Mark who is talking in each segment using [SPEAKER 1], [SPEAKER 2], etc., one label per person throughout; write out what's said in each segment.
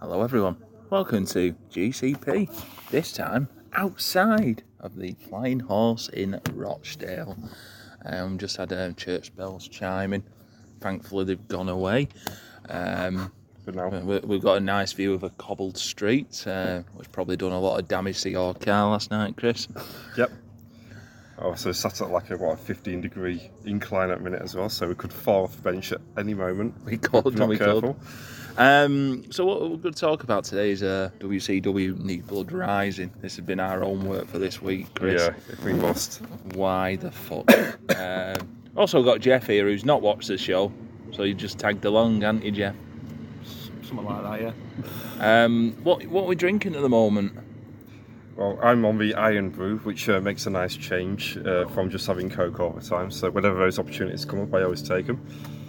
[SPEAKER 1] Hello, everyone. Welcome to GCP. This time outside of the Flying Horse in Rochdale. Um, just had um, church bells chiming. Thankfully, they've gone away. Um,
[SPEAKER 2] But now,
[SPEAKER 1] we- we- we've got a nice view of a cobbled street, uh, which probably done a lot of damage to your car last night, Chris.
[SPEAKER 2] yep. I also sat at like a what, 15 degree incline at the minute as well, so we could fall off the bench at any moment.
[SPEAKER 1] We called,
[SPEAKER 2] Not
[SPEAKER 1] we
[SPEAKER 2] careful.
[SPEAKER 1] called. Um, so what we're going to talk about today is uh, WCW New Blood Rising. This has been our homework for this week, Chris.
[SPEAKER 2] Yeah, if we must.
[SPEAKER 1] Why the fuck? um, also got Jeff here who's not watched the show, so you just tagged along, haven't you, Jeff?
[SPEAKER 3] Something like that, yeah.
[SPEAKER 1] Um, what what are we drinking at the moment?
[SPEAKER 2] Well, I'm on the Iron Brew, which uh, makes a nice change uh, from just having Coke all the time. So whenever those opportunities come up, I always take them.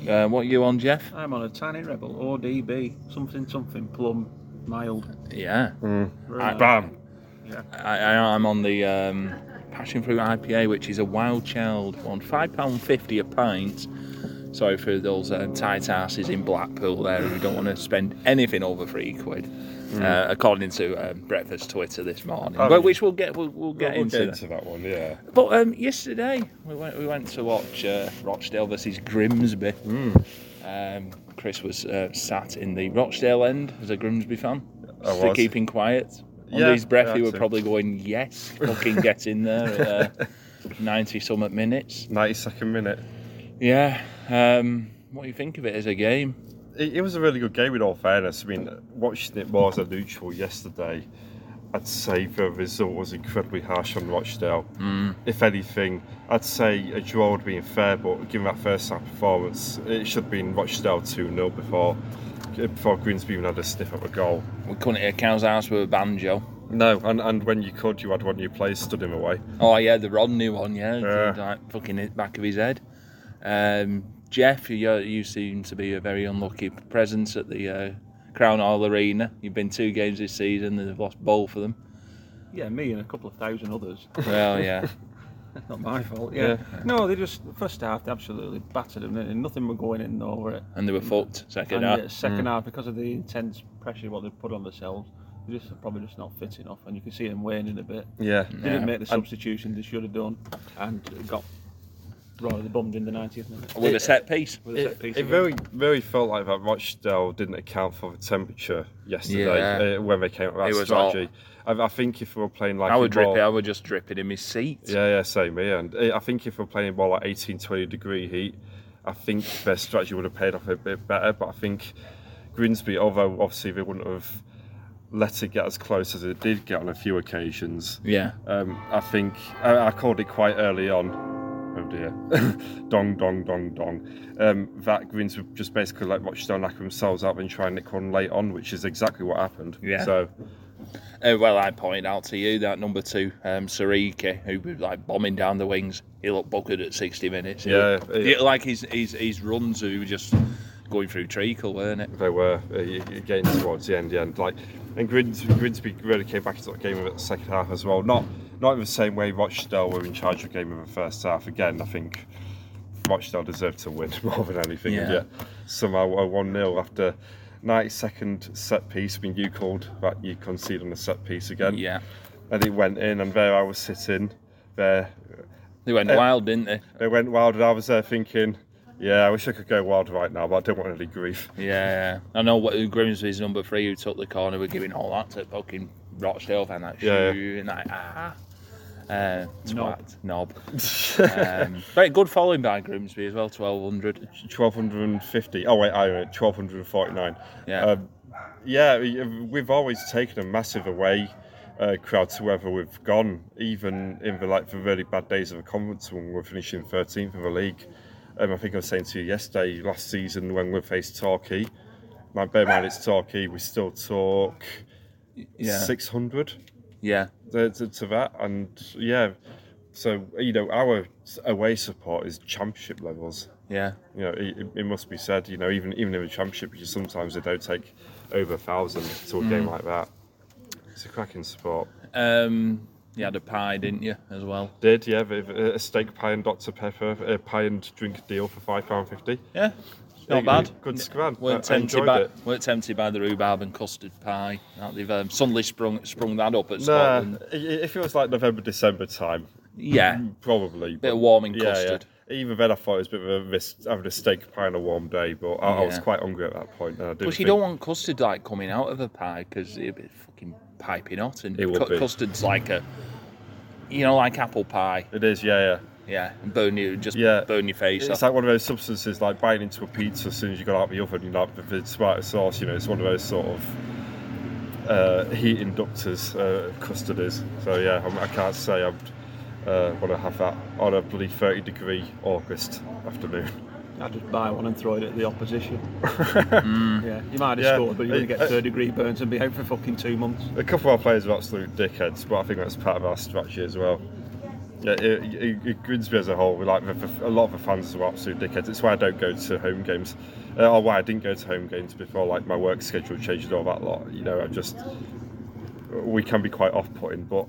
[SPEAKER 1] Uh, what are you on, Jeff?
[SPEAKER 3] I'm on a Tiny Rebel ODB, something something plum, mild.
[SPEAKER 1] Yeah,
[SPEAKER 3] Right.
[SPEAKER 2] Bam!
[SPEAKER 1] I, I, I'm on the um, Passion Fruit IPA, which is a wild child one, five pound fifty a pint. Sorry for those uh, tight asses in Blackpool there who don't want to spend anything over three quid, uh, according to uh, Breakfast Twitter this morning.
[SPEAKER 2] Mm. Oh,
[SPEAKER 1] but
[SPEAKER 2] yeah.
[SPEAKER 1] which we'll get we'll, we'll get
[SPEAKER 2] We'll
[SPEAKER 1] into.
[SPEAKER 2] get
[SPEAKER 1] that.
[SPEAKER 2] into that one, yeah.
[SPEAKER 1] But um, yesterday we went we went to watch uh, Rochdale versus Grimsby.
[SPEAKER 2] Hmm.
[SPEAKER 1] Um, Chris was uh, sat in the Rochdale end as a Grimsby fan.
[SPEAKER 2] I
[SPEAKER 1] For
[SPEAKER 2] was.
[SPEAKER 1] keeping quiet. On
[SPEAKER 2] Yeah,
[SPEAKER 1] these breath,
[SPEAKER 2] I
[SPEAKER 1] you
[SPEAKER 2] had
[SPEAKER 1] were
[SPEAKER 2] to.
[SPEAKER 1] probably going, "Yes, fucking get in there." At, uh, Ninety somewhat minutes.
[SPEAKER 2] 92nd minute.
[SPEAKER 1] Yeah. Um, what do you think of it as a game?
[SPEAKER 2] it, it was a really good game in all fairness. I mean, watching it more as a neutral yesterday, I'd say the result was incredibly harsh on Rochdale. If anything, I'd say a draw would have been fair, but given that first half performance, it should have been Rochdale 2 0 before before Greensby even had a sniff at a goal.
[SPEAKER 1] We couldn't hear Cow's house with a banjo.
[SPEAKER 2] No, and, and when you could, you had one of your players stood him away.
[SPEAKER 1] Oh yeah, the Rodney one, yeah,
[SPEAKER 2] Yeah.
[SPEAKER 1] like fucking hit back of his head. Um, Jeff, you you seem to be a very unlucky presence at the uh, Crown Hall Arena. You've been two games this season and they've lost both of them.
[SPEAKER 3] Yeah, me and a couple of thousand others.
[SPEAKER 1] Well, yeah,
[SPEAKER 3] Not my fault, yeah. No, they just, first half, they absolutely battered them, and nothing were going in over it.
[SPEAKER 1] and they were fucked second
[SPEAKER 3] And
[SPEAKER 1] half.
[SPEAKER 3] yet second half, because of the intense pressure what they put on themselves, they're just probably just not fit enough, and you can see them waning a bit.
[SPEAKER 2] Yeah.
[SPEAKER 3] They didn't make the
[SPEAKER 2] And-
[SPEAKER 3] substitution they should have done, and got rather bummed in the 90th minute.
[SPEAKER 1] With a set piece.
[SPEAKER 3] With a set
[SPEAKER 2] It,
[SPEAKER 3] piece
[SPEAKER 2] it
[SPEAKER 3] again.
[SPEAKER 2] very, very felt like that Rochdale didn't account for the temperature yesterday
[SPEAKER 1] Yeah.
[SPEAKER 2] uh, when they came up with that
[SPEAKER 1] It was
[SPEAKER 2] strategy. I, I think if we were playing like
[SPEAKER 1] I
[SPEAKER 2] a
[SPEAKER 1] were
[SPEAKER 2] more-
[SPEAKER 1] dripping. I were just dripping in my seat.
[SPEAKER 2] Yeah, yeah, same here. And uh, I think if we're playing more like 18, 20 degree heat, I think their strategy would have paid off a bit better. But I think Grimsby, although obviously they wouldn't have let it get as close as it did get on a few occasions,
[SPEAKER 1] Yeah.
[SPEAKER 2] um, I think I, I called it quite early on. Oh dear, dong dong dong dong. Um, that Greens would just basically let Rochdale knock themselves up and try and nick one late on, which is exactly what happened.
[SPEAKER 1] Yeah.
[SPEAKER 2] So
[SPEAKER 1] Uh, well, I pointed out to you that number two, um, Sariki, who was like bombing down the wings, he looked buckered at 60 minutes. He
[SPEAKER 2] Yeah,
[SPEAKER 1] looked-
[SPEAKER 2] yeah.
[SPEAKER 1] he looked like his, his, his runs who were just going through treacle, weren't it?
[SPEAKER 2] they were uh, y- y- getting towards the end. Yeah, and like and Grinsby, Grinsby really came back into the game in the second half as well. Not not in the same way Rochdale were in charge of the game in the first half. Again, I think Rochdale deserved to win more than anything. And
[SPEAKER 1] Yeah.
[SPEAKER 2] yet somehow a one 0 after. 90 second set piece. I mean, you called that you conceded on a set piece again.
[SPEAKER 1] Yeah.
[SPEAKER 2] and it went in, and there I was sitting. There,
[SPEAKER 1] They
[SPEAKER 2] uh,
[SPEAKER 1] went wild, didn't they?
[SPEAKER 2] it went wild, and I was there thinking, yeah, I wish I could go wild right now, but I don't want any grief.
[SPEAKER 1] Yeah. I know what Grimsby's number three who took the corner were giving all that to fucking Rochdale fan that
[SPEAKER 2] Yeah, yeah.
[SPEAKER 1] shoe and like ah. Uh,
[SPEAKER 3] Knob.
[SPEAKER 1] twat, knob. um, very good following by Grimsby as well, 1200.
[SPEAKER 2] 1250. Oh wait, I meant 1249.
[SPEAKER 1] Yeah.
[SPEAKER 2] Um, yeah, we- we've always taken a massive away uh, crowd to wherever we've gone, even in the like the really bad days of the conference when we we're finishing 13th in the league. Um, I think I was saying to you yesterday, last season when we faced Torquay. Now, bear in mind it's Torquay. We still talk
[SPEAKER 1] Yeah.
[SPEAKER 2] 600
[SPEAKER 1] Yeah.
[SPEAKER 2] to, to, to that, and yeah. So you know, our away support is championship levels
[SPEAKER 1] Yeah.
[SPEAKER 2] you know, it, it- it must be said, you know, even even in the championship, you sometimes they don't take over a thousand to a
[SPEAKER 1] Mm.
[SPEAKER 2] game like that. It's a cracking sport.
[SPEAKER 1] Um, you had a pie, didn't you, as well?
[SPEAKER 2] Did yeah, they've, uh, a steak pie and Dr Pepper, a pie and drink deal for five pound fifty.
[SPEAKER 1] Yeah. Not bad.
[SPEAKER 2] Good scram.
[SPEAKER 1] Weren't
[SPEAKER 2] I
[SPEAKER 1] tempted
[SPEAKER 2] enjoyed
[SPEAKER 1] by
[SPEAKER 2] it.
[SPEAKER 1] weren't tempted by the rhubarb and custard pie. Now They've um, suddenly sprung sprung that up at
[SPEAKER 2] Nah,
[SPEAKER 1] Scotland.
[SPEAKER 2] i- i- if it was like November, December time,
[SPEAKER 1] Yeah,
[SPEAKER 2] probably.
[SPEAKER 1] bit
[SPEAKER 2] but-
[SPEAKER 1] of warming
[SPEAKER 2] yeah,
[SPEAKER 1] custard.
[SPEAKER 2] Yeah. Even then, I thought it was a bit of a risk having a steak pie on a warm day, but I, I was
[SPEAKER 1] Yeah.
[SPEAKER 2] quite hungry at that point. And I didn't
[SPEAKER 1] But you
[SPEAKER 2] think-
[SPEAKER 1] don't want custard like coming out of a pie because it'd be fucking piping hot, and
[SPEAKER 2] It would
[SPEAKER 1] cu-
[SPEAKER 2] be.
[SPEAKER 1] custard's like a, you know, like apple pie.
[SPEAKER 2] It is, yeah,
[SPEAKER 1] Yeah, and burn you just
[SPEAKER 2] Yeah.
[SPEAKER 1] burn your
[SPEAKER 2] yeah.
[SPEAKER 1] face
[SPEAKER 2] It's
[SPEAKER 1] off.
[SPEAKER 2] like one of those substances, like biting into a pizza as soon as you got out of the oven, you know, with the tomato sauce, you know, it's one of those sort of uh, heat inductors, uh, custard is. So, yeah, I'm, I can't say I'm. Uh, want to have that on a bloody 30 degree August afternoon.
[SPEAKER 3] I'd just buy one and throw it at the opposition.
[SPEAKER 1] Mm.
[SPEAKER 3] Yeah, you might have
[SPEAKER 2] Yeah.
[SPEAKER 3] scored, but you're going to
[SPEAKER 2] Uh,
[SPEAKER 3] get third degree burns and be out for fucking two months.
[SPEAKER 2] A couple of our players are absolute dickheads, but I think that's part of our strategy as well. Yeah, it, it, it Grimsby as a whole, we like the, the, a lot of the fans are absolute dickheads. It's why I don't go to home games, uh, or why I didn't go to home games before. Like my work schedule changed and all that lot. You know, I just we can be quite off-putting, but.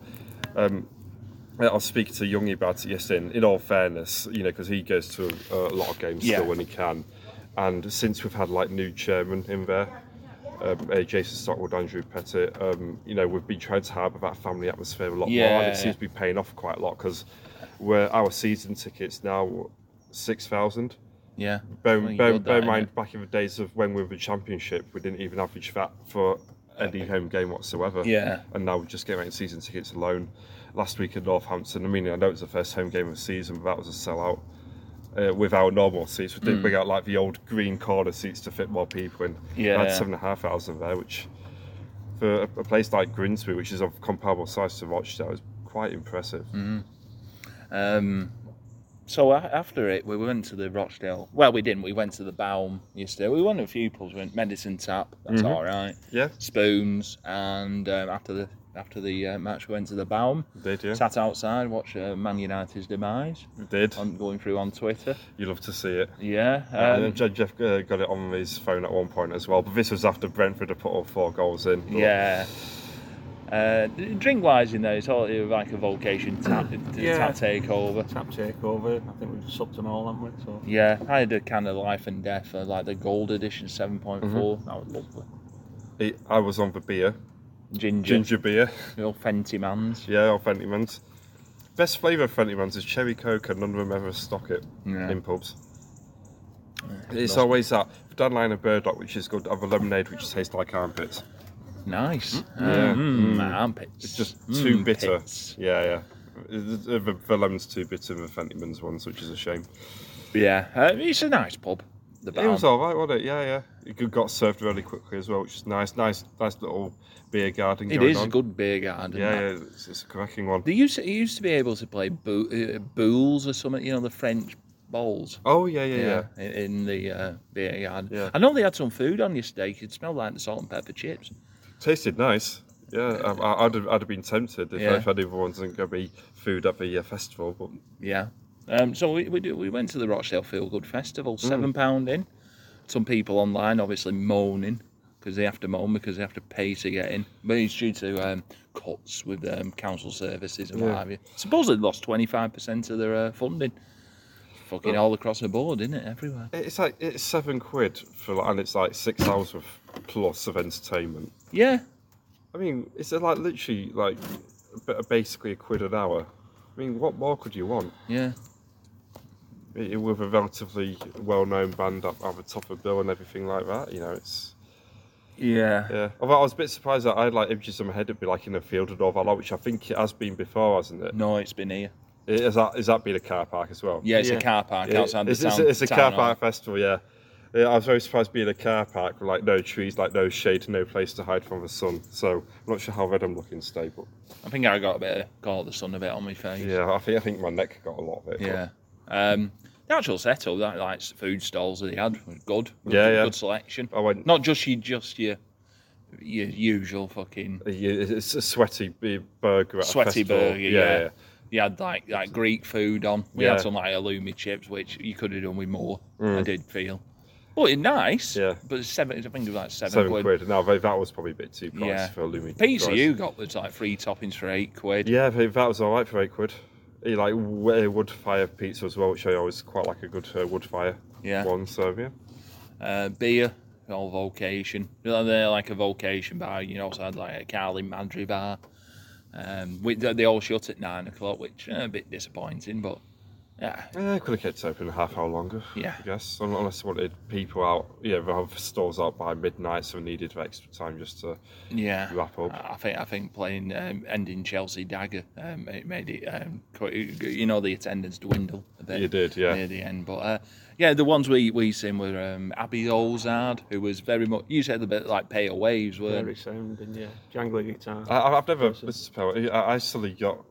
[SPEAKER 2] Um, I was speaking to Youngie about it yesterday. And in all fairness, you know, because he goes to a, a lot of games
[SPEAKER 1] Yeah.
[SPEAKER 2] still when he can, and since we've had like new chairman in there, um, uh, Jason Stockwood, Andrew Pettit, um, you know, we've been trying to harbour that family atmosphere a lot more, and
[SPEAKER 1] Yeah.
[SPEAKER 2] it seems to be paying off quite a lot because we're our season tickets now six thousand.
[SPEAKER 1] yeah,
[SPEAKER 2] Bear,
[SPEAKER 1] Well, you
[SPEAKER 2] bear,
[SPEAKER 1] got
[SPEAKER 2] bear
[SPEAKER 1] that,
[SPEAKER 2] in mind,
[SPEAKER 1] innit?
[SPEAKER 2] back in the days of when we were the championship, we didn't even average that for any home game whatsoever.
[SPEAKER 1] Yeah.
[SPEAKER 2] And now we're just getting out season tickets alone. Last week at Northampton, I mean, I know it's the first home game of the season, but that was a sellout. Uh, with our normal seats, we did
[SPEAKER 1] Mm.
[SPEAKER 2] bring out like the old green corner seats to fit more people in. I
[SPEAKER 1] Yeah.
[SPEAKER 2] had seven and a half thousand there, which for a, a place like Grimsby, which is of comparable size to Rochdale, is quite impressive.
[SPEAKER 1] Mm. Um, so a- after it, we went to the Rochdale. Well, we didn't. We went to the Baum yesterday. We went to a few pubs. We went Medicine Tap. That's
[SPEAKER 2] Mm-hmm.
[SPEAKER 1] all right.
[SPEAKER 2] Yeah,
[SPEAKER 1] Spoons, and um, after the after the uh, match, we went to the Baum.
[SPEAKER 2] we did, yeah.
[SPEAKER 1] Sat outside, watched uh, Man United's demise.
[SPEAKER 2] We did.
[SPEAKER 1] I'm going through on Twitter.
[SPEAKER 2] You love to see it.
[SPEAKER 1] Yeah.
[SPEAKER 2] And
[SPEAKER 1] Um,
[SPEAKER 2] then Je- Jeff uh, got it on his phone at one point as well, but this was after Brentford had put all four goals in. But
[SPEAKER 1] yeah. Uh, drink wise in there, it's all it was like a vocation tap,
[SPEAKER 3] Yeah.
[SPEAKER 1] tap takeover.
[SPEAKER 3] Tap takeover. I think we've sucked them all, haven't we? So
[SPEAKER 1] Yeah, I had a can of life and death, uh, like the gold edition 7.4.
[SPEAKER 2] Mm-hmm.
[SPEAKER 1] That was lovely.
[SPEAKER 2] it- I was on the beer,
[SPEAKER 1] Ginger,
[SPEAKER 2] ginger beer,
[SPEAKER 1] the old Fenty man's.
[SPEAKER 2] yeah, or Fenty Man's. Best flavour of Fenty Man's is cherry coke, and none of them ever stock it
[SPEAKER 1] Yeah.
[SPEAKER 2] in pubs. It's always that Dan Lyon of Burdock, which is good, of a lemonade which tastes like armpits.
[SPEAKER 1] Nice.
[SPEAKER 2] Yeah.
[SPEAKER 1] Mm, Armpits.
[SPEAKER 2] It's just too
[SPEAKER 1] Mm,
[SPEAKER 2] bitter.
[SPEAKER 1] pits.
[SPEAKER 2] Yeah, yeah. The, the, the lemon's too bitter than the Fenty Man's ones, which is a shame.
[SPEAKER 1] Yeah, uh, it's a nice pub. The
[SPEAKER 2] It was
[SPEAKER 1] Baum.
[SPEAKER 2] all right, wasn't it? Yeah, yeah. It g- got served really quickly as well, which is nice. Nice, nice little beer garden.
[SPEAKER 1] It
[SPEAKER 2] going
[SPEAKER 1] is
[SPEAKER 2] on.
[SPEAKER 1] a good beer garden.
[SPEAKER 2] Yeah,
[SPEAKER 1] that.
[SPEAKER 2] yeah. It's, it's a cracking one.
[SPEAKER 1] They used to, you used to be able to play boo, uh, boules or something, you know, the French bowls.
[SPEAKER 2] Oh yeah, yeah, yeah.
[SPEAKER 1] i- In the uh, beer yard.
[SPEAKER 2] Yeah.
[SPEAKER 1] I know they had some food on yesterday. It smelled like the salt and pepper chips.
[SPEAKER 2] Tasted nice. Yeah, I, I- I'd have, I'd have been tempted if,
[SPEAKER 1] Yeah.
[SPEAKER 2] if I knew there wasn't going to be food at the uh, festival. But
[SPEAKER 1] Yeah. Um, so we, we, do- we went to the Rochdale Feel Good Festival,
[SPEAKER 2] Mm.
[SPEAKER 1] £7 in. Some people online obviously moaning because they have to moan because they have to pay to get in. But it's due to um, cuts with um, council services and what
[SPEAKER 2] Yeah.
[SPEAKER 1] have you. Supposedly lost 25% of their uh, funding. Fucking
[SPEAKER 2] Oh.
[SPEAKER 1] all across the board, isn't it? Everywhere.
[SPEAKER 2] it's like it's seven quid for, like, and it's like six hours of plus of entertainment.
[SPEAKER 1] Yeah.
[SPEAKER 2] I mean, it's uh, like literally like a bit- basically a quid an hour. I mean, what more could you want?
[SPEAKER 1] Yeah.
[SPEAKER 2] it- with a relatively well-known band up at the top of bill and everything like that. You know, it's
[SPEAKER 1] Yeah.
[SPEAKER 2] yeah. Although I was a bit surprised that I had like images in my head it'd be like in a field and all that, lot, which I think it has been before, hasn't it?
[SPEAKER 1] No, it's been here.
[SPEAKER 2] Is that is that been a car park as well?
[SPEAKER 1] Mm. Yeah, it's
[SPEAKER 3] Yeah.
[SPEAKER 1] a car park
[SPEAKER 2] Yeah,
[SPEAKER 1] outside the
[SPEAKER 2] it's,
[SPEAKER 1] town.
[SPEAKER 2] it's, it's a
[SPEAKER 1] town
[SPEAKER 2] car
[SPEAKER 1] hall.
[SPEAKER 2] park festival. Yeah. Yeah, I was very surprised being a car park with like no trees, like no shade, no place to hide from the sun. So I'm not sure how red I'm looking today, but
[SPEAKER 1] I think I got a bit of got the sun a bit on my face.
[SPEAKER 2] yeah, I think I think my neck got a lot of it. but-
[SPEAKER 1] Yeah. Um, the actual setup, that like food stalls that they had was good.
[SPEAKER 2] Yeah, yeah. Oh.
[SPEAKER 1] Good selection.
[SPEAKER 2] I went.
[SPEAKER 1] Not just you, just your your usual fucking.
[SPEAKER 2] Yeah, It's a sweaty b- burger. At a
[SPEAKER 1] Sweaty
[SPEAKER 2] festival.
[SPEAKER 1] burger, yeah.
[SPEAKER 2] yeah.
[SPEAKER 1] You had like like Greek food on. We
[SPEAKER 2] Yeah. Mm.
[SPEAKER 1] had some like alumi chips, which you could have done with more. I did feel, but it's nice.
[SPEAKER 2] Yeah.
[SPEAKER 1] But it's seven, I think it was like seven,
[SPEAKER 2] seven
[SPEAKER 1] quid.
[SPEAKER 2] quid. No, tha- that was probably a bit too pricey
[SPEAKER 1] Yeah.
[SPEAKER 2] for aluminum.
[SPEAKER 1] Pizza
[SPEAKER 2] price.
[SPEAKER 1] you got was like three toppings for eight quid.
[SPEAKER 2] Yeah, but that was all right for eight quid. He like w- uh, wood fire pizza as well, which I always quite like a good uh, wood fire
[SPEAKER 1] Yeah.
[SPEAKER 2] one. So yeah,
[SPEAKER 1] Uh, beer, all vocation. They're like a vocation bar. You also had like a Carlin Madry bar. Um, we, they all shut at nine o'clock, which uh, a bit disappointing, but yeah,
[SPEAKER 2] Yeah, I could have kept it open a half hour longer.
[SPEAKER 1] Yeah.
[SPEAKER 2] I guess Un- unless they wanted people out, yeah, they have stores out by midnight, so we needed extra time just to
[SPEAKER 1] yeah.
[SPEAKER 2] wrap up.
[SPEAKER 1] I think I think playing um, ending Chelsea dagger um, it made it um, quite, you know the attendance dwindle a bit.
[SPEAKER 2] You did, yeah.
[SPEAKER 1] near the end. But uh, yeah, the ones we we seen were um, Abby Olzard, who was very much you said a bit like Pale Waves, were
[SPEAKER 3] Very sounding, yeah. Jangling guitar.
[SPEAKER 1] Ah.
[SPEAKER 2] I, I- I've never listened to Power. I, I suddenly got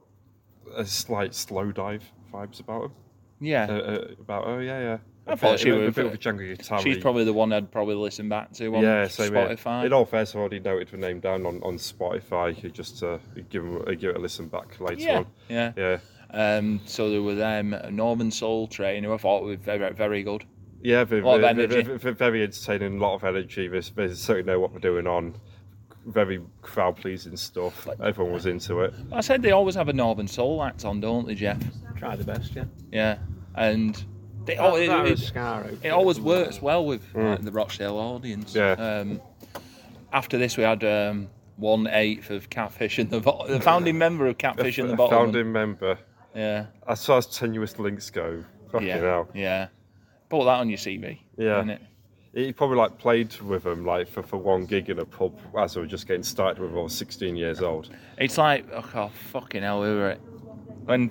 [SPEAKER 2] a slight slow dive vibes about him.
[SPEAKER 1] yeah.
[SPEAKER 2] Uh, uh, about oh yeah, yeah.
[SPEAKER 1] I
[SPEAKER 2] A
[SPEAKER 1] thought
[SPEAKER 2] bit-
[SPEAKER 1] she
[SPEAKER 2] a bit-
[SPEAKER 1] was-
[SPEAKER 2] a bit of a jungle guitar.
[SPEAKER 1] She's probably the one I'd probably listen back to on
[SPEAKER 2] Uh, yeah, so yeah.
[SPEAKER 1] Spotify.
[SPEAKER 2] In all fairness, I've already noted the name down on, on Spotify uh, just to give, 'em- uh, give it a listen back later
[SPEAKER 1] yeah,
[SPEAKER 2] on.
[SPEAKER 1] yeah.
[SPEAKER 2] Yeah,
[SPEAKER 1] Um, so there were them Norman Soul Train, who I thought were very, very good.
[SPEAKER 2] yeah, very,
[SPEAKER 1] Lot of
[SPEAKER 2] very,
[SPEAKER 1] energy.
[SPEAKER 2] very, very- very entertaining, a lot of energy. They, they certainly know what they're doing on. Very crowd pleasing stuff. Everyone was into it.
[SPEAKER 1] I said they always have a Northern Soul act on, don't they, Jeff?
[SPEAKER 3] Try the best, yeah.
[SPEAKER 1] Yeah, and they oh, it,
[SPEAKER 3] that
[SPEAKER 1] it-
[SPEAKER 3] was Scar.
[SPEAKER 1] it always works well with like, the Rochdale audience.
[SPEAKER 2] Mm. Yeah.
[SPEAKER 1] Um, after this, we had um, one eighth of Catfish and the, Bo- the founding member of Catfish and the
[SPEAKER 2] A
[SPEAKER 1] Bottom.
[SPEAKER 2] founding member.
[SPEAKER 1] Yeah,
[SPEAKER 2] As far as tenuous links go, fucking
[SPEAKER 1] yeah,
[SPEAKER 2] hell.
[SPEAKER 1] yeah. Put that on your CV.
[SPEAKER 2] Yeah.
[SPEAKER 1] innit?
[SPEAKER 2] He probably like played with them like for, for one gig in a pub as we were just getting started with. I was 16 years old.
[SPEAKER 1] It's like, oh, God, fucking hell, we were it. When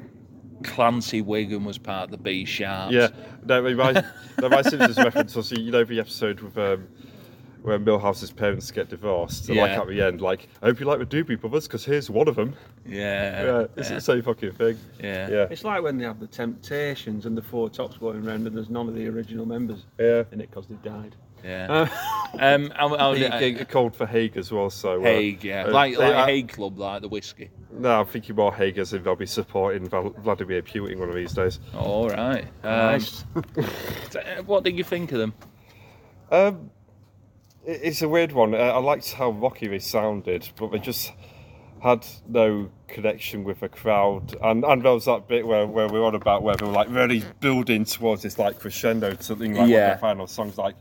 [SPEAKER 1] Clancy Wiggum was part of the B Sharps.
[SPEAKER 2] Yeah, no, my no, my Simpsons reference was you know the episode with um, where Millhouse's parents get divorced. And,
[SPEAKER 1] Yeah.
[SPEAKER 2] Like at the end, like I hope you like the Doobie Brothers because here's one of them. Uh,
[SPEAKER 1] Yeah.
[SPEAKER 2] Yeah, it's the same fucking thing.
[SPEAKER 1] Yeah.
[SPEAKER 2] yeah,
[SPEAKER 3] It's like when they have the Temptations and the Four Tops going round, and there's none of the original members
[SPEAKER 2] yeah.
[SPEAKER 3] in it because they've died.
[SPEAKER 1] yeah. um, I, I,
[SPEAKER 2] He,
[SPEAKER 1] I,
[SPEAKER 2] he called for Hague as well, so uh,
[SPEAKER 1] Hague, yeah.
[SPEAKER 2] uh,
[SPEAKER 1] like like
[SPEAKER 2] I-
[SPEAKER 1] Hague Club, like the whiskey.
[SPEAKER 2] No, I'm thinking more Hague as if they'll be supporting Val- Vladimir Putin one of these days.
[SPEAKER 1] All right. Um,
[SPEAKER 3] Nice.
[SPEAKER 1] t- what did you think of them?
[SPEAKER 2] Um, it- it's a weird one. Uh, I liked how rocky they sounded, but they just had no connection with the crowd. And and there was that bit where, where we were on about where they were like really building towards this like crescendo, something like yeah.
[SPEAKER 1] Yeah.
[SPEAKER 2] the final songs like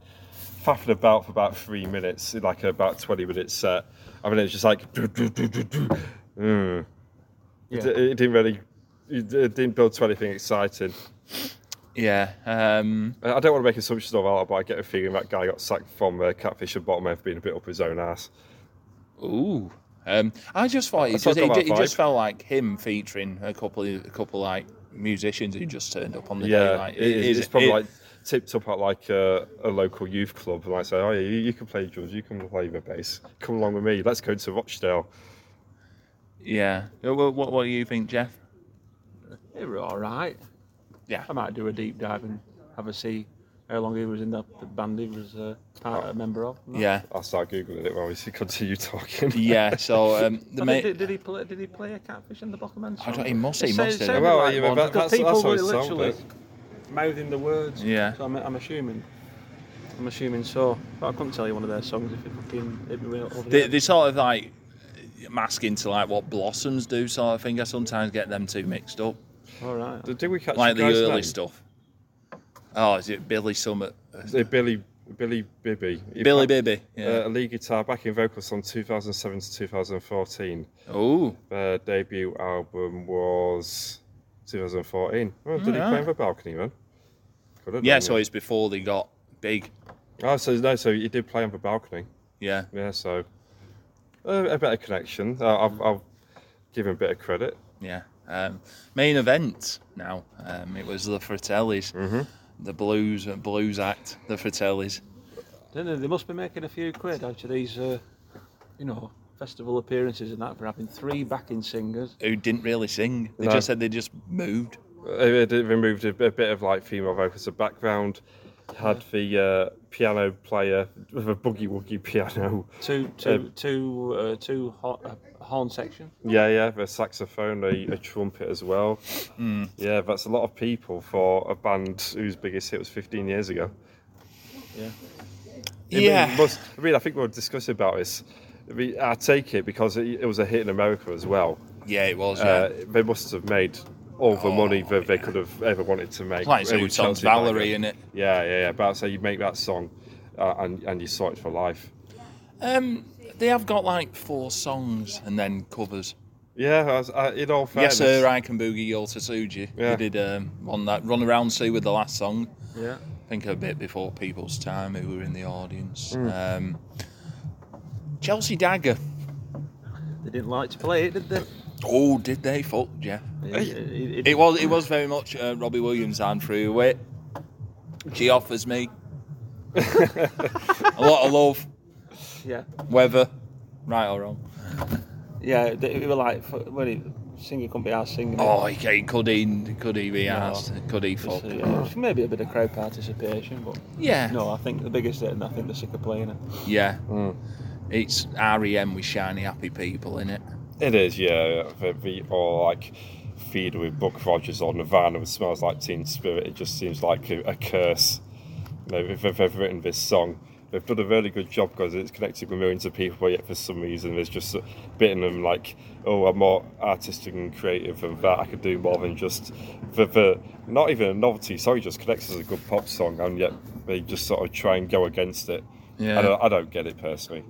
[SPEAKER 2] faffing about for about three minutes, in, like about twenty minute set. I mean, it's just like. "Do, do, do, do, do." Mm. It,
[SPEAKER 3] Yeah.
[SPEAKER 2] it didn't really. It, it didn't build to anything exciting.
[SPEAKER 1] Yeah. Um,
[SPEAKER 2] I I don't want to make assumptions about it, but I get a feeling that guy got sacked from uh, Catfish and Bottom have been a bit up his own ass.
[SPEAKER 1] Ooh. Um, I just thought it
[SPEAKER 2] Let's
[SPEAKER 1] just,
[SPEAKER 2] talk
[SPEAKER 1] it,
[SPEAKER 2] about
[SPEAKER 1] ju- it just
[SPEAKER 2] vibe.
[SPEAKER 1] felt like him featuring a couple of a couple like musicians who just turned up on the day.
[SPEAKER 2] Yeah,
[SPEAKER 1] Like,
[SPEAKER 2] uh, it is. It's probably
[SPEAKER 1] it-
[SPEAKER 2] like tipped up at like uh, a local youth club and like say, oh yeah, you, you can play drums, you can play the bass, come along with me, let's go to Rochdale.
[SPEAKER 1] yeah. What, what what do you think, Jeff?
[SPEAKER 3] They were all right.
[SPEAKER 1] Yeah.
[SPEAKER 3] I might do a deep dive and have a see how long he was in the, the band he was uh, part, a member of.
[SPEAKER 1] Yeah.
[SPEAKER 2] I'll start googling it while we continue talking.
[SPEAKER 1] Yeah. So um, the
[SPEAKER 3] I
[SPEAKER 1] ma-
[SPEAKER 3] think, Oh, did, did he play? Did he play a catfish in the Bockerman song?
[SPEAKER 1] I don't- he must-
[SPEAKER 3] It
[SPEAKER 1] he
[SPEAKER 3] sa-
[SPEAKER 1] must have.
[SPEAKER 3] sounded
[SPEAKER 2] Well,
[SPEAKER 3] like
[SPEAKER 2] yeah,
[SPEAKER 3] one,
[SPEAKER 2] that-
[SPEAKER 3] because
[SPEAKER 2] that's-
[SPEAKER 3] people
[SPEAKER 2] that's how
[SPEAKER 3] were
[SPEAKER 2] it sounded.
[SPEAKER 3] literally mouthing the words.
[SPEAKER 1] Yeah.
[SPEAKER 3] So I'm, I'm assuming. I'm assuming so. But I couldn't tell you one of their songs if it fucking hit me way over the
[SPEAKER 1] they,
[SPEAKER 3] head.
[SPEAKER 1] they sort of like mask into like what blossoms do sort of thing. I sometimes get them two mixed up,
[SPEAKER 3] All right.
[SPEAKER 2] Did we catch
[SPEAKER 1] like
[SPEAKER 2] the
[SPEAKER 1] the
[SPEAKER 2] guy's
[SPEAKER 1] early
[SPEAKER 2] name?
[SPEAKER 1] stuff. Oh, is it Billy Summit?
[SPEAKER 2] Uh, Billy, Billy Bibby. He
[SPEAKER 1] Billy
[SPEAKER 2] played,
[SPEAKER 1] Bibby. Yeah.
[SPEAKER 2] Uh, lead guitar, backing vocals from 2007 to 2014.
[SPEAKER 1] oh.
[SPEAKER 2] Their debut album was 2014. Well, Oh, did he
[SPEAKER 1] Alright.
[SPEAKER 2] play on the balcony then? Could have
[SPEAKER 1] Yeah.
[SPEAKER 2] done,
[SPEAKER 1] So it's before they got big.
[SPEAKER 2] Oh, so no, so he did play on the balcony.
[SPEAKER 1] Yeah.
[SPEAKER 2] Yeah, so uh, a better connection. Uh, I'll, I'll give him a bit of credit.
[SPEAKER 1] Yeah. Um, main event now. Um, it was the Fratellis, the blues uh, blues act, the Fratellis.
[SPEAKER 3] Don't they? They must be making a few quid out of these, uh, you know, festival appearances and that for having three backing singers.
[SPEAKER 1] Who didn't really sing? They
[SPEAKER 2] No.
[SPEAKER 1] just said they just moved.
[SPEAKER 2] Uh, They did- they removed a bit, a bit of like female vocals. The background had the uh, piano player with a boogie woogie piano.
[SPEAKER 3] Two, two, two, uh, two ho- uh, horn section.
[SPEAKER 2] Yeah, yeah, the saxophone, a, a trumpet as well.
[SPEAKER 1] Mm.
[SPEAKER 2] Yeah, that's a lot of people for a band whose biggest hit was 15 years ago.
[SPEAKER 3] Yeah.
[SPEAKER 2] I mean, it must- I mean, I think we'll discuss about this. I, mean, I take it because it, it was a hit in America as well.
[SPEAKER 1] yeah, it was. Yeah. Oh,
[SPEAKER 2] Uh, they must have made all the money that they could have ever wanted to make.
[SPEAKER 1] like so
[SPEAKER 2] with
[SPEAKER 1] Tom's
[SPEAKER 2] Chelsea back
[SPEAKER 1] Valerie
[SPEAKER 2] then.
[SPEAKER 1] in it.
[SPEAKER 2] Yeah, yeah, yeah. About so you make that song, uh, and, and you're sorted for life.
[SPEAKER 1] Um, they have got like four songs and then covers.
[SPEAKER 2] Yeah, as, uh, in all
[SPEAKER 1] Yes,
[SPEAKER 2] fairness.
[SPEAKER 1] sir, I can boogie your Suji.
[SPEAKER 2] Yeah.
[SPEAKER 1] They did um, on that Run Around Sue with the last song.
[SPEAKER 3] Yeah.
[SPEAKER 1] I think a bit before people's time who were in the audience. Um, Chelsea Dagger.
[SPEAKER 3] They didn't like to play it, did they?
[SPEAKER 1] Oh, did they fuck? Yeah.
[SPEAKER 3] It- it-
[SPEAKER 1] It was it was very much uh, Robbie Williams. I'm through it. She offers me a lot of love,
[SPEAKER 3] yeah.
[SPEAKER 1] whether right or wrong.
[SPEAKER 3] Yeah, they, they were like, fu- well, it, singer couldn't be our singer.
[SPEAKER 1] Oh, okay, could he could he be
[SPEAKER 3] No.
[SPEAKER 1] asked? Could he fuck?
[SPEAKER 3] So, yeah, it's maybe a bit of crowd participation, but
[SPEAKER 1] Yeah.
[SPEAKER 3] no, I think the biggest thing, I think they're sick of playing it.
[SPEAKER 1] Yeah.
[SPEAKER 2] Mm.
[SPEAKER 1] It's REM with shiny happy people in it.
[SPEAKER 2] It is, yeah. The, the, or like Feeder with Buck Rogers or Nirvana with Smells Like Teen Spirit. It just seems like a, a curse. You know, if they've ever written this song, they've done a really good job because it's connected with millions of people, but yet for some reason there's just a bit in them like, oh, I'm more artistic and creative than that. I could do more than just the, the not even a novelty song, it just connects as a good pop song, and yet they just sort of try and go against it.
[SPEAKER 1] Yeah.
[SPEAKER 2] I, don't, I don't get it personally.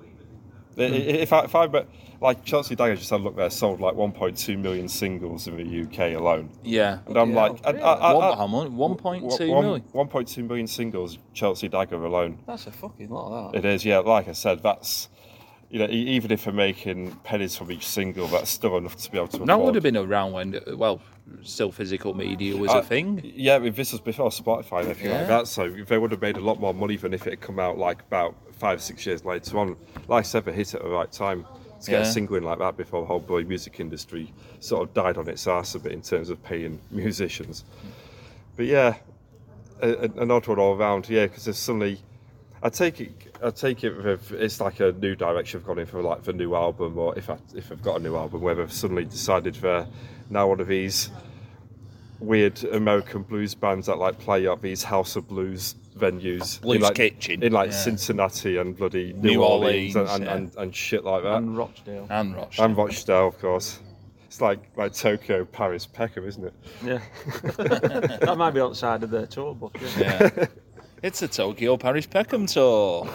[SPEAKER 2] I- i- If I, if I but like Chelsea Dagger just had a look there sold like 1.2 million singles in the UK alone,
[SPEAKER 1] Yeah.
[SPEAKER 2] and I'm
[SPEAKER 3] Yeah,
[SPEAKER 2] like, I,
[SPEAKER 3] really?
[SPEAKER 2] I, I,
[SPEAKER 1] One,
[SPEAKER 2] I-
[SPEAKER 1] how much? 1.2
[SPEAKER 2] one-
[SPEAKER 1] million.
[SPEAKER 2] 1.2 million singles Chelsea Dagger alone.
[SPEAKER 3] That's a fucking lot, that.
[SPEAKER 2] It is, yeah. Like I said, that's you know e- even if they're making pennies from each single, that's still enough to be able to.
[SPEAKER 1] That
[SPEAKER 2] afford-
[SPEAKER 1] would have been around when, well, still physical media was
[SPEAKER 2] Uh,
[SPEAKER 1] a thing.
[SPEAKER 2] Yeah, but this was before Spotify and everything
[SPEAKER 1] Yeah.
[SPEAKER 2] like that, so they would have made a lot more money than if it had come out like about five, six years later on. Like I said, they hit it at the right time. To get
[SPEAKER 1] Yeah.
[SPEAKER 2] a single in like that before the whole boy music industry sort of died on its arse a bit in terms of paying musicians. But yeah, a, a- an odd one all round, yeah, because there's suddenly. I take it. I take it. with- It's like a new direction I've gone in for, like the new album, or if I, if I've got a new album, where they've suddenly decided they're now one of these weird American blues bands that like play at these House of Blues venues,
[SPEAKER 1] Blues
[SPEAKER 2] in, like,
[SPEAKER 1] Kitchen.
[SPEAKER 2] in like
[SPEAKER 1] Yeah.
[SPEAKER 2] Cincinnati and bloody New,
[SPEAKER 1] New Orleans,
[SPEAKER 2] Orleans, and, and,
[SPEAKER 1] yeah.
[SPEAKER 2] and, and shit like that.
[SPEAKER 3] And Rochdale.
[SPEAKER 1] And Roche.
[SPEAKER 2] and Rochdale, of course. It's like like Tokyo, Paris, Peckham, isn't it?
[SPEAKER 3] Yeah. that might be outside of their tour, but yeah.
[SPEAKER 1] yeah. It's a Tokyo Paris Peckham tour.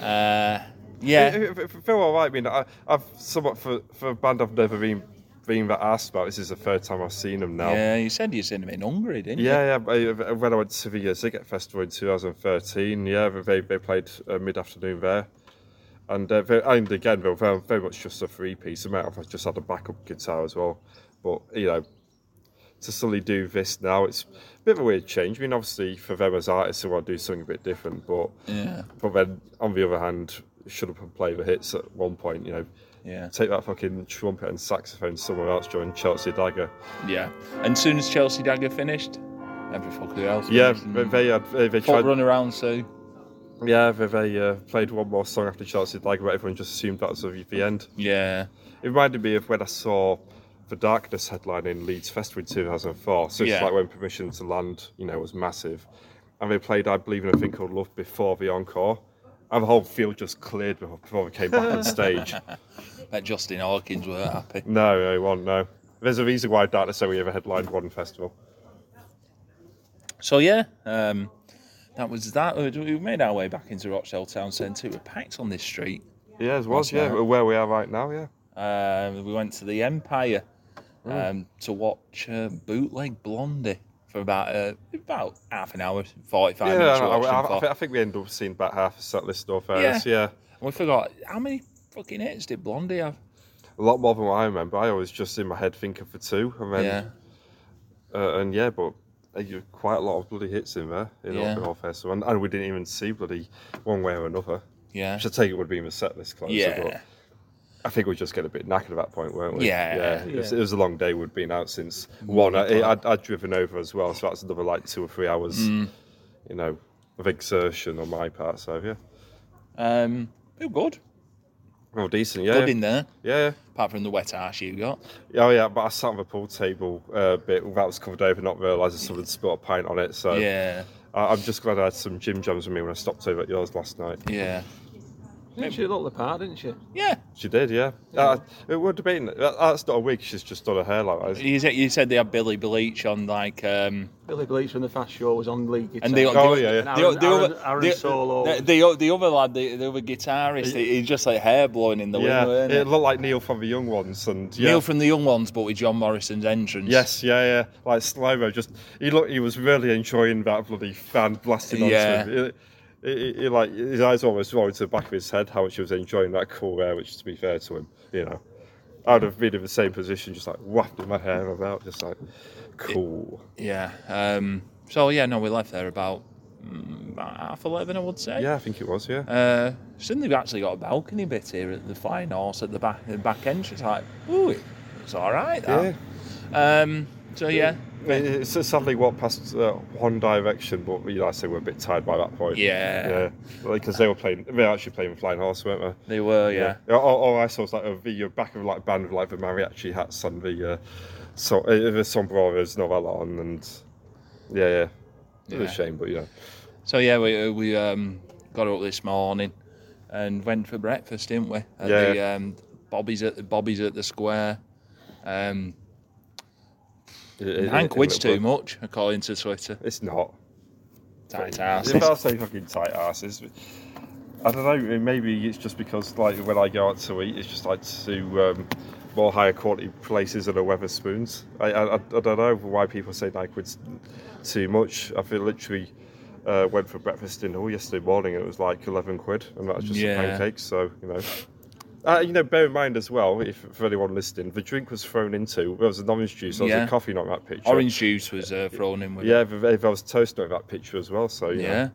[SPEAKER 1] Uh, yeah.
[SPEAKER 2] It- it- it feel all right. I mean, I, I've somewhat for, for a band I've never been been that asked about. This is the third time I've seen them now.
[SPEAKER 1] Yeah, you said you seen him in Hungary, didn't you?
[SPEAKER 2] Yeah, yeah. I- I- When I went to the uh, Ziggett Festival in 2013, yeah, they, they played uh, mid afternoon there. And, uh, they, and again, they were very, very much just a three piece. I might have just had a backup guitar as well. But, you know, to suddenly do this now, it's a bit of a weird change. I mean, obviously, for them as artists, they want to do something a bit different. But,
[SPEAKER 1] Yeah.
[SPEAKER 2] but then, on the other hand, shut up and play the hits at one point, you know.
[SPEAKER 1] Yeah.
[SPEAKER 2] Take that fucking trumpet and saxophone somewhere else, join Chelsea Dagger.
[SPEAKER 1] Yeah. And soon as Chelsea Dagger finished, every fucker else.
[SPEAKER 2] Yeah,
[SPEAKER 1] finished.
[SPEAKER 2] they, they had they, they
[SPEAKER 1] Fuck
[SPEAKER 2] tried.
[SPEAKER 1] run around, so
[SPEAKER 2] Yeah, they, they uh, played one more song after Chelsea Dagger, but everyone just assumed that was the the end.
[SPEAKER 1] yeah.
[SPEAKER 2] It reminded me of when I saw The Darkness headline in Leeds Festival in 2004. So it's
[SPEAKER 1] Yeah.
[SPEAKER 2] like when Permission to Land, you know, was massive. And they played I Believe in a Thing Called Love before the encore. And the whole field just cleared before, before they came back on stage.
[SPEAKER 1] Bet Justin Hawkins were happy.
[SPEAKER 2] No, no, one, no. There's a reason why Darkness only ever headlined one festival.
[SPEAKER 1] So yeah, um, that was that. We made our way back into Rochdale Town Centre. It was packed on this street.
[SPEAKER 2] Yeah, it was,
[SPEAKER 1] That's
[SPEAKER 2] yeah,
[SPEAKER 1] right.
[SPEAKER 2] where we are right now, yeah.
[SPEAKER 1] Um, we went to the Empire
[SPEAKER 2] Mm.
[SPEAKER 1] um, to watch uh, Bootleg Blondie for about uh, about half an hour, forty five
[SPEAKER 2] Yeah,
[SPEAKER 1] minutes.
[SPEAKER 2] I,
[SPEAKER 1] watching
[SPEAKER 2] I- I
[SPEAKER 1] for.
[SPEAKER 2] thi- I think we ended up seeing about half a set list of
[SPEAKER 1] Yeah.
[SPEAKER 2] fairness, yeah.
[SPEAKER 1] And we forgot how many fucking hits did Blondie have?
[SPEAKER 2] A lot more than what I remember. I always just in my head think of the two, and then
[SPEAKER 1] yeah,
[SPEAKER 2] Uh, and yeah, but uh, you quite a lot of bloody hits in there in
[SPEAKER 1] Yeah.
[SPEAKER 2] yeah. all fair. So, and, and we didn't even see bloody one way or another.
[SPEAKER 1] yeah,
[SPEAKER 2] Which I take it would be in the set list closer,
[SPEAKER 1] yeah.
[SPEAKER 2] but I think we just get a bit knackered at that point, weren't we?
[SPEAKER 1] Yeah.
[SPEAKER 2] yeah. It, was,
[SPEAKER 3] Yeah.
[SPEAKER 2] it was a long day. We'd been out since one. I, I'd, I'd driven over as well, so that's another like two or three hours,
[SPEAKER 1] Mm.
[SPEAKER 2] you know, of exertion on my part. So yeah,
[SPEAKER 1] Um, they were good,
[SPEAKER 2] well, decent. Yeah,
[SPEAKER 1] good in there.
[SPEAKER 2] yeah. yeah.
[SPEAKER 1] Apart from the wet arse you got.
[SPEAKER 2] Yeah, Oh yeah, but I sat on the pool table uh, a bit. That was covered over, not realising someone had spilled a pint on it. So
[SPEAKER 1] Yeah,
[SPEAKER 2] I, I'm just glad I had some gym jams with me when I stopped over at yours last night.
[SPEAKER 1] yeah.
[SPEAKER 3] Didn't she look the part, didn't she?
[SPEAKER 1] Yeah.
[SPEAKER 2] She did, yeah. Uh, it would have been. That, that's not a wig. She's just done her hair like that. isn't it?
[SPEAKER 1] You said, you said they had Billy Bleach on like, um,
[SPEAKER 3] Billy Bleach from the Fast Show was on lead guitar.
[SPEAKER 1] and they,
[SPEAKER 2] Oh,
[SPEAKER 1] the,
[SPEAKER 2] yeah, yeah.
[SPEAKER 1] the-
[SPEAKER 3] Aaron-
[SPEAKER 1] the other-
[SPEAKER 3] Aaron- Aaron
[SPEAKER 1] the-
[SPEAKER 3] Solo.
[SPEAKER 1] The, the, the other lad, the, the other guitarist, he, he just like hair blowing in the
[SPEAKER 2] Yeah,
[SPEAKER 1] wind. weren't
[SPEAKER 2] it
[SPEAKER 1] he?
[SPEAKER 2] looked like Neil from the Young Ones, and yeah,
[SPEAKER 1] Neil from the Young Ones, but with John Morrison's entrance.
[SPEAKER 2] yes, yeah, yeah, like Slyro. Just he looked, he was really enjoying that bloody fan blasting onto
[SPEAKER 1] Yeah.
[SPEAKER 2] him. He, he, he, like his eyes almost rolled to the back of his head. How much he was enjoying that cool air, which to be fair to him, you know, I would have been in the same position, just like wafting my hair about, just like cool.
[SPEAKER 1] Yeah. Um, so yeah, no, we left there about, mm, about half eleven, I would say.
[SPEAKER 2] yeah, I think it was. Yeah,
[SPEAKER 1] Uh, suddenly we've actually got a balcony bit here at the Flying Horse at the back the back entrance. Like, ooh, it's all right. That. Um, so yeah,
[SPEAKER 2] It- It's just sadly walked past uh, One Direction, but you know, I say we're a bit tired by that point.
[SPEAKER 1] Yeah.
[SPEAKER 2] yeah, because they were playing. They were actually playing Flying Horse, weren't they?
[SPEAKER 1] they were. Yeah.
[SPEAKER 2] All, all Oh, I saw was like a video back of like a band with like the mariachi hats and the uh, so uh, the sombreros and all that on, and yeah, yeah. It's
[SPEAKER 1] Yeah.
[SPEAKER 2] a shame, but you know.
[SPEAKER 1] So yeah, we we um, got up this morning and went for breakfast, didn't we? At
[SPEAKER 2] Yeah.
[SPEAKER 1] The, um, Bobby's at the Bobby's at the square. Um,
[SPEAKER 2] It, it-
[SPEAKER 1] Hank
[SPEAKER 2] it-
[SPEAKER 1] whids
[SPEAKER 2] it-
[SPEAKER 1] too much, according to Twitter.
[SPEAKER 2] It's not.
[SPEAKER 1] Tight
[SPEAKER 2] If I
[SPEAKER 1] asses.
[SPEAKER 2] say fucking tight asses, I don't know. Maybe it's just because like when I go out to eat, it's just like to um, more higher quality places than a Weatherspoons. I, I I don't know why people say like it's too much. I feel literally. Uh, went for breakfast in all yesterday morning and it was like 11 quid and that was just
[SPEAKER 1] Yeah.
[SPEAKER 2] a pancake so you know uh, you know bear in mind as well if for anyone listening the drink was thrown into there was an orange juice there was
[SPEAKER 1] Yeah.
[SPEAKER 2] a coffee not that picture
[SPEAKER 1] Orange juice was uh, thrown in with it.
[SPEAKER 2] yeah there, there was toast not that picture as well so you know.
[SPEAKER 1] Yeah.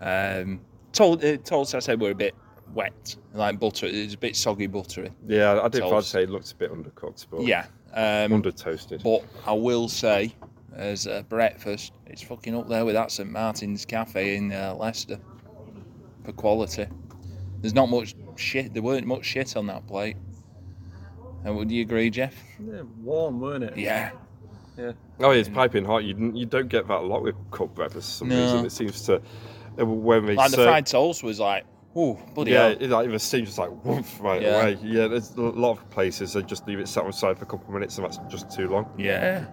[SPEAKER 1] Um, told uh, told I said we're a bit wet, like butter. It's a bit soggy, buttery.
[SPEAKER 2] Yeah, I did
[SPEAKER 1] Toast.
[SPEAKER 2] I'd say it looked a bit undercooked, but
[SPEAKER 1] Yeah. Um,
[SPEAKER 2] under toasted.
[SPEAKER 1] but I will say, as a breakfast, it's fucking up there with that St Martin's Cafe in uh, Leicester for quality. There's not much shit. There weren't much shit on that plate. And would you agree, Jeff?
[SPEAKER 3] Yeah, warm, weren't it?
[SPEAKER 1] Yeah.
[SPEAKER 2] Oh, it's piping hot. You didn't- you don't get that a lot with cooked breakfast for some
[SPEAKER 1] No.
[SPEAKER 2] reason. It seems to uh, when we
[SPEAKER 1] Like the
[SPEAKER 2] serve-
[SPEAKER 1] fried toast was like, ooh, bloody
[SPEAKER 2] yeah,
[SPEAKER 1] hell.
[SPEAKER 2] it, like, it seems just like woof right
[SPEAKER 1] Yeah.
[SPEAKER 2] away. Yeah, there's a lot of places that just leave it sat on side for a couple of minutes, and that's just too long.
[SPEAKER 1] Yeah.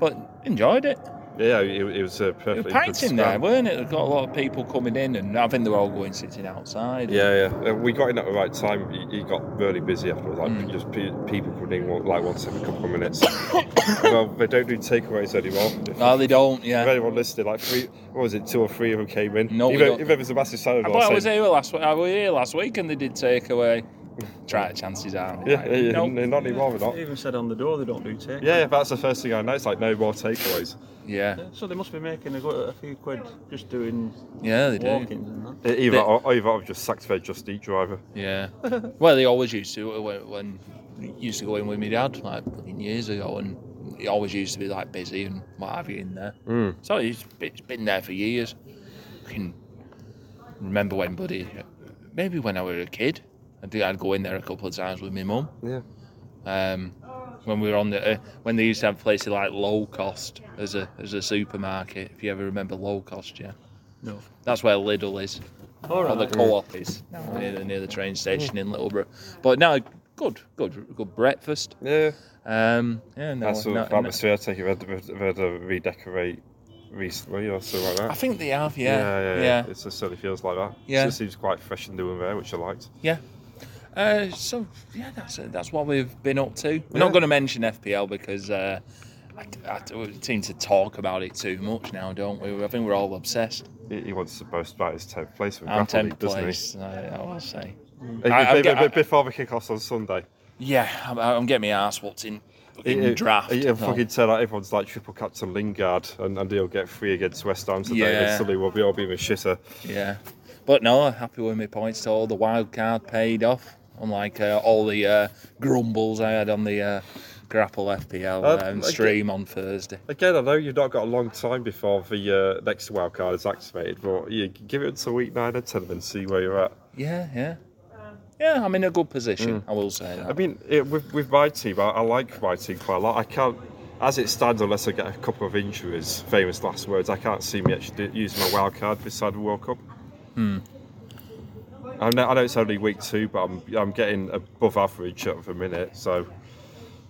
[SPEAKER 1] But enjoyed it.
[SPEAKER 2] Yeah, it, it was a
[SPEAKER 1] It
[SPEAKER 2] perfect.
[SPEAKER 1] was packed in there, weren't it? They've got a lot of people coming in, and I think they're all going sitting outside.
[SPEAKER 2] Yeah, yeah. Uh, We got in at the right time. It- It got really busy afterwards. Like
[SPEAKER 1] Mm.
[SPEAKER 2] just pe- people coming in like once every couple of minutes. well, they don't do takeaways anymore. If
[SPEAKER 1] No, they don't.
[SPEAKER 2] If
[SPEAKER 1] Yeah.
[SPEAKER 2] anyone listened, like three, what was it, two or three of them came in.
[SPEAKER 1] No, we
[SPEAKER 2] even,
[SPEAKER 1] don't.
[SPEAKER 2] even if it's a massive salad
[SPEAKER 1] But
[SPEAKER 2] bowl,
[SPEAKER 1] I was
[SPEAKER 2] saying-
[SPEAKER 1] here last. I was here last week, and they did take away. Try it, chances are.
[SPEAKER 2] Yeah, yeah, yeah,
[SPEAKER 1] Nope.
[SPEAKER 2] no, not anymore, we're not.
[SPEAKER 3] They even said on the door they don't do take.
[SPEAKER 2] Yeah, that's the first thing I know. It's like no more takeaways.
[SPEAKER 1] Yeah.
[SPEAKER 3] So they must be making a, go- a few quid just doing
[SPEAKER 1] Yeah, they do.
[SPEAKER 3] walk-ins and that.
[SPEAKER 2] Either,
[SPEAKER 1] The-
[SPEAKER 2] or, either I've just sacked their Just Eat driver.
[SPEAKER 1] Yeah. well, they always used to uh, when, when I used to go in with my dad like fucking years ago, and it always used to be like busy and what have you in there.
[SPEAKER 2] Hmm.
[SPEAKER 1] Mm. So it's, it's been there for years. I can remember when Buddy, maybe when I was a kid, I think I'd go in there a couple of times with my mum.
[SPEAKER 2] Yeah.
[SPEAKER 1] um, when we were on the uh, when they used to have places like low cost as a as a supermarket. If you ever remember low cost, yeah,
[SPEAKER 3] No.
[SPEAKER 1] that's where Lidl is.
[SPEAKER 3] All
[SPEAKER 1] Or the
[SPEAKER 3] right.
[SPEAKER 1] co-op is near, the, near the train station in Littleborough. But no, good, good, good breakfast.
[SPEAKER 2] Yeah.
[SPEAKER 1] Um, yeah, no,
[SPEAKER 2] That's sort
[SPEAKER 1] no,
[SPEAKER 2] of
[SPEAKER 1] no.
[SPEAKER 2] atmosphere. I take it they've had to- they've had to redecorate recently or something like
[SPEAKER 1] I
[SPEAKER 2] that.
[SPEAKER 1] think they have,
[SPEAKER 2] yeah,
[SPEAKER 1] yeah,
[SPEAKER 2] yeah.
[SPEAKER 1] yeah,
[SPEAKER 2] It just certainly feels like that.
[SPEAKER 1] Yeah.
[SPEAKER 2] It just seems quite fresh and new and rare, which I liked.
[SPEAKER 1] yeah. Uh, so yeah, that's that's what we've been up to. We're not
[SPEAKER 2] Yeah.
[SPEAKER 1] going to mention FPL because uh, I, I, we seem to talk about it too much now, don't we? I think we're all obsessed.
[SPEAKER 2] He, he wants to boast about his 10th place with
[SPEAKER 1] I'm
[SPEAKER 2] Grapple League,
[SPEAKER 1] tenth
[SPEAKER 2] doesn't
[SPEAKER 1] place. I, I will say.
[SPEAKER 2] he?
[SPEAKER 1] I- I'm
[SPEAKER 2] Be-
[SPEAKER 1] get-
[SPEAKER 2] be-
[SPEAKER 1] I-
[SPEAKER 2] Before the kick-offs on Sunday.
[SPEAKER 1] Yeah, I'm, I'm getting my ass whooped in fucking
[SPEAKER 2] It- it-
[SPEAKER 1] draft.
[SPEAKER 2] it-
[SPEAKER 1] No.
[SPEAKER 2] It'll fucking turn out everyone's like triple captain Lingard, and, and he'll get three against West Ham today,
[SPEAKER 1] Yeah.
[SPEAKER 2] and suddenly we'll be all being a shitter.
[SPEAKER 1] Yeah, but no, I'm happy with my points. All the wild card paid off. Unlike uh, all the uh, grumbles I had on the uh, Grapple FPL
[SPEAKER 2] Uh,
[SPEAKER 1] um,
[SPEAKER 2] like-
[SPEAKER 1] stream on Thursday.
[SPEAKER 2] Again, I know you've not got a long time before the uh, next wild card is activated, but you give it until week nine or ten and see where you're at.
[SPEAKER 1] Yeah, yeah, yeah. I'm in a good position.
[SPEAKER 2] Hmm.
[SPEAKER 1] I will say that.
[SPEAKER 2] I mean, it, with, with my team, I, I like my team quite a lot. I can't, as it stands, unless I get a couple of injuries, famous last words, I can't see me actually do- using my wild card this side of the World Cup. I know, I know it's only week two, but I'm I'm getting above average at the minute. So,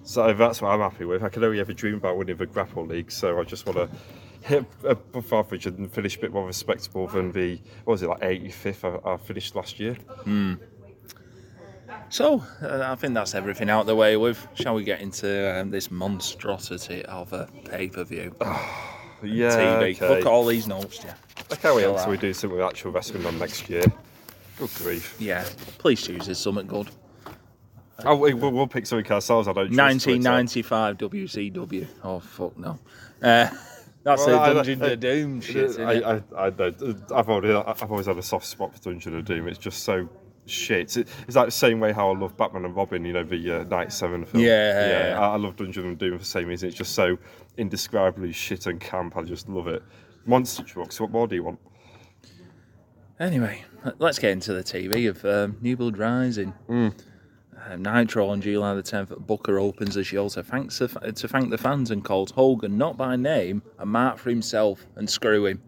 [SPEAKER 2] so that's what I'm happy with. I can only ever dream about winning the grapple league, so I just want to hit above average and finish a bit more respectable than the what was it like 85th I, I finished last year.
[SPEAKER 1] So uh, I think that's everything out the way with. Shall we get into um, this monstrosity of a pay per view?
[SPEAKER 2] Yeah,
[SPEAKER 1] TV.
[SPEAKER 2] Ah, okay.
[SPEAKER 1] Fuck all these notes, yeah.
[SPEAKER 2] I can't wait
[SPEAKER 1] Chill
[SPEAKER 2] until
[SPEAKER 1] out.
[SPEAKER 2] we do something with actual wrestling on next year. Good grief!
[SPEAKER 1] Yeah, please choose this something good.
[SPEAKER 2] Oh, we, we'll, we'll pick something ourselves. I don't. trust Twitter.
[SPEAKER 1] 1995 WCW. Oh fuck no. Uh, that's
[SPEAKER 2] Well, I-
[SPEAKER 1] a Dungeon
[SPEAKER 2] I-
[SPEAKER 1] of Doom shit. isn't it?
[SPEAKER 2] I, I, I don't. I've already, I've always had a soft spot for Dungeon of Doom. It's just so shit. It- It's like the same way how I love Batman and Robin. You know the uh, Night Seven film.
[SPEAKER 1] Yeah, yeah, yeah.
[SPEAKER 2] I, I love Dungeon of Doom for the same reason. It's just so indescribably shit and camp. I just love it. Monster trucks. What more do you want?
[SPEAKER 1] Anyway, let's get into the TV of um, New Blood Rising. Um, Nitro on July the 10th, Booker opens the show to, thanks the, fa- to thank the fans and calls Hogan not by name, a mark for himself and screw him.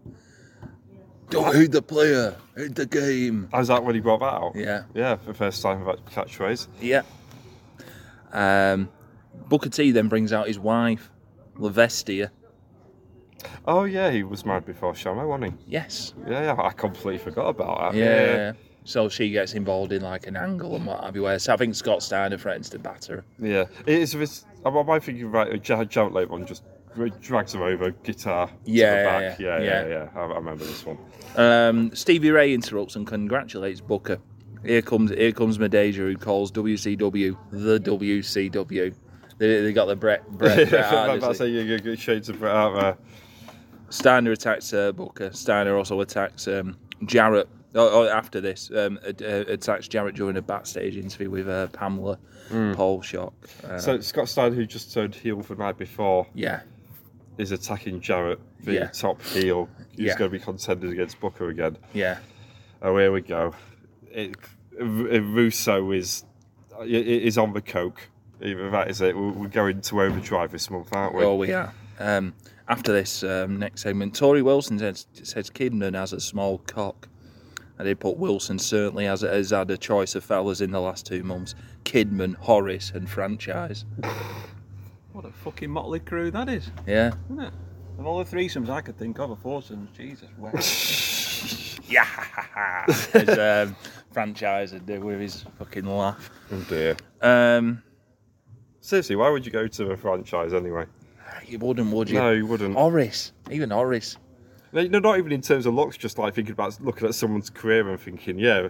[SPEAKER 1] Don't hate the player, hate the game.
[SPEAKER 2] How's that when he brought that out?
[SPEAKER 1] Yeah.
[SPEAKER 2] Yeah, for the first time with that catchphrase.
[SPEAKER 1] Yeah. Um, Booker T then brings out his wife, Lavestia.
[SPEAKER 2] Oh yeah, he was married before Shamo, wasn't
[SPEAKER 1] Yes.
[SPEAKER 2] he? Yeah, yeah, I completely forgot about that.
[SPEAKER 1] Yeah. So she gets involved in like an angle and what have you. where- So I think Scott Steiner threatens to batter her.
[SPEAKER 2] Yeah, it is. This, am I thinking right? A giant late one just drags him over guitar.
[SPEAKER 1] Yeah, yeah,
[SPEAKER 2] to the back.
[SPEAKER 1] yeah,
[SPEAKER 2] yeah, yeah,
[SPEAKER 1] yeah.
[SPEAKER 2] yeah. I, I remember this one.
[SPEAKER 1] Um, Stevie Ray interrupts and congratulates Booker. Here comes here comes Medeja who calls WCW the WCW. They, they got the Brett Brett, Bret Hart,
[SPEAKER 2] That-
[SPEAKER 1] doesn't
[SPEAKER 2] That's how you get good shades of Bret Hart there.
[SPEAKER 1] it? Steiner attacks uh, Booker. Steiner also attacks um, Jarrett. Oh, oh, after this, um, ad- uh, attacks Jarrett during a backstage interview with uh, Pamela Paul Shock. Uh,
[SPEAKER 2] So Scott Stein, who just turned heel the night before,
[SPEAKER 1] yeah,
[SPEAKER 2] is attacking Jarrett, the
[SPEAKER 1] Yeah.
[SPEAKER 2] top heel. He's
[SPEAKER 1] Yeah.
[SPEAKER 2] going to be contended against Booker again.
[SPEAKER 1] yeah,
[SPEAKER 2] Oh, here we go. It, R- Russo is i- i- is on the coke. Either that is it. We're we're going to overdrive this month, aren't we?
[SPEAKER 1] oh, we are. Um, after this um, next segment, Tori Wilson says, says Kidman has a small cock. I did put Wilson certainly has, has had a choice of fellas in the last two months Kidman, Horace, and franchise.
[SPEAKER 3] What a fucking motley crew that is,
[SPEAKER 1] Yeah.
[SPEAKER 3] isn't it? Of all the threesomes I could think of, or foursomes, Jesus, wow.
[SPEAKER 1] Yeah. As um, franchise would do with his fucking laugh.
[SPEAKER 2] Oh dear.
[SPEAKER 1] Um,
[SPEAKER 2] Seriously, why would you go to a franchise anyway?
[SPEAKER 1] you wouldn't, would you?
[SPEAKER 2] No, you wouldn't.
[SPEAKER 1] Horace. Even Horace.
[SPEAKER 2] No, no, not even in terms of looks. Just like thinking about looking at someone's career and thinking, yeah,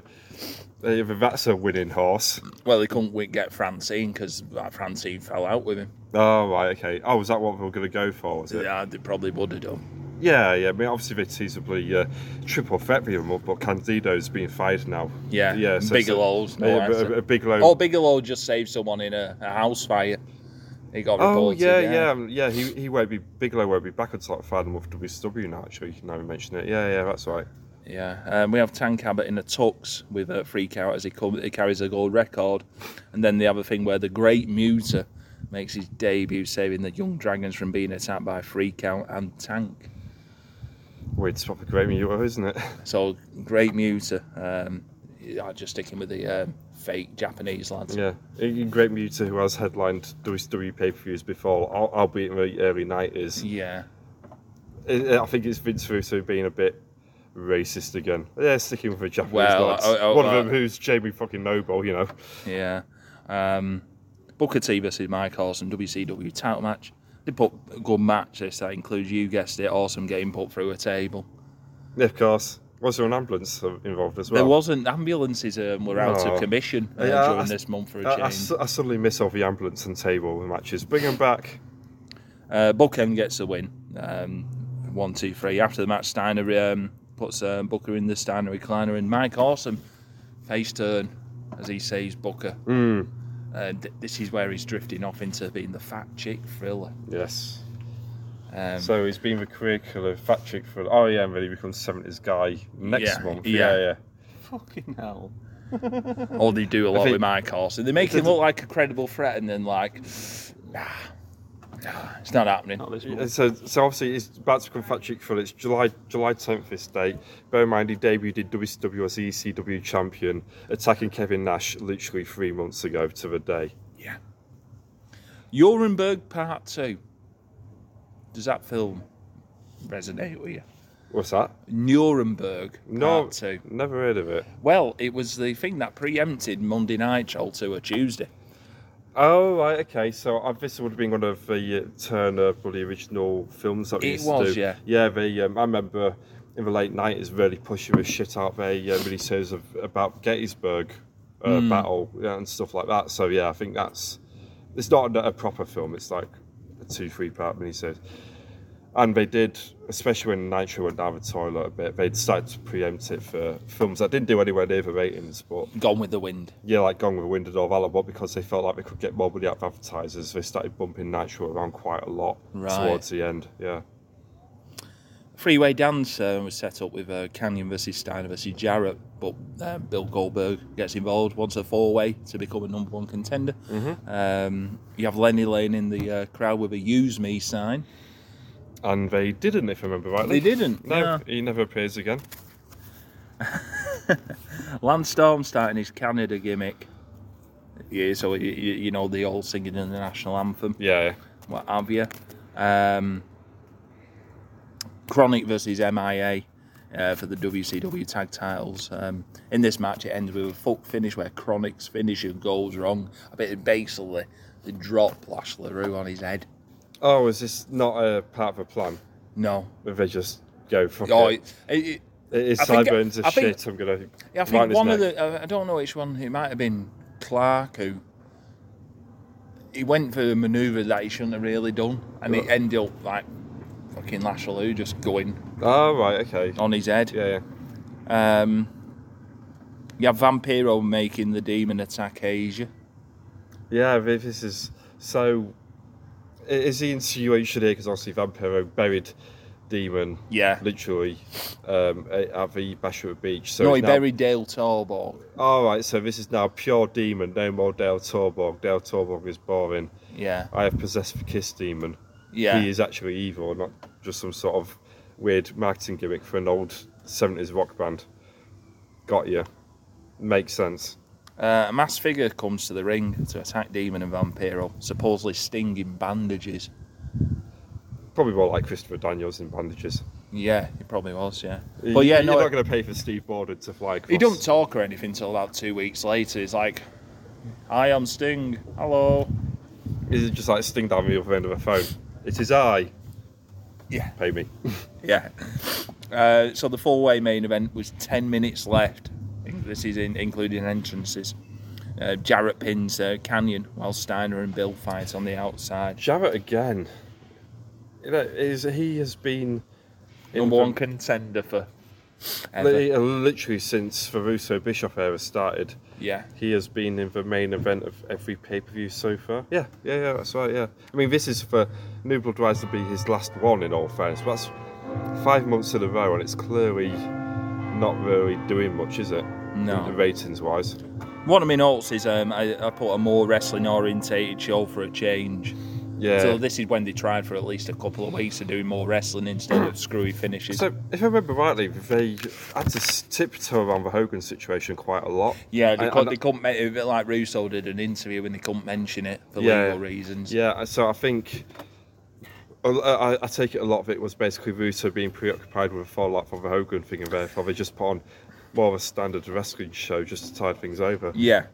[SPEAKER 2] either that's a winning horse.
[SPEAKER 1] Well, they couldn't wi- get Francine because Francine fell out with him.
[SPEAKER 2] Oh right, okay. Oh, was that what we were going to go for? Was it?
[SPEAKER 1] Yeah, they probably would have done.
[SPEAKER 2] Yeah, yeah. I mean, obviously they teasably uh, triple threat the other month, but Candido's being fired now.
[SPEAKER 1] Yeah.
[SPEAKER 2] yeah. So,
[SPEAKER 1] Bigelow's
[SPEAKER 2] So,
[SPEAKER 1] no
[SPEAKER 2] yeah,
[SPEAKER 1] answer.
[SPEAKER 2] a, a Bigelow.
[SPEAKER 1] Oh, Bigelow just saved someone in a, a house fire. He got reported.
[SPEAKER 2] Oh yeah, yeah, um, yeah. He, he won't be Bigelow won't be back until like Friday month WCW E now. Actually, now we mention it. Yeah, yeah, that's right.
[SPEAKER 1] Yeah. Um, we have Tank Abbott in a tux with a freak out as he, come, he carries a gold record. And then the other thing where the Great Muter makes his debut, saving the Young Dragons from being attacked by freak out and Tank.
[SPEAKER 2] Weird spot for Graham Euro, isn't it?
[SPEAKER 1] So, Great Muter. Um, yeah, just sticking with the um, fake Japanese lads.
[SPEAKER 2] Yeah, a great muter who has headlined WWE pay per views before, al- albeit in the early 90s.
[SPEAKER 1] Yeah.
[SPEAKER 2] I I think it's Vince Russo being a bit racist again. Yeah, sticking with the Japanese
[SPEAKER 1] Well,
[SPEAKER 2] lads.
[SPEAKER 1] oh, oh,
[SPEAKER 2] One
[SPEAKER 1] uh,
[SPEAKER 2] of them who's Jamie fucking Noble, you know.
[SPEAKER 1] Yeah. Um, Booker T versus Mike Awesome WCW title match. They put a good match this. That includes, you guessed it, Awesome getting put through a table.
[SPEAKER 2] Yeah, of course. Was there an ambulance uh, involved as well?
[SPEAKER 1] there wasn't. Ambulances um, were out
[SPEAKER 2] No.
[SPEAKER 1] of commission uh,
[SPEAKER 2] Yeah, I-
[SPEAKER 1] during this month for a
[SPEAKER 2] I, I
[SPEAKER 1] change.
[SPEAKER 2] su- I suddenly miss all the ambulance and table matches. Bring them back.
[SPEAKER 1] Uh, Booker gets the win. Um, one, two, three. After the match, Steiner um, puts um, Booker in the Steiner recliner, and Mike Awesome face turn as he saves Booker.
[SPEAKER 2] Hmm.
[SPEAKER 1] Uh, th- this is where he's drifting off into being the fat chick thriller.
[SPEAKER 2] Yes.
[SPEAKER 1] Um,
[SPEAKER 2] So he's been the career killer, fat chick for. Oh yeah, and then he becomes 70s guy next
[SPEAKER 1] Yeah,
[SPEAKER 2] month.
[SPEAKER 1] yeah.
[SPEAKER 2] yeah. yeah.
[SPEAKER 3] fucking hell.
[SPEAKER 1] Or they do a lot
[SPEAKER 2] think-
[SPEAKER 1] with Mike Carson. They make him look like a credible threat and then like, nah. It's not happening.
[SPEAKER 3] Not this
[SPEAKER 2] And
[SPEAKER 3] month.
[SPEAKER 2] so, so obviously it's about to become Fat Chick Full. It's July July 10th this date. Bear in mind he debuted in WCW as ECW E champion, attacking Kevin Nash literally three months ago to the day.
[SPEAKER 1] Yeah. Nuremberg Part 2. Does that film resonate with you?
[SPEAKER 2] What's that?
[SPEAKER 1] Nuremberg
[SPEAKER 2] No,
[SPEAKER 1] Part 2.
[SPEAKER 2] never heard of it.
[SPEAKER 1] Well, it was the thing that preempted Monday Night Show to a Tuesday.
[SPEAKER 2] Oh right, okay. So uh, this would have been one of the uh, Turner bloody original films that we
[SPEAKER 1] It
[SPEAKER 2] used to
[SPEAKER 1] was,
[SPEAKER 2] do.
[SPEAKER 1] yeah.
[SPEAKER 2] yeah. They, um, I remember in the late nineties really pushing the shit out. They uh, really says of, about Gettysburg uh,
[SPEAKER 1] Hmm.
[SPEAKER 2] battle yeah, and stuff like that. So yeah, I think that's it's not a, a proper film. It's like a two three part miniseries. And they did, especially when Nitro went down the toilet a bit, they decided to preempt it for films that didn't do anywhere near the ratings, but
[SPEAKER 1] Gone with the Wind.
[SPEAKER 2] yeah, like Gone with the Wind and all that, but because they felt like they could get more money out of advertisers, they started bumping Nitro around quite a lot
[SPEAKER 1] Right.
[SPEAKER 2] towards the end. Yeah.
[SPEAKER 1] Freeway Dance uh, was set up with uh, Canyon versus Steiner versus Jarrett, but um, Bill Goldberg gets involved, wants a four way to become a number one contender. Um, you have Lenny Lane in the uh, crowd with a use me sign.
[SPEAKER 2] And they didn't, if I remember rightly.
[SPEAKER 1] They didn't.
[SPEAKER 2] No,
[SPEAKER 1] no.
[SPEAKER 2] he never appears again.
[SPEAKER 1] Lance Storm starting his Canada gimmick. Yeah, so you, you you know the all singing in the national anthem,
[SPEAKER 2] Yeah.
[SPEAKER 1] what have you. Um, Chronic versus MIA uh, for the WCW tag titles. Um, in this match, it ends with a fuck finish where Chronic's finisher goes wrong. I bet basically they drop Lash LaRue on his head.
[SPEAKER 2] Oh, is this not a part of a plan?
[SPEAKER 1] No.
[SPEAKER 2] If they just go fuck
[SPEAKER 1] Oh,
[SPEAKER 2] it.
[SPEAKER 1] it, it, it,
[SPEAKER 2] It is
[SPEAKER 1] I think-
[SPEAKER 2] Cyburns of
[SPEAKER 1] I think-
[SPEAKER 2] shit. I'm gonna.
[SPEAKER 1] Yeah, I
[SPEAKER 2] right in
[SPEAKER 1] think
[SPEAKER 2] his
[SPEAKER 1] one of
[SPEAKER 2] neck.
[SPEAKER 1] the uh, I don't know which one it might have been Clark who he went for a manoeuvre that he shouldn't have really done, and it
[SPEAKER 2] Yeah.
[SPEAKER 1] ended up like fucking Lashaloo just going
[SPEAKER 2] Oh right, okay.
[SPEAKER 1] on his head.
[SPEAKER 2] Yeah, yeah.
[SPEAKER 1] Um, you have Vampiro making the demon attack Asia.
[SPEAKER 2] Yeah, thi- this is so. i- Is the insinuation here because obviously Vampiro buried Demon
[SPEAKER 1] Yeah.
[SPEAKER 2] literally um, a- at the Bashford Beach. So
[SPEAKER 1] no,
[SPEAKER 2] it's
[SPEAKER 1] he
[SPEAKER 2] now-
[SPEAKER 1] buried Dale Torborg.
[SPEAKER 2] All right, so this is now pure Demon. No more Dale Torborg. Dale Torborg is boring.
[SPEAKER 1] Yeah,
[SPEAKER 2] I have possessed the Kiss Demon.
[SPEAKER 1] yeah.
[SPEAKER 2] He is actually evil, not just some sort of weird marketing gimmick for an old seventies rock band. Got you. Makes sense.
[SPEAKER 1] Uh, a masked figure comes to the ring to attack Demon and Vampiro, supposedly stinging bandages.
[SPEAKER 2] Probably more like Christopher Daniels in bandages.
[SPEAKER 1] Yeah, he probably was. Yeah,
[SPEAKER 2] You-
[SPEAKER 1] but yeah,
[SPEAKER 2] you're
[SPEAKER 1] no,
[SPEAKER 2] not going to pay for Steve Borden to fly across.
[SPEAKER 1] He don't talk or anything till about two weeks later. He's like, "Hi, I'm Sting. Hello."
[SPEAKER 2] Is it just like Sting down the other end of a phone? It is I.
[SPEAKER 1] Yeah.
[SPEAKER 2] Pay me.
[SPEAKER 1] Yeah. Uh, so the four-way main event was ten minutes left. This is in, including entrances. Uh, Jarrett pins uh, Canyon while Steiner and Bill fight on the outside.
[SPEAKER 2] Jarrett again. You know, is he has been
[SPEAKER 1] Number one contender for. Ever.
[SPEAKER 2] Li- uh, Literally since the Russo Bischoff era started,
[SPEAKER 1] Yeah.
[SPEAKER 2] he has been in the main event of every pay per view so far. Yeah, yeah, yeah, that's right. Yeah, I mean, this is for New Blood Rise to be his last one in all fairness. But that's five months in a row, and it's clearly not really doing much, is it?
[SPEAKER 1] No.
[SPEAKER 2] ratings wise.
[SPEAKER 1] One of my notes is um, I, I put a more wrestling orientated show for a change.
[SPEAKER 2] Yeah.
[SPEAKER 1] So this is when they tried for at least a couple of weeks of doing more wrestling instead of screwy finishes.
[SPEAKER 2] So, if I remember rightly, they had to s- tiptoe around the Hogan situation quite a lot.
[SPEAKER 1] Yeah, they,
[SPEAKER 2] And-
[SPEAKER 1] could,
[SPEAKER 2] and-
[SPEAKER 1] they couldn't make it a bit like Russo did an interview and they couldn't mention it for
[SPEAKER 2] Yeah.
[SPEAKER 1] legal reasons.
[SPEAKER 2] Yeah, so I think I, I- I take it a lot of it was basically Russo being preoccupied with a fallout from the Hogan thing, and therefore they just put on more of a standard wrestling show just to tide things over.
[SPEAKER 1] Yeah.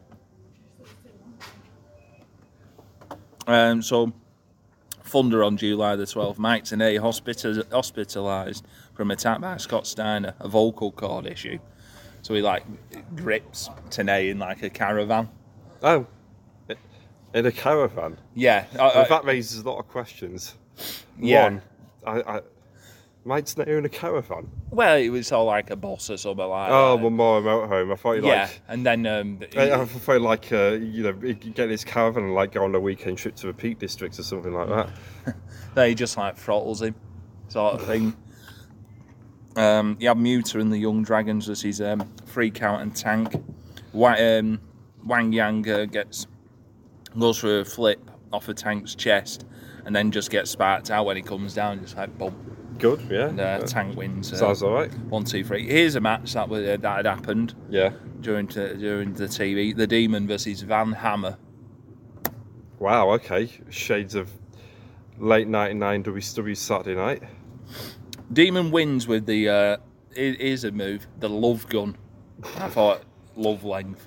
[SPEAKER 1] Um, so, Thunder on July the 12th, Mike Tanay hospital, hospitalised from attack by Scott Steiner, a vocal cord issue. So he like grips Tanay in like a caravan.
[SPEAKER 2] Oh, i- in a caravan.
[SPEAKER 1] Yeah, I-
[SPEAKER 2] Well,
[SPEAKER 1] I-
[SPEAKER 2] that raises a lot of questions.
[SPEAKER 1] Uh, Yeah.
[SPEAKER 2] One, I, I might stay in a caravan.
[SPEAKER 1] well, it was all like a boss or something like
[SPEAKER 2] Oh,
[SPEAKER 1] that.
[SPEAKER 2] one more motorhome. I thought you
[SPEAKER 1] yeah,
[SPEAKER 2] like.
[SPEAKER 1] and then um,
[SPEAKER 2] I, I feel like uh, you know, you could get this caravan and like go on a weekend trip to the Peak District or something like that.
[SPEAKER 1] They just like throttles him, sort of thing. Um, you have Muta and the Young Dragons as his um, free count and tank. Wa- um, Wang Yang uh, gets goes for a flip off a tank's chest, and then just get sparked out when he comes down, just like boom,
[SPEAKER 2] Good, yeah.
[SPEAKER 1] and
[SPEAKER 2] yeah.
[SPEAKER 1] uh, Tank wins. Uh,
[SPEAKER 2] Sounds all right.
[SPEAKER 1] one, two, three. Here's a match that was, uh, that had happened
[SPEAKER 2] Yeah.
[SPEAKER 1] during t- during the TV: the Demon versus Van Hammer.
[SPEAKER 2] Wow. Okay. Shades of late '99 WCW Saturday night.
[SPEAKER 1] Demon wins with the uh, it is a move, the love gun. I thought love length.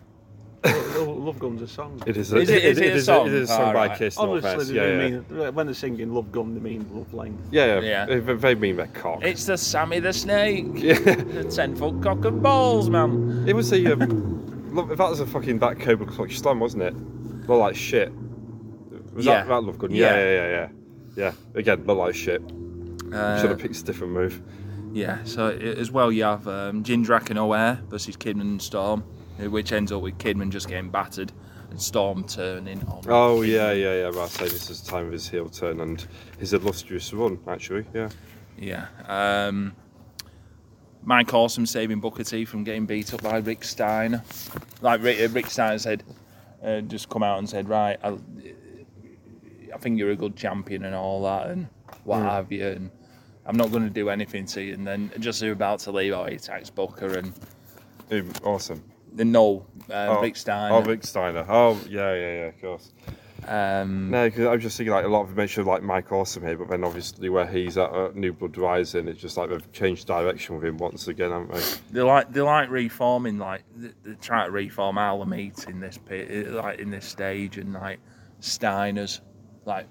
[SPEAKER 3] Love, Love Gun's a song.
[SPEAKER 2] It is. A,
[SPEAKER 1] Is it- is it a song?
[SPEAKER 2] It is a song by
[SPEAKER 1] Alright.
[SPEAKER 2] Kiss. not Fest,
[SPEAKER 3] Obviously,
[SPEAKER 2] yeah,
[SPEAKER 3] they
[SPEAKER 2] yeah.
[SPEAKER 3] mean, when they're singing Love Gun, they mean Love Length.
[SPEAKER 2] Yeah,
[SPEAKER 1] Yeah.
[SPEAKER 2] yeah. They, they mean that cock.
[SPEAKER 1] It's the Sammy the Snake,
[SPEAKER 2] yeah.
[SPEAKER 1] the ten foot cock and balls, man.
[SPEAKER 2] It was a. Um, look, that was a fucking that Cobra Clutch slam, wasn't it? Look like shit. Was
[SPEAKER 1] Yeah.
[SPEAKER 2] that, that Love Gun?
[SPEAKER 1] Yeah.
[SPEAKER 2] Yeah, yeah, yeah, yeah. Yeah. Again, look like shit. Should
[SPEAKER 1] Uh,
[SPEAKER 2] have picked a different move.
[SPEAKER 1] yeah. So i- as well, you have um, Jindrak and O'Hare versus Kidman and Storm, uh, which ends up with Kidman just getting battered and Storm turning on.
[SPEAKER 2] Oh yeah, yeah, yeah. Right, so this is the time of his heel turn and his illustrious run, actually. Yeah.
[SPEAKER 1] Yeah. Um, Mike Awesome saving Booker T from getting beat up by Rick Steiner. Like Rick, uh, Rick Steiner said, uh, just come out and said, right, I, I think you're a good champion and all that and what have you. And I'm not going to do anything to you. And then just as you're about to leave, oh, he attacks Booker and,
[SPEAKER 2] Um, awesome.
[SPEAKER 1] and no, uh,
[SPEAKER 2] Oh,
[SPEAKER 1] Rick Steiner.
[SPEAKER 2] Oh, Rick Steiner. Oh, yeah, yeah, yeah, of course.
[SPEAKER 1] um,
[SPEAKER 2] No, because I was just thinking like a lot of mention of like Mike Awesome here, but then obviously where he's at uh, New Blood Rising, it's just like they've changed direction with him once again, haven't they?
[SPEAKER 1] They like they like reforming like they, they try to reform Alamete in this pit like in this stage and like Steiners like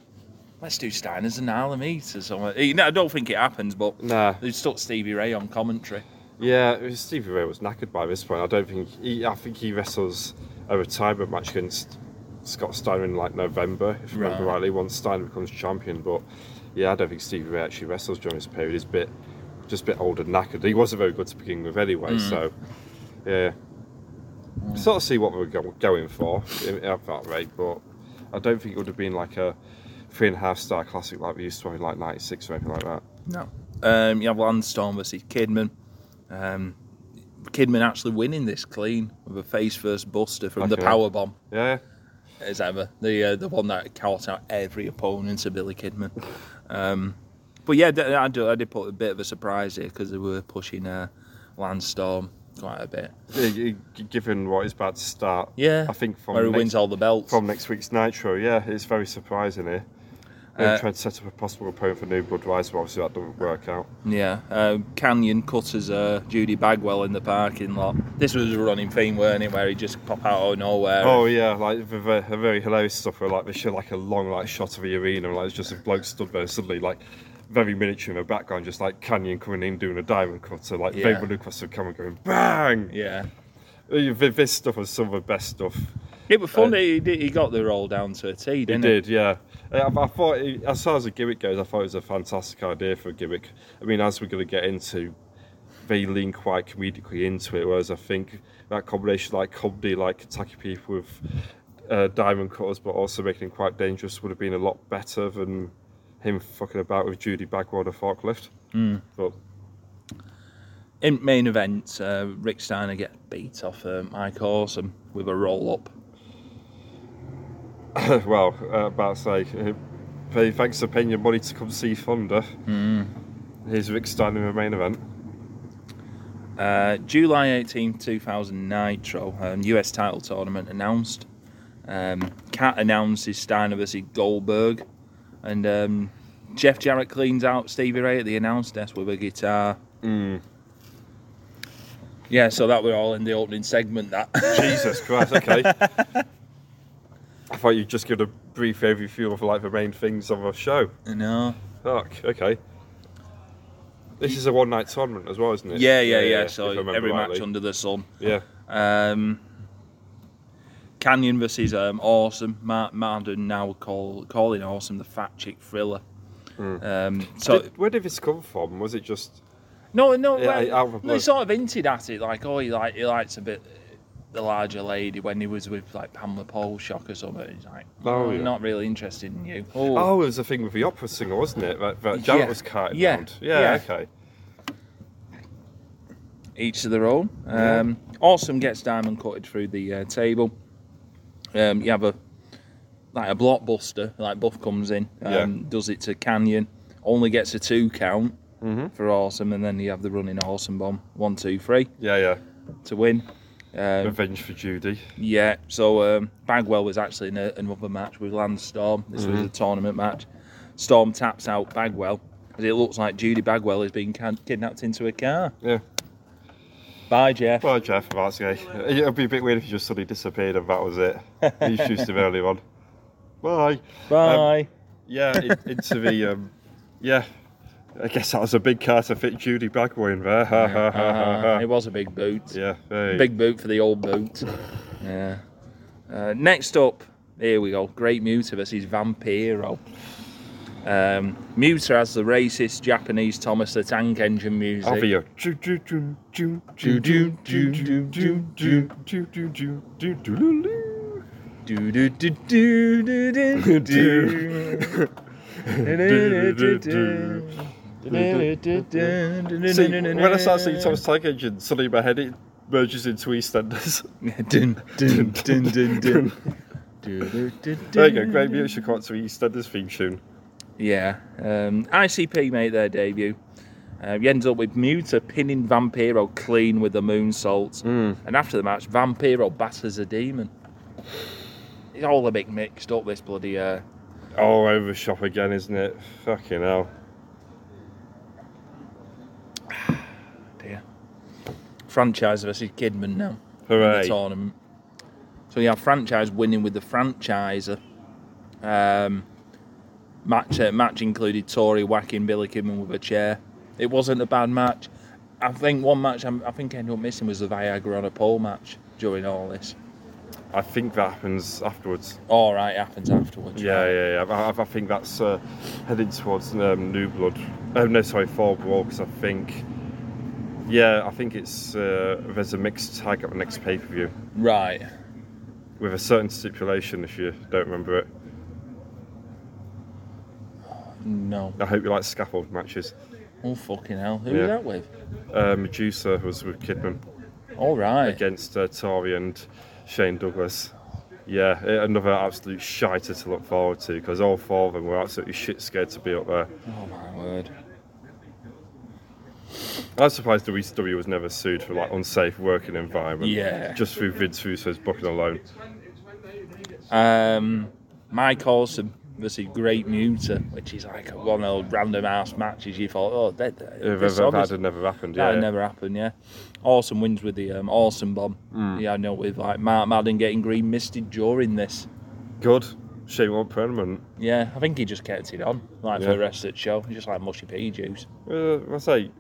[SPEAKER 1] let's do Steiners and Alamete or something. You know, I don't think it happens, but
[SPEAKER 2] Nah.
[SPEAKER 1] they stuck Stevie Ray on commentary.
[SPEAKER 2] Yeah, it was- Stevie Ray was knackered by this point. I don't think he. I think he wrestles a retirement match against Scott Steiner in like November, if I remember
[SPEAKER 1] Right.
[SPEAKER 2] rightly. Once Steiner becomes champion, but yeah, I don't think Stevie Ray actually wrestles during this period. He's a bit, just a bit old and knackered. He wasn't very good to begin with anyway, so yeah. Sort of see what we were go- going for in- at that rate, but I don't think it would have been like a three and a half star classic like we used to have in like '96 or anything like that.
[SPEAKER 1] No. Um, you have Landstorm versus Kidman. Um, Kidman actually winning this clean with a face first buster from the
[SPEAKER 2] Okay.
[SPEAKER 1] power bomb
[SPEAKER 2] Yeah,
[SPEAKER 1] as ever. The uh, the one that caught out every opponent to Billy Kidman. Um, but yeah, d- I, do, I did put a bit of a surprise here because they were pushing uh, Landstorm quite a bit.
[SPEAKER 2] Yeah, Uh, g- g- given what is about to start.
[SPEAKER 1] Yeah,
[SPEAKER 2] I think from
[SPEAKER 1] where he
[SPEAKER 2] next,
[SPEAKER 1] wins all the belts.
[SPEAKER 2] from next week's Nitro. Yeah, it's very surprising here. They
[SPEAKER 1] Uh,
[SPEAKER 2] tried to set up a possible opponent for New Blood Rise, but obviously that doesn't work out.
[SPEAKER 1] Yeah, um, Canyon cutters uh, Judy Bagwell in the parking lot. This was a running theme, weren't it? Where he just pop out out of nowhere.
[SPEAKER 2] Oh yeah, like the, the, the very hilarious stuff where like they show like a long like shot of the arena, and, like it's just a bloke stood there suddenly like very miniature in the background, just like Canyon coming in doing a diamond cutter, like
[SPEAKER 1] Yeah.
[SPEAKER 2] they would across the camera going bang.
[SPEAKER 1] Yeah,
[SPEAKER 2] Uh, th- This stuff was some of the best stuff.
[SPEAKER 1] it was funny. he, did, he got the roll down to a T,
[SPEAKER 2] He
[SPEAKER 1] didn't he?
[SPEAKER 2] did, yeah. I, I thought, it, as far as the gimmick goes, I thought it was a fantastic idea for a gimmick. I mean, as we're going to get into, they lean quite comedically into it, whereas I think that combination, like comedy, like attacking people with uh, diamond cutters, but also making them quite dangerous, would have been a lot better than him fucking about with Judy Bagwell and a forklift. But
[SPEAKER 1] In main event, uh, Rick Steiner get beat off uh, Mike Awesome with a roll up.
[SPEAKER 2] well, uh, about to say, uh, pay thanks for paying your money to come see Thunder. Here's Rick Stein in the main event.
[SPEAKER 1] Uh, July 18, 2000 Nitro, um, US title tournament announced. Um, Cat announces Steiner versus Goldberg. And um, Jeff Jarrett cleans out Stevie Ray at the announce desk with a guitar.
[SPEAKER 2] Mm.
[SPEAKER 1] Yeah, so that were all in the opening segment. That
[SPEAKER 2] Jesus Christ, okay. I thought you'd just give a brief overview of like the main things on the show.
[SPEAKER 1] you know.
[SPEAKER 2] Fuck, okay. This is a one night tournament as well, isn't it?
[SPEAKER 1] Yeah, yeah, yeah.
[SPEAKER 2] if I
[SPEAKER 1] So
[SPEAKER 2] remember
[SPEAKER 1] every match
[SPEAKER 2] rightly.
[SPEAKER 1] under the sun.
[SPEAKER 2] Yeah.
[SPEAKER 1] Um, Canyon versus um, Awesome. Ma- Marden now call, calling Awesome the fat chick thriller. Um, so
[SPEAKER 2] Did- where did this come from? Was it just.
[SPEAKER 1] No, no,
[SPEAKER 2] Yeah,
[SPEAKER 1] well,
[SPEAKER 2] out of the blue.
[SPEAKER 1] they sort of hinted at it, like, oh, he like he likes a bit the larger lady when he was with like Pamela Paul shock or something. He's like, oh,
[SPEAKER 2] Oh,
[SPEAKER 1] I'm
[SPEAKER 2] yeah.
[SPEAKER 1] not really interested in you.
[SPEAKER 2] Oh, it was a thing with the opera singer, wasn't it? That, that
[SPEAKER 1] Yeah.
[SPEAKER 2] Jarrett was carting
[SPEAKER 1] Yeah,
[SPEAKER 2] around. Yeah,
[SPEAKER 1] yeah.
[SPEAKER 2] okay.
[SPEAKER 1] each to their own. Um, Awesome gets diamond cutted through the uh, table. Um, you have a like a blockbuster, like Buff comes in, um, does it to Canyon, only gets a two count for Awesome, and then you have the running Awesome bomb, one, two, three
[SPEAKER 2] Yeah, yeah.
[SPEAKER 1] to win. Um,
[SPEAKER 2] Revenge for Judy.
[SPEAKER 1] yeah, so um, Bagwell was actually in a, another match with Landstorm. This was a tournament match. Storm taps out Bagwell, and it looks like Judy Bagwell is being can- kidnapped into a car.
[SPEAKER 2] Yeah.
[SPEAKER 1] Bye, Jeff.
[SPEAKER 2] Well, Jeff, that's gay. It would be a bit weird if he just suddenly disappeared and that was it. He introduced him earlier on. Bye.
[SPEAKER 1] Bye.
[SPEAKER 2] Yeah, in, into the. Um, yeah. I guess that was a big car to fit Judy Bagwell in there. Ha ha ha ha
[SPEAKER 1] Uh,
[SPEAKER 2] ha.
[SPEAKER 1] it was a big boot.
[SPEAKER 2] Yeah, hey.
[SPEAKER 1] Big boot for the old boot. Yeah. Uh, next up, here we go. Great Muta versus Vampiro. Um, Muta has the racist Japanese Thomas the Tank Engine music.
[SPEAKER 2] Over you. Choo, choo, choo, choo,
[SPEAKER 1] Do,
[SPEAKER 2] choo,
[SPEAKER 1] do,
[SPEAKER 2] choo,
[SPEAKER 1] do,
[SPEAKER 2] choo,
[SPEAKER 1] do,
[SPEAKER 2] choo,
[SPEAKER 1] do,
[SPEAKER 2] choo,
[SPEAKER 1] do.
[SPEAKER 2] choo, choo, choo, choo, do,
[SPEAKER 1] Do do
[SPEAKER 2] do, do, do.
[SPEAKER 1] do do do do do.
[SPEAKER 2] Do.
[SPEAKER 1] Do, do, do, do, do.
[SPEAKER 2] do, See, when I start seeing Thomas Tank Engine, suddenly my head it merges into EastEnders.
[SPEAKER 1] Dun, dun, dun, dun, dun. Do, do, do,
[SPEAKER 2] there you go, great
[SPEAKER 1] do.
[SPEAKER 2] music should come up to EastEnders theme tune.
[SPEAKER 1] Yeah. Um, ICP made their debut. Uh, he ends up with Muta pinning Vampiro clean with the moonsault. And after the match, Vampiro batters a demon. It's all a bit mixed up, this bloody. Uh,
[SPEAKER 2] Oh, over the shop again, isn't it? Fucking hell.
[SPEAKER 1] dear. Franchise versus Kidman now. in
[SPEAKER 2] Hooray.
[SPEAKER 1] the tournament. So you have franchise winning with the franchiser. Um, match uh, match included Tory whacking Billy Kidman with a chair. It wasn't a bad match. I think one match I'm, I think I ended up missing was the Viagra on a pole match during all this.
[SPEAKER 2] I think that happens afterwards.
[SPEAKER 1] All right, happens afterwards.
[SPEAKER 2] Yeah, yeah, yeah. I, I- I think that's uh, heading towards um, New Blood. Oh, no, sorry, Fall Brawl, because I think. Yeah, I think it's. Uh, there's a mixed tag at the next pay per view
[SPEAKER 1] Right.
[SPEAKER 2] with a certain stipulation if you don't remember it.
[SPEAKER 1] No.
[SPEAKER 2] I hope you like scaffold matches.
[SPEAKER 1] Oh fucking hell. Who
[SPEAKER 2] Yeah.
[SPEAKER 1] was that with?
[SPEAKER 2] Uh, Medusa was with Kidman
[SPEAKER 1] All right.
[SPEAKER 2] against uh, Tori and Shane Douglas. Yeah, eh, another absolute shiter to look forward to because all four of them were absolutely shit scared to be up there.
[SPEAKER 1] Oh my word.
[SPEAKER 2] I'm surprised WCW was never sued for like unsafe working environment.
[SPEAKER 1] Yeah.
[SPEAKER 2] Just through Vince Russo's booking alone.
[SPEAKER 1] Um, Mike Awesome versus Great Muta, which is like one of those random ass matches you thought, oh, that, that,
[SPEAKER 2] If
[SPEAKER 1] this
[SPEAKER 2] that
[SPEAKER 1] obvious-
[SPEAKER 2] had never happened.
[SPEAKER 1] that
[SPEAKER 2] yeah.
[SPEAKER 1] had never happened, yeah. Awesome wins with the um, Awesome Bomb.
[SPEAKER 2] Mm.
[SPEAKER 1] Yeah, I know, with like Mark Madden getting green misted during this.
[SPEAKER 2] Good. Shane won't permanent.
[SPEAKER 1] Yeah, I think he just kept it on, like for
[SPEAKER 2] Yeah.
[SPEAKER 1] the rest of the show. Just like mushy pea juice.
[SPEAKER 2] Uh, I say,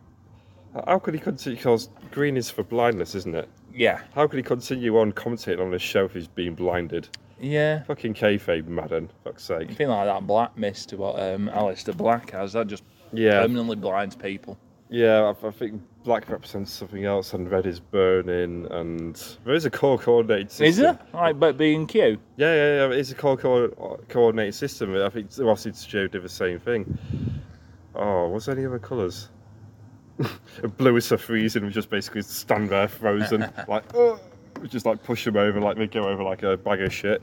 [SPEAKER 2] how could he continue? Because green is for blindness, isn't it?
[SPEAKER 1] Yeah.
[SPEAKER 2] How could he continue on commentating on this show if he's being blinded?
[SPEAKER 1] Yeah.
[SPEAKER 2] Fucking kayfabe, Madden. Fuck's sake.
[SPEAKER 1] Something like that black mist to what um, Alistair Black has. That just
[SPEAKER 2] Yeah.
[SPEAKER 1] permanently blinds people.
[SPEAKER 2] Yeah, I, I think black represents something else, and red is burning, and there is a core coordinated system.
[SPEAKER 1] Is it? Like, but being cute.
[SPEAKER 2] Yeah, yeah, yeah. It's a co- co- coordinated system. I think Rossi Joe did the same thing. Oh, what's any other colours? Blue is so freezing. We just basically stand there frozen, like "Ugh," we just like push them over, like they go over like a bag of shit.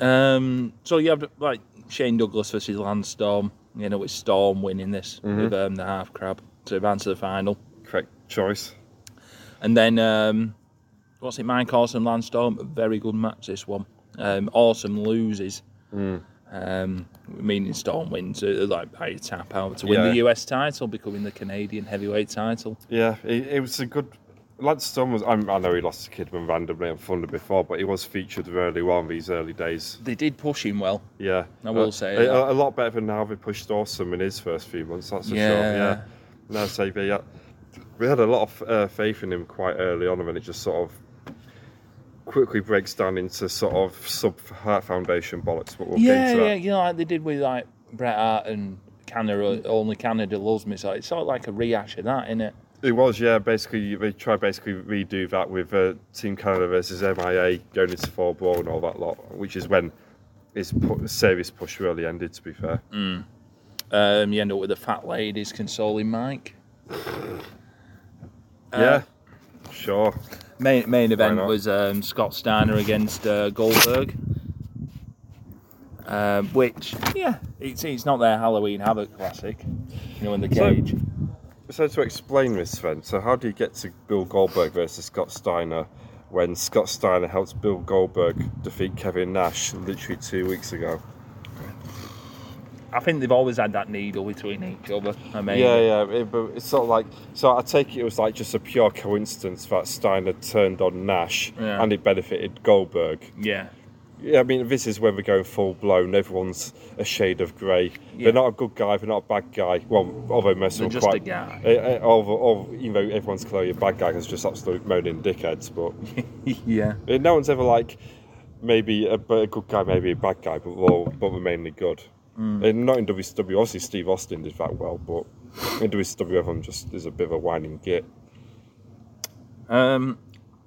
[SPEAKER 1] Um, so you have like Shane Douglas versus Landstorm. You know, it's Storm winning this with um, the half crab to advance to the final.
[SPEAKER 2] Correct choice.
[SPEAKER 1] And then um, what's it? Mike Awesome Landstorm. A very good match this one. Um, awesome loses. Um, meaning Storm wins uh, like by a tap out to win
[SPEAKER 2] Yeah.
[SPEAKER 1] the US title, becoming the Canadian heavyweight title.
[SPEAKER 2] Yeah, it, it was a good. Lance Storm was. I, I know he lost to Kidman randomly and Thunder before, but he was featured really well in these early days.
[SPEAKER 1] They did push him well.
[SPEAKER 2] Yeah,
[SPEAKER 1] I will
[SPEAKER 2] Uh,
[SPEAKER 1] say
[SPEAKER 2] a,
[SPEAKER 1] that.
[SPEAKER 2] a, a lot better than how they pushed Awesome in his first few months. That's for
[SPEAKER 1] Yeah.
[SPEAKER 2] sure. Yeah, no, so we had, we had a lot of uh, faith in him quite early on, and then it just sort of quickly breaks down into sort of sub Heart Foundation bollocks. But we'll
[SPEAKER 1] yeah,
[SPEAKER 2] get into
[SPEAKER 1] yeah,
[SPEAKER 2] that.
[SPEAKER 1] you know, like they did with like Bret Hart and Canada. Only Canada loves me. So it's sort of like a rehash of that, isn't it?
[SPEAKER 2] It was yeah. Basically, they try basically redo that with uh, Team Canada versus MIA going into four brawl and all that lot, which is when his pu- serious push really ended. To be fair,
[SPEAKER 1] Um, you end up with the fat ladies consoling Mike. Uh,
[SPEAKER 2] yeah, sure.
[SPEAKER 1] Main, main event
[SPEAKER 2] not?
[SPEAKER 1] was um, Scott Steiner against uh, Goldberg. Um, which, yeah, it's, it's not their Halloween Havoc classic, you know, in the
[SPEAKER 2] So-
[SPEAKER 1] cage.
[SPEAKER 2] So to explain this, Sven, so how do you get to Bill Goldberg versus Scott Steiner when Scott Steiner helps Bill Goldberg defeat Kevin Nash literally two weeks ago?
[SPEAKER 1] I think they've always had that needle between each other. I mean,
[SPEAKER 2] Yeah, yeah, it- but it's sort of like so. I take it it was like just a pure coincidence that Steiner turned on Nash
[SPEAKER 1] Yeah.
[SPEAKER 2] and it benefited Goldberg.
[SPEAKER 1] yeah.
[SPEAKER 2] Yeah, I mean this is where we're going full blown. Everyone's a shade of grey.
[SPEAKER 1] Yeah.
[SPEAKER 2] They're not a good guy. They're not a bad guy. Well, although most
[SPEAKER 1] They're
[SPEAKER 2] of them
[SPEAKER 1] just a
[SPEAKER 2] quite.
[SPEAKER 1] guy.
[SPEAKER 2] eh, eh, although, although, you know, everyone's clearly a bad guy because just absolute moaning dickheads. But
[SPEAKER 1] yeah.
[SPEAKER 2] eh, no one's ever like maybe a, but a good guy, maybe a bad guy, but we're all, but we're mainly good.
[SPEAKER 1] Mm.
[SPEAKER 2] And not in WCW. Obviously, Steve Austin did that well, but in WCW, everyone just is a bit of a whining git.
[SPEAKER 1] Um,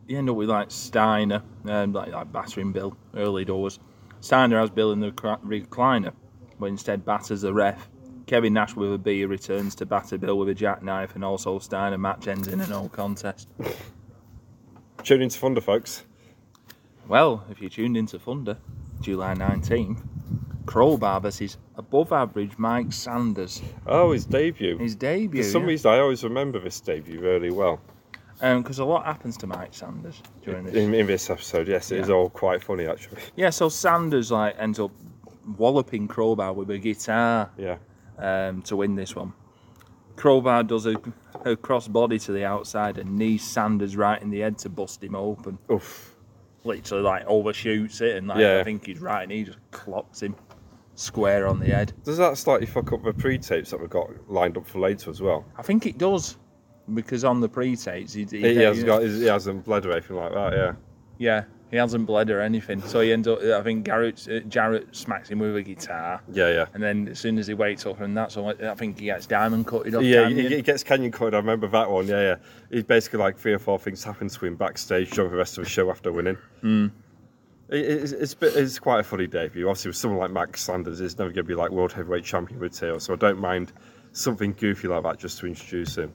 [SPEAKER 1] you end up with like Steiner, um, like, like battering Bill early doors. Steiner has Bill in the cra- recliner, but instead batters the ref. Kevin Nash with a beer returns to batter Bill with a jackknife, and also Steiner match ends in a no contest.
[SPEAKER 2] Tune into Thunder, folks.
[SPEAKER 1] Well, if you tuned into Thunder, July 19th, Crowbar versus above average Mike Sanders,
[SPEAKER 2] Oh, his debut.
[SPEAKER 1] his debut.
[SPEAKER 2] For some
[SPEAKER 1] Because
[SPEAKER 2] reason, I always remember this debut really well.
[SPEAKER 1] Um, a lot happens to Mike Sanders during this.
[SPEAKER 2] In, in this episode, yes, it is
[SPEAKER 1] Yeah.
[SPEAKER 2] all quite funny actually.
[SPEAKER 1] Yeah, so Sanders like ends up walloping Crowbar with a guitar.
[SPEAKER 2] Yeah.
[SPEAKER 1] um, to win this one. Crowbar does a, a cross body to the outside and knees Sanders right in the head to bust him open.
[SPEAKER 2] Oof.
[SPEAKER 1] Literally, like, overshoots it, and like, I
[SPEAKER 2] Yeah.
[SPEAKER 1] think he's right, and he just clocks him square on the head.
[SPEAKER 2] Does that slightly fuck up the pre-tapes that we've got lined up for later as well?
[SPEAKER 1] I think it does, because on the pre tapes, he, he,
[SPEAKER 2] He, has got, he hasn't bled or anything like that. Yeah.
[SPEAKER 1] yeah, he hasn't bled or anything. So he ends up, I think Garrett, uh, Jarrett smacks him with a guitar.
[SPEAKER 2] Yeah, yeah.
[SPEAKER 1] And then as soon as he wakes up from that, so I think he gets diamond cutted off.
[SPEAKER 2] Yeah,
[SPEAKER 1] Canyon.
[SPEAKER 2] he, he gets Canyon Code. I remember that one. Yeah, yeah. He's basically like three or four things happen to him backstage during the rest of the show after winning.
[SPEAKER 1] Hmm.
[SPEAKER 2] It, it's, it's, a bit- it's quite a funny debut. Obviously, with someone like Max Sanders, it's never going to be like world heavyweight champion material. So I don't mind something goofy like that just to introduce him.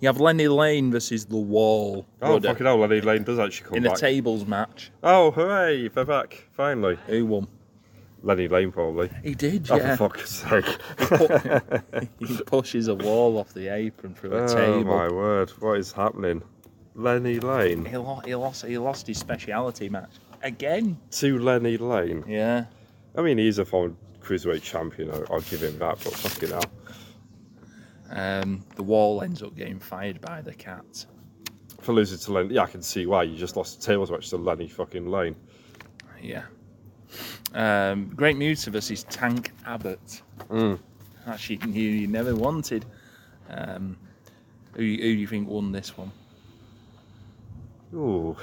[SPEAKER 1] You have Lenny Lane versus The Wall.
[SPEAKER 2] Oh,
[SPEAKER 1] brother,
[SPEAKER 2] fucking hell, Lenny Lane does actually come
[SPEAKER 1] in a
[SPEAKER 2] back.
[SPEAKER 1] tables match.
[SPEAKER 2] oh, hooray, they're back, finally.
[SPEAKER 1] Who won?
[SPEAKER 2] Lenny Lane, probably.
[SPEAKER 1] He did,
[SPEAKER 2] Oh, for fuck's sake.
[SPEAKER 1] he pushes a wall off the apron through a
[SPEAKER 2] Oh,
[SPEAKER 1] table.
[SPEAKER 2] my word, what is happening? Lenny Lane.
[SPEAKER 1] He, lo- he lost. He lost his speciality match again.
[SPEAKER 2] To Lenny Lane.
[SPEAKER 1] Yeah.
[SPEAKER 2] I mean, he's a former cruiserweight champion. I'll, I'll give him that, but fucking hell.
[SPEAKER 1] Um, the wall ends up getting fired by the cat.
[SPEAKER 2] For losing to Lenny, yeah, I can see why. You just lost the tables match to Lenny fucking Lane.
[SPEAKER 1] Yeah. Um, Great Muta versus Tank Abbott.
[SPEAKER 2] Mm.
[SPEAKER 1] Actually, knew you never wanted. Um, who, who do you think won this one?
[SPEAKER 2] Ooh,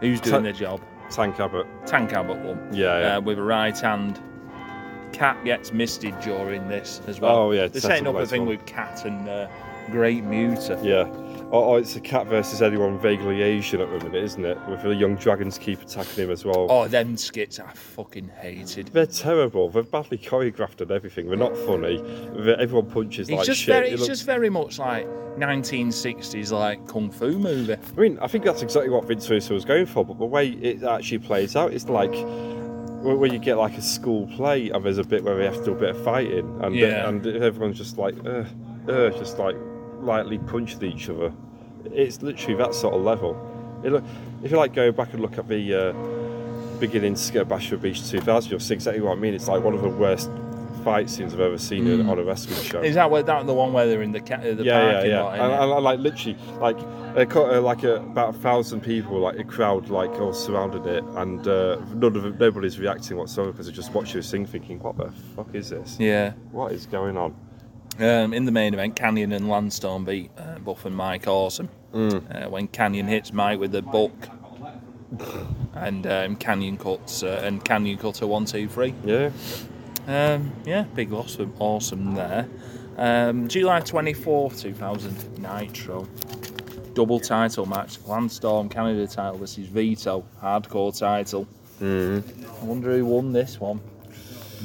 [SPEAKER 1] Who's doing
[SPEAKER 2] Ta-
[SPEAKER 1] the job?
[SPEAKER 2] Tank Abbott.
[SPEAKER 1] Tank Abbott won.
[SPEAKER 2] Yeah, yeah.
[SPEAKER 1] Uh, with a right hand. Cat gets misted during this as well.
[SPEAKER 2] Oh, yeah,
[SPEAKER 1] They're
[SPEAKER 2] that's
[SPEAKER 1] setting
[SPEAKER 2] a
[SPEAKER 1] up a
[SPEAKER 2] nice
[SPEAKER 1] thing
[SPEAKER 2] one.
[SPEAKER 1] with Cat and uh, Great Muta.
[SPEAKER 2] Yeah. Oh, oh, it's a cat versus anyone vaguely Asian at the minute, isn't it? With a young Dragons keep attacking him as well.
[SPEAKER 1] Oh, them skits I fucking hated.
[SPEAKER 2] They're terrible. They're badly choreographed and everything. They're not funny. They're- everyone punches
[SPEAKER 1] It's
[SPEAKER 2] like
[SPEAKER 1] just
[SPEAKER 2] shit.
[SPEAKER 1] very,
[SPEAKER 2] It
[SPEAKER 1] it's
[SPEAKER 2] looks-
[SPEAKER 1] just very much like 1960s like kung fu movie.
[SPEAKER 2] I mean, I think that's exactly what Vince Russo was going for, but the way it actually plays out, it's like where where you get like a school play and there's a bit where we have to do a bit of fighting, and
[SPEAKER 1] Yeah.
[SPEAKER 2] and everyone's just like, uh, uh, just like lightly punching each other. It's literally that sort of level. It look, if you like go back and look at the uh, beginning skit of Bachelor Beach 2000, you'll see exactly what I mean. It's like one of the worst fight scenes I've ever seen in, on a wrestling show
[SPEAKER 1] Is that where that the one where they're in the ca- uh, the
[SPEAKER 2] yeah, yeah,
[SPEAKER 1] parking
[SPEAKER 2] yeah.
[SPEAKER 1] lot?
[SPEAKER 2] And,
[SPEAKER 1] innit?
[SPEAKER 2] and, like literally, like a, co- uh, like a, about a thousand people, like a crowd, like all surrounded it, and uh, none of them, nobody's reacting whatsoever because they're just watching this thing, thinking, "What the fuck is this?
[SPEAKER 1] yeah.
[SPEAKER 2] What is going on?"
[SPEAKER 1] Um, in the main event, Canyon and Landstone beat uh, Buff and Mike Awesome. Uh, when Canyon hits Mike with a book, and um, Canyon cuts uh, and Canyon cuts a one two three.
[SPEAKER 2] Yeah,
[SPEAKER 1] Um, yeah, big loss for Awesome there. Um, July twenty fourth, two thousand Nitro. Double title match: Landstorm Canada title versus Vito Hardcore title. I wonder who won this one.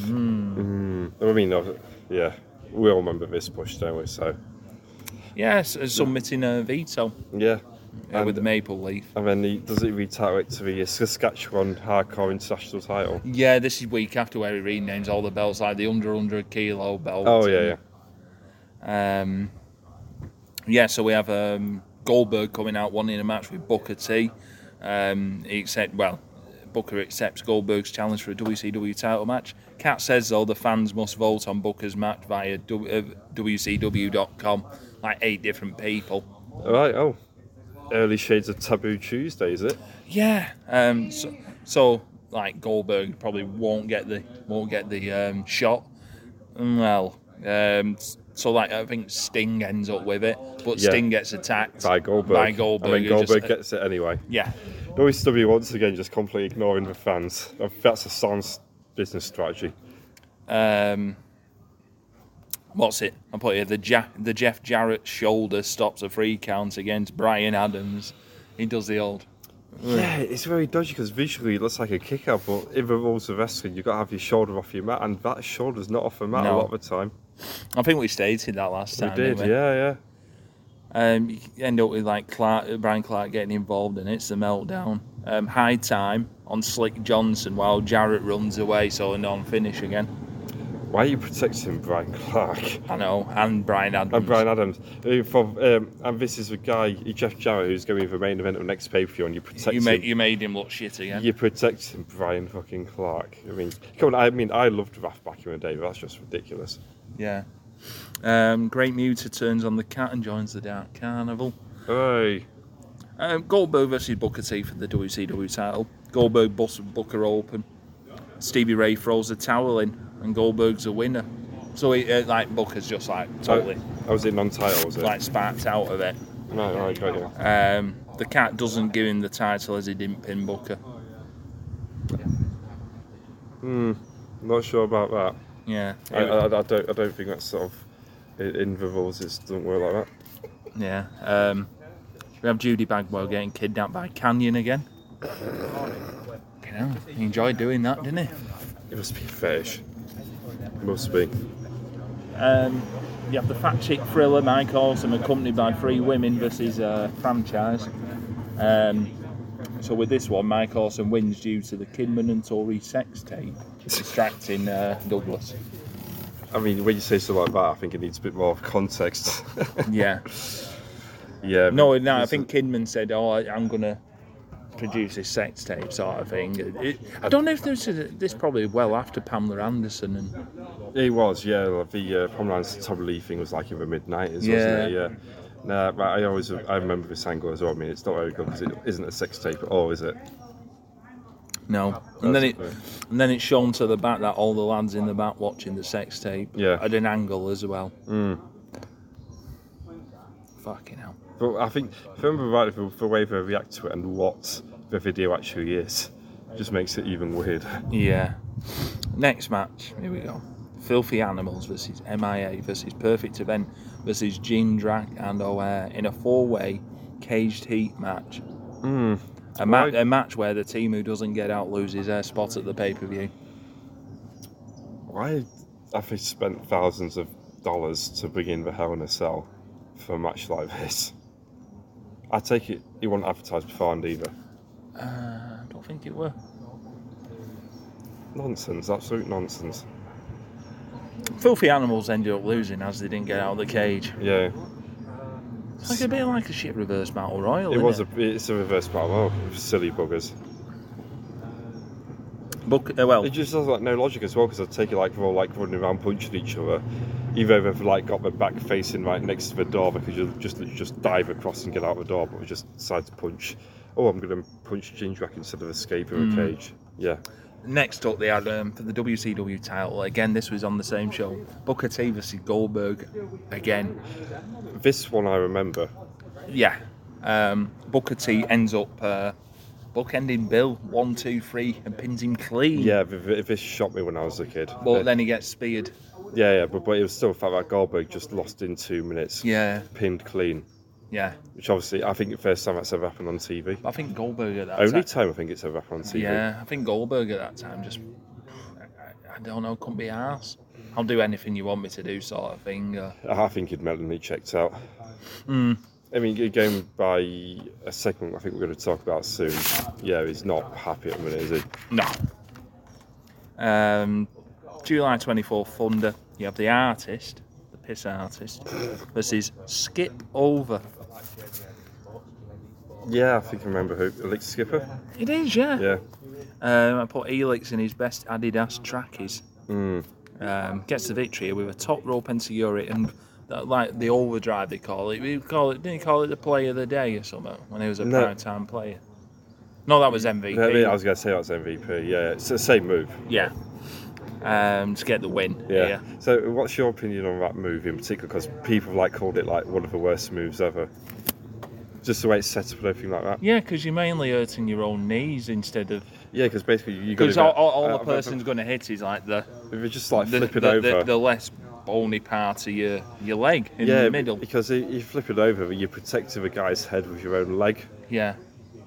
[SPEAKER 2] I mean, uh, yeah, we all remember this push, don't we? So,
[SPEAKER 1] Yes, uh, submitting uh, Vito.
[SPEAKER 2] yeah,
[SPEAKER 1] uh, with the maple leaf.
[SPEAKER 2] And then he, does it retire it to the Saskatchewan Hardcore International title?
[SPEAKER 1] Yeah, this is week after where he renames all the belts, like the under 100 kilo belt.
[SPEAKER 2] Oh, yeah, yeah.
[SPEAKER 1] Um, yeah, so we have um, Goldberg coming out wanting a match with Booker T. Um, he accept, well, Booker accepts Goldberg's challenge for a WCW title match. Cat says though the fans must vote on Booker's match via w- uh, WCW.com. Like eight different people.
[SPEAKER 2] All right, oh. Early shades of Taboo Tuesday, is it?
[SPEAKER 1] Yeah. Um, so, so like Goldberg probably won't get the won't get the um, shot. Mm, Well, um, s- so like I think Sting ends up with it, but
[SPEAKER 2] Yeah.
[SPEAKER 1] Sting gets attacked
[SPEAKER 2] By Goldberg.
[SPEAKER 1] By Goldberg.
[SPEAKER 2] And
[SPEAKER 1] who
[SPEAKER 2] then
[SPEAKER 1] just- uh,
[SPEAKER 2] Goldberg gets it anyway.
[SPEAKER 1] yeah.
[SPEAKER 2] WCW once again just completely ignoring the fans. That's a sound business strategy.
[SPEAKER 1] Um, what's it? I put here the ja- the Jeff Jarrett shoulder stops a free count against Brian Adams. He does the old.
[SPEAKER 2] Yeah, it's very dodgy because visually it looks like a kick out, but in the rules of wrestling, you've got to have your shoulder off your mat, and that shoulder's not off the mat
[SPEAKER 1] No.
[SPEAKER 2] a lot of the time.
[SPEAKER 1] I think we stated that last time.
[SPEAKER 2] we did,
[SPEAKER 1] didn't we?
[SPEAKER 2] yeah, yeah.
[SPEAKER 1] Um, you end up with like Clark, Brian Clark getting involved, and it's the meltdown. Um, high time on Slick Johnson while Jarrett runs away, so a non-finish again.
[SPEAKER 2] Why are you protecting Brian Clark
[SPEAKER 1] I know, and Brian Adams.
[SPEAKER 2] and Brian Adams? who From, um, and this is the guy, Jeff Jarrett, who's going to be the main event of next pay per view, and you protect
[SPEAKER 1] you
[SPEAKER 2] him.
[SPEAKER 1] made you made him look shit again.
[SPEAKER 2] You're protecting Brian fucking Clark. I mean, come on. I mean, I loved Raph back in the day. But that's just ridiculous.
[SPEAKER 1] Yeah. Um, Great Muta turns on the cat and joins the Dark Carnival.
[SPEAKER 2] Hey,
[SPEAKER 1] Um, Goldberg versus Booker T for the WCW title. Goldberg busts Booker open. Stevie Ray throws a towel in, and Goldberg's a winner. So he, uh, like Booker's just like totally
[SPEAKER 2] I was in non-title, was it?
[SPEAKER 1] like sparked out of it.
[SPEAKER 2] Right, right, got you.
[SPEAKER 1] Um, the cat doesn't give him the title as he didn't pin Booker.
[SPEAKER 2] Not sure about that.
[SPEAKER 1] Yeah,
[SPEAKER 2] I, I, I don't. I don't think that's sort of in, in the rules. It doesn't work like that.
[SPEAKER 1] yeah. Um, we have Judy Bagwell getting kidnapped by Canyon again. You know, he enjoyed doing that, didn't he?
[SPEAKER 2] It must be fetish. It must be.
[SPEAKER 1] Um, you have the Fat Chick Thriller, Mike Awesome, accompanied by three women versus uh, franchise. Um, so with this one, Mike Awesome wins due to the Kidman and Tory sex tape distracting uh, Douglas.
[SPEAKER 2] I mean, when you say stuff like that, I think it needs a bit more of context.
[SPEAKER 1] Yeah.
[SPEAKER 2] yeah.
[SPEAKER 1] No,
[SPEAKER 2] but
[SPEAKER 1] no, I
[SPEAKER 2] it's-
[SPEAKER 1] think Kidman said, "Oh, I, I'm gonna produce this sex tape sort of thing." It- it- I don't know if this is this probably well after Pamela Anderson and
[SPEAKER 2] It was, yeah. Like the uh, Pomeranz Tom Lee thing was like in the mid 90s,
[SPEAKER 1] Yeah.
[SPEAKER 2] wasn't it? Yeah. Nah, but I always I remember this angle as well. I mean, it's not very good because it isn't a sex tape at all, is it?
[SPEAKER 1] No, and then it,
[SPEAKER 2] That's
[SPEAKER 1] and then it's shown to the back that all the lads in the back watching the sex tape
[SPEAKER 2] Yeah. Mm.
[SPEAKER 1] at an angle as well. Fucking hell!
[SPEAKER 2] But I think, if I remember right, the, the way they react to it and what the video actually is just makes it even weird.
[SPEAKER 1] Yeah. Next match. Here we go. Filthy Animals versus MIA versus Perfect Event versus Gene Drac and O'Hare in a four-way caged heat match. A, ma-
[SPEAKER 2] Right.
[SPEAKER 1] a match where the team who doesn't get out loses their spot at the pay-per-view.
[SPEAKER 2] Why have they spent thousands of dollars to bring in the Hell in a Cell for a match like this? I take it it wasn't advertised beforehand either.
[SPEAKER 1] I don't think it were.
[SPEAKER 2] Nonsense, absolute nonsense.
[SPEAKER 1] Filthy Animals ended up losing as they didn't get out of the cage.
[SPEAKER 2] Yeah.
[SPEAKER 1] It's like a bit like a shit reverse battle royal.
[SPEAKER 2] It
[SPEAKER 1] innit?
[SPEAKER 2] was a it's a reverse battle. Oh, silly buggers.
[SPEAKER 1] book. Uh, well,
[SPEAKER 2] It just has like no logic as well because I take it like we're all like running around punching each other. Either they've like got their back facing right next to the door because you just literally just dive across and get out the door, but we just decide to punch. Oh, I'm gonna punch Jindrak instead of escaping a
[SPEAKER 1] Hmm.
[SPEAKER 2] cage. Yeah,
[SPEAKER 1] next up they had um, for the WCW title again. This was on the same show. Booker T versus Goldberg again.
[SPEAKER 2] this one I remember.
[SPEAKER 1] Yeah, um, Booker T ends up uh, bookending Bill one two three and pins him clean.
[SPEAKER 2] Yeah, th- th- this shot me when I was a kid. Uh,
[SPEAKER 1] but then he gets speared.
[SPEAKER 2] yeah, yeah, but, but it was still the fact that Goldberg just lost in two minutes.
[SPEAKER 1] Yeah,
[SPEAKER 2] pinned clean,
[SPEAKER 1] yeah.
[SPEAKER 2] which obviously I think the first time that's ever happened on TV.
[SPEAKER 1] But I think Goldberg at that
[SPEAKER 2] Only
[SPEAKER 1] time.
[SPEAKER 2] time I think it's ever happened on TV.
[SPEAKER 1] yeah, I think Goldberg at that time just I, I- I don't know, couldn't be arsed. I'll do anything you want me to do, sort of thing. Uh, Hmm.
[SPEAKER 2] I think he'd mentally checked out. I mean, again, by a segment I think we're going to talk about soon. Yeah, he's not happy at the minute, is he?
[SPEAKER 1] No. Um, July 24th, Thunder. You have the artist, the piss artist, versus Skip Over.
[SPEAKER 2] Yeah, I think I remember who. Alex Skipper?
[SPEAKER 1] It is, yeah.
[SPEAKER 2] Yeah.
[SPEAKER 1] Um, I put Elix in his best Adidas trackies.
[SPEAKER 2] Hmm.
[SPEAKER 1] Um, gets the victory with a top rope ensigurit and that, like the overdrive they call it. We call it didn't he call it the play of the day or something when he was a
[SPEAKER 2] No.
[SPEAKER 1] prime time player. No, that was MVP.
[SPEAKER 2] I mean, I was going to say that's MVP. Yeah, it's the same move.
[SPEAKER 1] Yeah. Um, to get the win.
[SPEAKER 2] Yeah.
[SPEAKER 1] Yeah.
[SPEAKER 2] So, what's your opinion on that move in particular? Because people like called it like one of the worst moves ever. Just the way it's set up and everything like that.
[SPEAKER 1] Yeah, because you're mainly hurting your own knees instead of
[SPEAKER 2] Yeah, because basically you got
[SPEAKER 1] because all, all, all the person's going to hit is like the
[SPEAKER 2] They're just Uh, like
[SPEAKER 1] the,
[SPEAKER 2] flip it
[SPEAKER 1] the,
[SPEAKER 2] over.
[SPEAKER 1] The, the less bony part of your your leg in
[SPEAKER 2] yeah,
[SPEAKER 1] the middle.
[SPEAKER 2] because if you flip it over, you're protecting the guy's head with your own leg.
[SPEAKER 1] Yeah,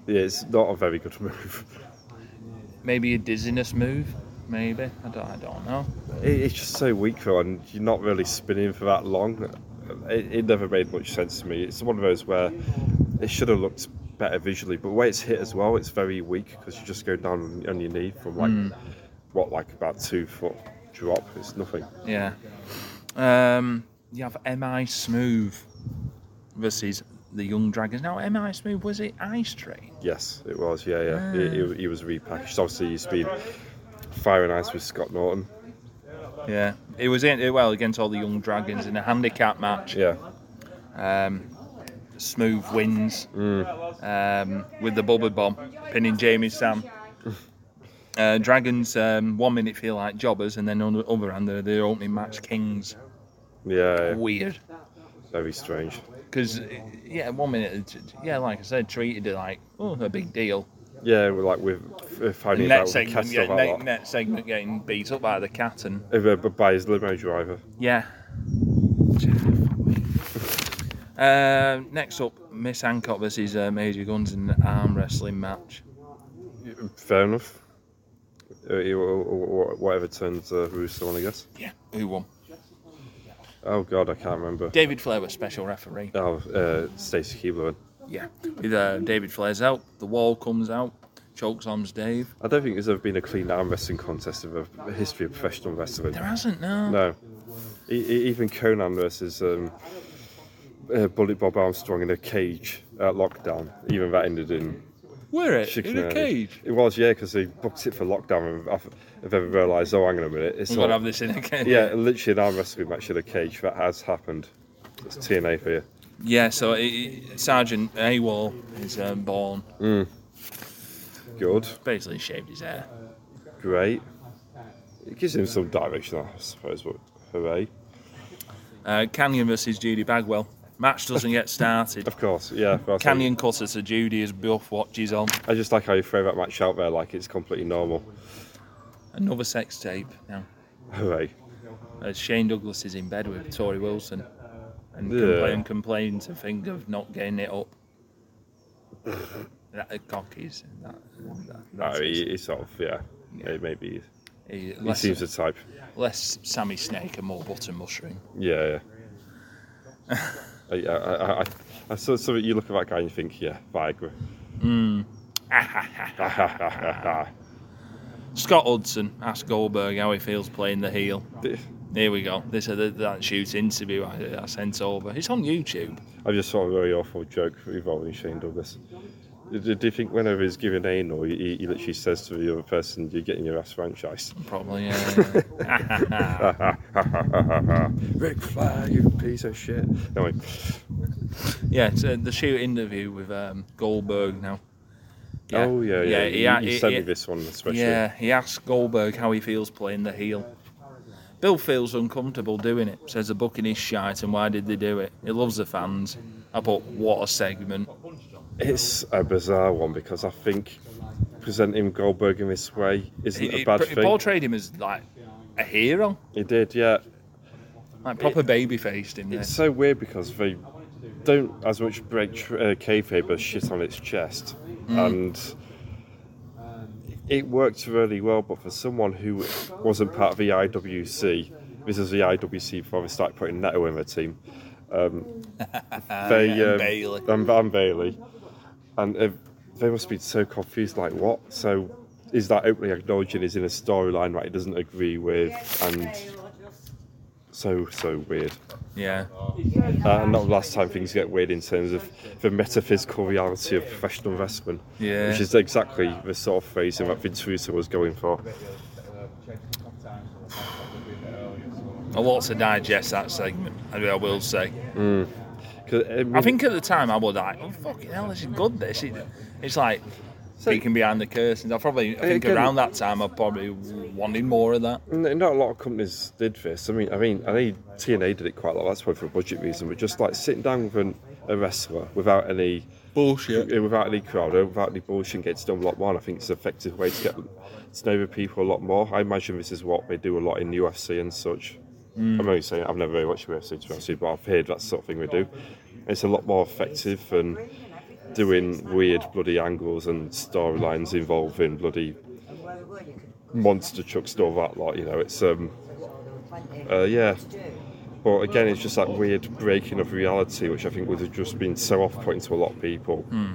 [SPEAKER 2] Yeah, it's not a very good move.
[SPEAKER 1] maybe a dizziness move. Maybe I don't, I don't know.
[SPEAKER 2] It, it's just so weak though, and you're not really spinning for that long. It, it never made much sense to me. It's one of those where it should have looked better visually, but the way it's hit as well, it's very weak because you just go down on, on your knee from
[SPEAKER 1] Hmm.
[SPEAKER 2] like what, like about two foot drop. It's nothing.
[SPEAKER 1] Yeah. Um, you have Mi Smooth versus the Young Dragons. Now Mi Smooth was it Ice Train?
[SPEAKER 2] Yes, it was. Yeah, yeah. He-
[SPEAKER 1] Ah.
[SPEAKER 2] he- he was repackaged. Obviously, he's been firing ice with Scott Norton.
[SPEAKER 1] Yeah, it was in well against all the Young Dragons in a handicap match.
[SPEAKER 2] Yeah.
[SPEAKER 1] Um, smooth wins um, with the bubble bomb, pinning Jamie Sam. Uh, Dragons um, one minute feel like jobbers, and then on the other hand, they're, they're opening match kings.
[SPEAKER 2] Yeah, yeah.
[SPEAKER 1] Weird,
[SPEAKER 2] very strange.
[SPEAKER 1] because eh, yeah, one minute, it's- it's- yeah, like I said, treated it like oh a big deal.
[SPEAKER 2] Yeah, we're like with uh,
[SPEAKER 1] And
[SPEAKER 2] finding out
[SPEAKER 1] net
[SPEAKER 2] with
[SPEAKER 1] segment,
[SPEAKER 2] Castor
[SPEAKER 1] yeah,
[SPEAKER 2] a
[SPEAKER 1] net,
[SPEAKER 2] lot.
[SPEAKER 1] net segment getting beat up by the cat and
[SPEAKER 2] Uh, but by his limo driver.
[SPEAKER 1] Yeah. Um, next up, Miss Hancock versus uh, Major Guns in an arm wrestling match.
[SPEAKER 2] Fair enough. Uh, he- wh- wh- wh- Whatever turns uh, Russo on, I guess.
[SPEAKER 1] Yeah. Who won?
[SPEAKER 2] Oh God, I can't remember.
[SPEAKER 1] David Flair was special referee.
[SPEAKER 2] Oh, uh, Stacey Keebler.
[SPEAKER 1] Yeah. With uh, David Flair's out, the wall comes out, chokes arms Dave.
[SPEAKER 2] I don't think there's ever been a clean arm wrestling contest in the history of professional wrestling.
[SPEAKER 1] There hasn't, no.
[SPEAKER 2] No. E- e- even Conan versus um, uh, Bullet Bob Armstrong in a cage at lockdown. Even that ended in
[SPEAKER 1] Were it?
[SPEAKER 2] chicken.
[SPEAKER 1] In a
[SPEAKER 2] early.
[SPEAKER 1] cage?
[SPEAKER 2] It was, yeah, because they booked it for lockdown. And I've, I've ever realised, oh, hang on a minute, it's
[SPEAKER 1] We're going
[SPEAKER 2] not.
[SPEAKER 1] to have this in a cage.
[SPEAKER 2] Yeah, literally an arm wrestling match in a cage. That has happened. It's TNA for you.
[SPEAKER 1] Yeah, so it, it, Sergeant AWOL is um, born,
[SPEAKER 2] Good,
[SPEAKER 1] basically shaved his hair.
[SPEAKER 2] great. It gives him some direction, I suppose. But hooray!
[SPEAKER 1] Uh, Canyon versus Judy Bagwell. Match doesn't get started.
[SPEAKER 2] Of course, yeah. that's it.
[SPEAKER 1] Canyon cutter to Judy as Buff watches on.
[SPEAKER 2] I just like how you throw that match out there like it's completely normal.
[SPEAKER 1] Another sex tape now.
[SPEAKER 2] Hooray!
[SPEAKER 1] As Shane Douglas is in bed with Tori Wilson and
[SPEAKER 2] Yeah.
[SPEAKER 1] complain, complain to think of not getting it up. that uh, cockies. That, that,
[SPEAKER 2] No,
[SPEAKER 1] that's
[SPEAKER 2] Uh, he,
[SPEAKER 1] his-
[SPEAKER 2] he's sort of yeah.
[SPEAKER 1] Yeah.
[SPEAKER 2] yeah. Maybe
[SPEAKER 1] he-
[SPEAKER 2] he
[SPEAKER 1] less,
[SPEAKER 2] seems the type.
[SPEAKER 1] less Sammy Snake and more Butter Mushroom.
[SPEAKER 2] Yeah. yeah. I, I, I, I, I saw something. You look at that guy and you think, yeah, Viagra. Mm.
[SPEAKER 1] Scott Hudson asks Goldberg how he feels playing the heel. Here we go. This is that shoot interview I, I uh, sent over. It's on YouTube.
[SPEAKER 2] I just saw a very awful joke involving Shane Douglas. Do, do you think whenever he's given anal, he, he literally says to the other person, "You're getting your ass franchised."
[SPEAKER 1] Probably. Uh,
[SPEAKER 2] Rick Flair, you piece of shit. Anyway,
[SPEAKER 1] Yeah, it's, uh, the shoot interview with um, Goldberg now.
[SPEAKER 2] oh yeah, yeah.
[SPEAKER 1] he-
[SPEAKER 2] you, you
[SPEAKER 1] he-
[SPEAKER 2] sent
[SPEAKER 1] he-
[SPEAKER 2] me this one especially.
[SPEAKER 1] Yeah, he asked Goldberg how he feels playing the heel. Bill feels uncomfortable doing it. Says the booking is shite and why did they do it? He loves the fans. I put what a segment.
[SPEAKER 2] It's a bizarre one because I think presenting Goldberg in this way isn't
[SPEAKER 1] It,
[SPEAKER 2] a bad
[SPEAKER 1] it- it
[SPEAKER 2] thing.
[SPEAKER 1] portrayed him as like a hero,
[SPEAKER 2] He did, yeah.
[SPEAKER 1] like proper baby faced in there.
[SPEAKER 2] It's so weird because they don't as much break tr- uh, kayfabe as shit on its chest, and it worked really well. But for someone who wasn't part of the IWC, this is the IWC before they started putting Neto in their team, Um, they um,
[SPEAKER 1] Bailey.
[SPEAKER 2] And, and Bailey, and uh, they must be so confused. Like what? So is that openly acknowledging is in a storyline that he doesn't agree with, and so so weird.
[SPEAKER 1] Yeah.
[SPEAKER 2] Uh, and not the last time things get weird in terms of the metaphysical reality of professional wrestling,
[SPEAKER 1] Yeah.
[SPEAKER 2] which is exactly the sort of phrasing that Vince Russo was going for.
[SPEAKER 1] A lot to digest that segment, I I will say.
[SPEAKER 2] 'Cause, I mean,
[SPEAKER 1] I think at the time I was like, oh, fucking hell, this is good, this. It, it's like speaking behind the curtains. I probably, I think
[SPEAKER 2] Again-
[SPEAKER 1] around that time I probably wanted more of that.
[SPEAKER 2] N- Not a lot of companies did this. I mean, I mean, I know TNA did it quite a lot. That's probably for a budget reason. But just like sitting down with an, a wrestler without any
[SPEAKER 1] Bullshit.
[SPEAKER 2] uh, without any crowd, uh, without any bullshit, and gets done a lot more. And I think it's an effective way to get to know the people a lot more. I imagine this is what they do a lot in UFC and such. I'm only saying I've never really watched UFC to be honest, with you, but I've heard that sort of thing we do. It's a lot more effective than doing weird bloody angles and storylines involving bloody monster chucks and all that lot. You know, it's um, uh, yeah. But again, it's just that weird breaking of reality, which I think would have just been so off-putting to a lot of people,
[SPEAKER 1] Hmm.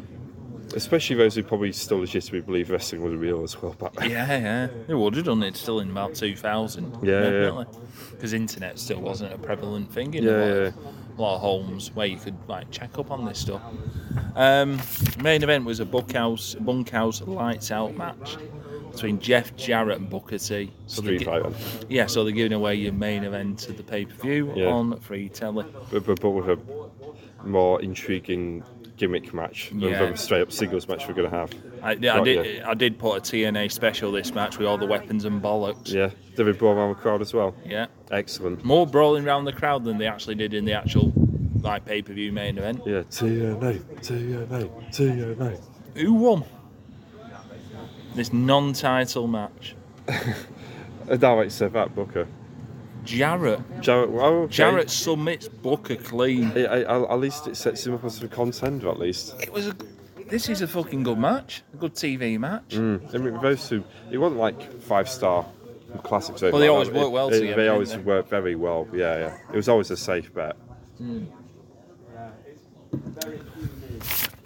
[SPEAKER 2] especially those who probably still legitimately believe wrestling was real as well back then.
[SPEAKER 1] Yeah, yeah. It would have done it still in about 2000.
[SPEAKER 2] Yeah, yeah.
[SPEAKER 1] Because internet still wasn't a prevalent thing in a,
[SPEAKER 2] Yeah,
[SPEAKER 1] lot of, a lot of homes where you could like check up on this stuff. Um, main event was a bunkhouse, bunkhouse lights out match between Jeff Jarrett and Booker T. So they
[SPEAKER 2] Street
[SPEAKER 1] gi-
[SPEAKER 2] fight then.
[SPEAKER 1] Yeah, so they're giving away your main event of the pay per view
[SPEAKER 2] Yeah.
[SPEAKER 1] on free telly.
[SPEAKER 2] but, but, but with a more intriguing gimmick match than
[SPEAKER 1] Yeah.
[SPEAKER 2] the straight-up singles match we're going to have.
[SPEAKER 1] I, I
[SPEAKER 2] Right,
[SPEAKER 1] did. I did put a TNA special this match with all the weapons and bollocks.
[SPEAKER 2] Yeah, did we brought around the crowd as well?
[SPEAKER 1] Yeah.
[SPEAKER 2] Excellent.
[SPEAKER 1] More brawling around the crowd than they actually did in the actual like pay per view main event.
[SPEAKER 2] Yeah, TNA, TNA, TNA.
[SPEAKER 1] Who won? This non-title match.
[SPEAKER 2] Uh, Now it said that Booker.
[SPEAKER 1] Jarrett.
[SPEAKER 2] Jarrett, well, okay.
[SPEAKER 1] Jarrett submits Booker clean.
[SPEAKER 2] I, I, I- at least it sets him up as a contender, at least.
[SPEAKER 1] It was a. This is a fucking good match. A good TV match.
[SPEAKER 2] Mm. I mean, those two, it wasn't like five star classics.
[SPEAKER 1] Well, they always work well together,
[SPEAKER 2] They
[SPEAKER 1] don't
[SPEAKER 2] always
[SPEAKER 1] they?
[SPEAKER 2] work very well, yeah, yeah. It was always a safe bet.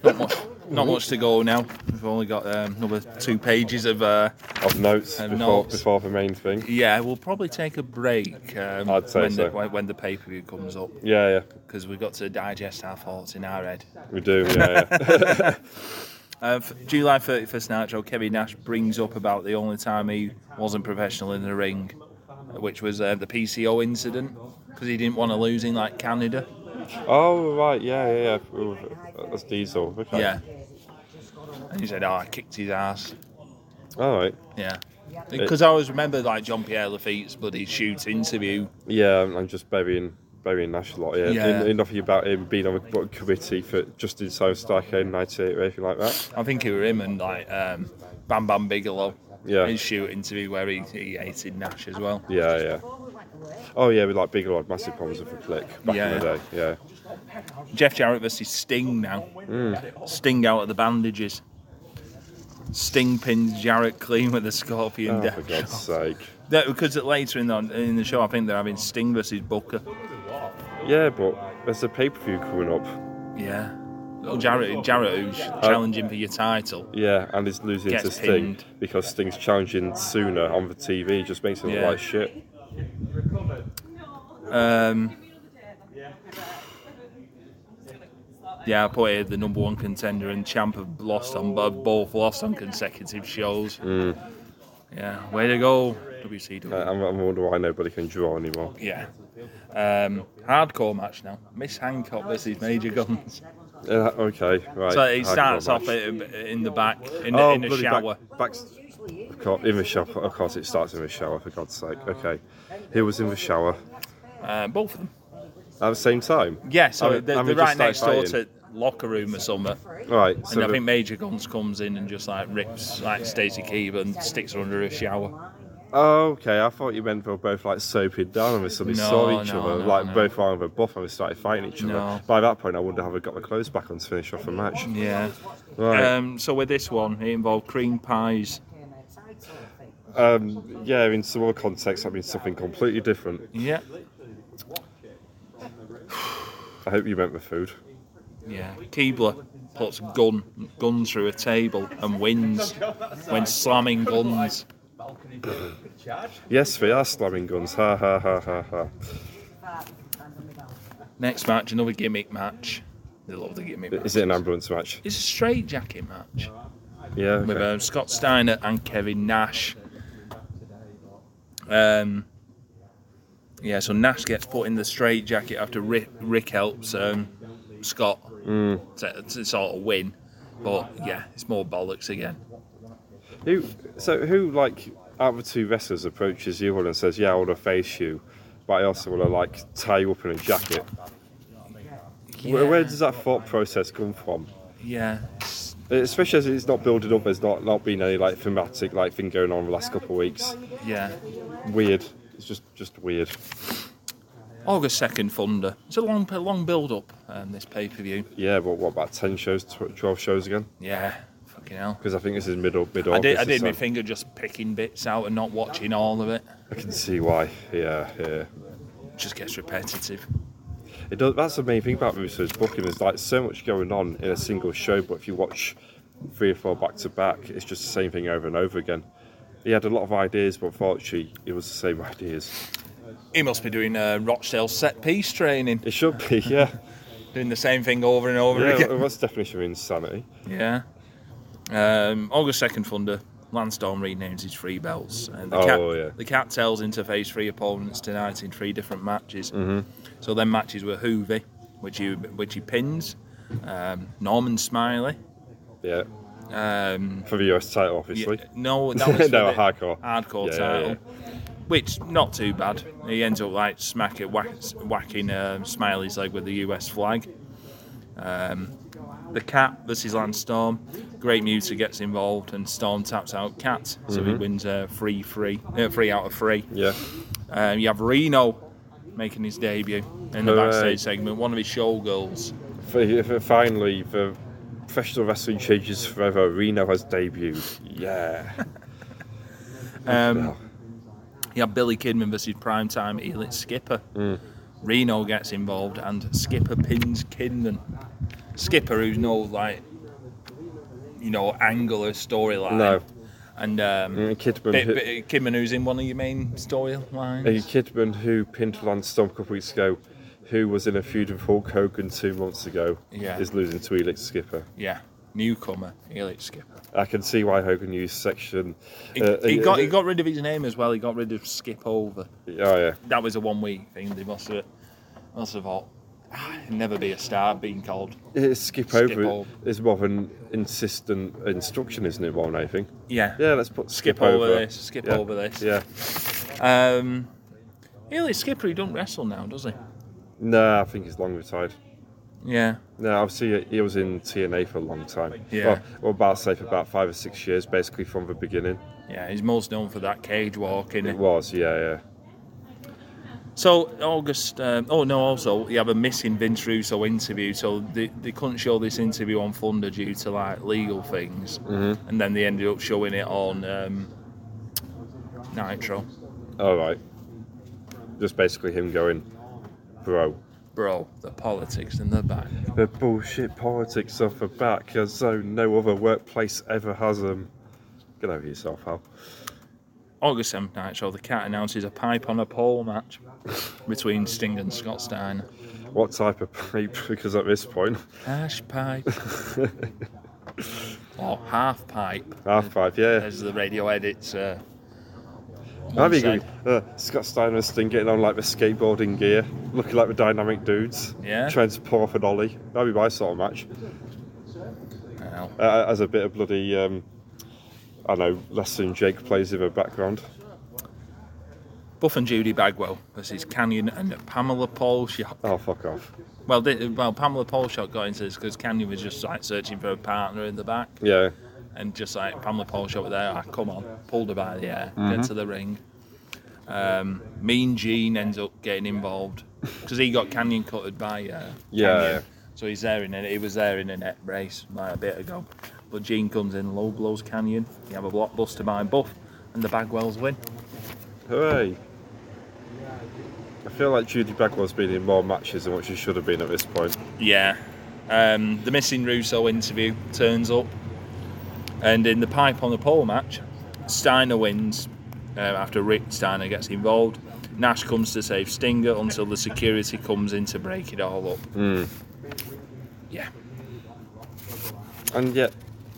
[SPEAKER 1] Not much. Not
[SPEAKER 2] Mm.
[SPEAKER 1] much to go now. We've only got um, another two pages of. Uh,
[SPEAKER 2] Of notes,
[SPEAKER 1] And
[SPEAKER 2] before,
[SPEAKER 1] notes.
[SPEAKER 2] before the main thing.
[SPEAKER 1] yeah, we'll probably take a break. Um,
[SPEAKER 2] I'd say
[SPEAKER 1] when The,
[SPEAKER 2] so.
[SPEAKER 1] when, when the pay per view comes up,
[SPEAKER 2] Yeah, yeah.
[SPEAKER 1] because we've got to digest our thoughts in our head.
[SPEAKER 2] We do, yeah, yeah.
[SPEAKER 1] Uh, f- July 31st Nitro, Kevin Nash brings up about the only time he wasn't professional in the ring, which was uh, the PCO incident, because he didn't want to lose in like Canada.
[SPEAKER 2] oh, right, yeah, yeah, yeah. Ooh, that's Diesel. Okay.
[SPEAKER 1] Yeah. And he said, "Oh, I kicked his ass."
[SPEAKER 2] All right.
[SPEAKER 1] Yeah. Because I always remember like Jean Pierre Lafitte's bloody shoot interview.
[SPEAKER 2] Yeah, I'm I'm just burying burying Nash a lot. Yeah,
[SPEAKER 1] Yeah.
[SPEAKER 2] yeah. nothing about him being on a committee for just inside Starcade '98 or anything like that.
[SPEAKER 1] I think it were him and like um, Bam Bam Bigelow.
[SPEAKER 2] Yeah.
[SPEAKER 1] His shoot interview where he, he hated Nash as well.
[SPEAKER 2] Yeah, yeah. Oh yeah, we like Bigelow had massive problems with the click back in
[SPEAKER 1] Yeah.
[SPEAKER 2] the day. Yeah,
[SPEAKER 1] Jeff Jarrett versus Sting now.
[SPEAKER 2] Mm.
[SPEAKER 1] Sting out of the bandages. Sting pins Jarrett clean with the scorpion
[SPEAKER 2] oh, for
[SPEAKER 1] death.
[SPEAKER 2] God's sake.
[SPEAKER 1] No, because later in the, in the show, I think they're having Sting versus Booker.
[SPEAKER 2] Yeah, but there's a pay per view coming up.
[SPEAKER 1] Yeah. Little Jarrett, Jarrett who's
[SPEAKER 2] Uh,
[SPEAKER 1] challenging for your title.
[SPEAKER 2] Yeah, and he's losing to
[SPEAKER 1] Gets
[SPEAKER 2] Sting
[SPEAKER 1] pinned.
[SPEAKER 2] because Sting's challenging sooner on the TV. Just makes him look
[SPEAKER 1] Yeah.
[SPEAKER 2] like shit.
[SPEAKER 1] Um, yeah, I put here the number one contender and champ have lost on have both lost on consecutive shows.
[SPEAKER 2] Hmm.
[SPEAKER 1] Yeah, way to go, WCW.
[SPEAKER 2] I, I'm, I wonder why nobody can draw anymore.
[SPEAKER 1] Yeah. Um, hardcore match now. Miss Hancock versus Major Guns.
[SPEAKER 2] Yeah, okay, right.
[SPEAKER 1] So it
[SPEAKER 2] hardcore
[SPEAKER 1] starts off
[SPEAKER 2] match.
[SPEAKER 1] in, in the back, in,
[SPEAKER 2] Oh,
[SPEAKER 1] in the
[SPEAKER 2] bloody
[SPEAKER 1] shower.
[SPEAKER 2] Back, back, of course, in the shower. Of course, it starts in the shower. For God's sake. Okay, who was in the shower
[SPEAKER 1] Uh, both of them.
[SPEAKER 2] at the same time?
[SPEAKER 1] Yeah, so
[SPEAKER 2] Oh, and
[SPEAKER 1] they're,
[SPEAKER 2] we
[SPEAKER 1] they're
[SPEAKER 2] just
[SPEAKER 1] right
[SPEAKER 2] start
[SPEAKER 1] next door
[SPEAKER 2] fighting.
[SPEAKER 1] to locker room or something.
[SPEAKER 2] Right.
[SPEAKER 1] And
[SPEAKER 2] So
[SPEAKER 1] I
[SPEAKER 2] the-
[SPEAKER 1] think Major Guns comes in and just like rips like Stacey Keevan and sticks her under a shower.
[SPEAKER 2] oh, okay. I thought you meant they were both like soaping down and they suddenly
[SPEAKER 1] No,
[SPEAKER 2] saw each
[SPEAKER 1] no,
[SPEAKER 2] other,
[SPEAKER 1] no,
[SPEAKER 2] like
[SPEAKER 1] no.
[SPEAKER 2] both were on the buff and they started fighting each other.
[SPEAKER 1] No.
[SPEAKER 2] By that point, I wouldn't have got my clothes back on to finish off the match.
[SPEAKER 1] Yeah.
[SPEAKER 2] Right.
[SPEAKER 1] Um, so with this one, it involved cream pies.
[SPEAKER 2] Um, yeah, in some other context, that means something completely different.
[SPEAKER 1] Yeah.
[SPEAKER 2] I hope you went with food.
[SPEAKER 1] Yeah, Keebler puts gun gun through a table and wins when slamming guns.
[SPEAKER 2] Yes, we are slamming guns. Ha ha ha ha ha.
[SPEAKER 1] Next match, another gimmick match. They love the gimmick.
[SPEAKER 2] Is it an
[SPEAKER 1] matches.
[SPEAKER 2] ambulance match?
[SPEAKER 1] It's a straight jacket match
[SPEAKER 2] Yeah.
[SPEAKER 1] with
[SPEAKER 2] okay.
[SPEAKER 1] um, Scott Steiner and Kevin Nash. Um, yeah, so Nash gets put in the straight jacket after Rick, Rick helps um, Scott
[SPEAKER 2] Mm.
[SPEAKER 1] to, to sort of win. But yeah, it's more bollocks again.
[SPEAKER 2] Who? So who like out of the two wrestlers approaches you and says, "Yeah, I want to face you, but I also want to like tie you up in a jacket." Where, where does that thought process come from?
[SPEAKER 1] Yeah, it's-
[SPEAKER 2] Especially as it's not building up. There's not not been any like thematic like thing going on the last couple of weeks.
[SPEAKER 1] yeah.
[SPEAKER 2] Weird. It's just just weird.
[SPEAKER 1] August second, Thunder. It's a long, a long build up. Um, this pay per view.
[SPEAKER 2] Yeah, but what about ten shows, tw- twelve shows again?
[SPEAKER 1] Yeah, fucking hell.
[SPEAKER 2] Because I think this is middle middle.
[SPEAKER 1] I did, I did my finger just picking bits out and not watching all of it.
[SPEAKER 2] I can see why. Yeah, yeah.
[SPEAKER 1] Just gets repetitive.
[SPEAKER 2] It does, that's the main thing about Russo's booking is like so much going on in a single show, but if you watch three or four back to back, it's just the same thing over and over again. He had a lot of ideas, but unfortunately, it was the same ideas.
[SPEAKER 1] He must be doing uh, Rochdale set piece training,
[SPEAKER 2] It should be, yeah.
[SPEAKER 1] doing the same thing over and over
[SPEAKER 2] yeah
[SPEAKER 1] again.
[SPEAKER 2] well, that's the definition of insanity.
[SPEAKER 1] Yeah. Um, August second, Thunder. Lansdowne renames his three belts. And the
[SPEAKER 2] Oh,
[SPEAKER 1] cat,
[SPEAKER 2] yeah.
[SPEAKER 1] The Cattails interface three opponents tonight in three different matches.
[SPEAKER 2] Mm-hmm.
[SPEAKER 1] So then matches were Hoovy, which he which he pins, um, Norman Smiley.
[SPEAKER 2] Yeah,
[SPEAKER 1] Um,
[SPEAKER 2] for the US title,
[SPEAKER 1] yeah,
[SPEAKER 2] obviously.
[SPEAKER 1] no, that was
[SPEAKER 2] No,
[SPEAKER 1] for the
[SPEAKER 2] hardcore.
[SPEAKER 1] hardcore
[SPEAKER 2] Yeah, yeah,
[SPEAKER 1] title, which not too bad. He ends up like smack it, whack, whacking um Smiley's leg with the US flag. Um, the Cat versus Lance Storm. Great Muta gets involved and Storm taps out Cat, so
[SPEAKER 2] Mm-hmm.
[SPEAKER 1] he wins uh, three, three, uh, three out of three.
[SPEAKER 2] Yeah.
[SPEAKER 1] Um, you have Reno making his debut in the
[SPEAKER 2] Hooray.
[SPEAKER 1] backstage segment. One of his showgirls.
[SPEAKER 2] For, for finally, the professional wrestling changes forever. Reno has debuted. Yeah.
[SPEAKER 1] Um, You have Billy Kidman versus primetime Elite Skipper.
[SPEAKER 2] Mm.
[SPEAKER 1] Reno gets involved and Skipper pins Kidman. Skipper, who's no like, you know, angler storyline.
[SPEAKER 2] No.
[SPEAKER 1] And um,
[SPEAKER 2] Mm, Kidman,
[SPEAKER 1] Bi-
[SPEAKER 2] who-
[SPEAKER 1] Bi- Kidman, who's in one of your main
[SPEAKER 2] A
[SPEAKER 1] storylines.
[SPEAKER 2] Kidman who pinned Lance Storm a couple weeks ago, who was in a feud with Hulk Hogan two months ago,
[SPEAKER 1] Yeah.
[SPEAKER 2] is losing to Elix Skipper.
[SPEAKER 1] Yeah, newcomer Elite Skipper.
[SPEAKER 2] I can see why Hogan used section.
[SPEAKER 1] He,
[SPEAKER 2] uh,
[SPEAKER 1] he got
[SPEAKER 2] uh,
[SPEAKER 1] he got rid of his name as well. He got rid of Skip Over.
[SPEAKER 2] Oh yeah,
[SPEAKER 1] That was a one week thing. They must have must have thought. "Ah, it'd Never be a star being called.
[SPEAKER 2] Uh, skip, over
[SPEAKER 1] over.
[SPEAKER 2] is more of an insistent instruction, isn't it? More than anything.
[SPEAKER 1] Yeah.
[SPEAKER 2] Yeah, let's put skip,
[SPEAKER 1] Skip over this, skip
[SPEAKER 2] Yeah,
[SPEAKER 1] over this.
[SPEAKER 2] Yeah,
[SPEAKER 1] Um, Eli Skipper, he don't wrestle now, does he?
[SPEAKER 2] nah, I think he's long retired.
[SPEAKER 1] Yeah.
[SPEAKER 2] No, obviously he was in TNA for a long time.
[SPEAKER 1] Yeah.
[SPEAKER 2] well, well, about say for about five or six years, basically from the beginning.
[SPEAKER 1] Yeah, he's most known for that cage walk,
[SPEAKER 2] It
[SPEAKER 1] innit?
[SPEAKER 2] was, yeah, yeah.
[SPEAKER 1] So, August, um, oh no, also, you have a missing Vince Russo interview. So, they, they couldn't show this interview on Thunder due to like legal things. Mm-hmm. And then they ended up showing it on um, Nitro.
[SPEAKER 2] All right. Just basically him going, bro.
[SPEAKER 1] Bro, the politics in the back.
[SPEAKER 2] The bullshit politics of the back as though no other workplace ever has them. Get over yourself, Hal.
[SPEAKER 1] August 7th Nitro, the cat announces a pipe on a pole match between Sting and Scott Steiner.
[SPEAKER 2] What type of pipe? Because at this point,
[SPEAKER 1] Hash pipe. or half pipe,
[SPEAKER 2] half pipe, yeah.
[SPEAKER 1] as the radio edits. Uh,
[SPEAKER 2] That'd be
[SPEAKER 1] said.
[SPEAKER 2] good. Uh, Scott Steiner and Sting getting on like the skateboarding gear, looking like the dynamic dudes.
[SPEAKER 1] Yeah.
[SPEAKER 2] Trying to pull off an ollie. That'd be my sort of match.
[SPEAKER 1] well,
[SPEAKER 2] Uh, as a bit of bloody, um, I know, less than Jake plays in the background.
[SPEAKER 1] Buff and Judy Bagwell versus Canyon and Pamela Paul Shop.
[SPEAKER 2] Oh, fuck off.
[SPEAKER 1] Well, they, well, Pamela Paul Shop got into this because Canyon was just like searching for a partner in the back,
[SPEAKER 2] Yeah.
[SPEAKER 1] and just like Pamela Paul Shop was there, like, come on, pulled her by the air,
[SPEAKER 2] Mm-hmm.
[SPEAKER 1] get to the ring. Um, mean Gene ends up getting involved because he got Canyon cutted by uh,
[SPEAKER 2] Yeah.
[SPEAKER 1] Canyon. So he's there in a, he was there in a net race like a bit ago. But Gene comes in, low blows Canyon. You have a blockbuster by Buff, and the Bagwells win.
[SPEAKER 2] Hooray. I feel like Judy Bagwell's been in more matches than what she should have been at this point.
[SPEAKER 1] Yeah. Um, the missing Russo interview turns up. And in the pipe on the pole match, Steiner wins uh, after Rick Steiner gets involved. Nash comes to save Stinger until the security comes in to break it all up. Yeah.
[SPEAKER 2] And yet,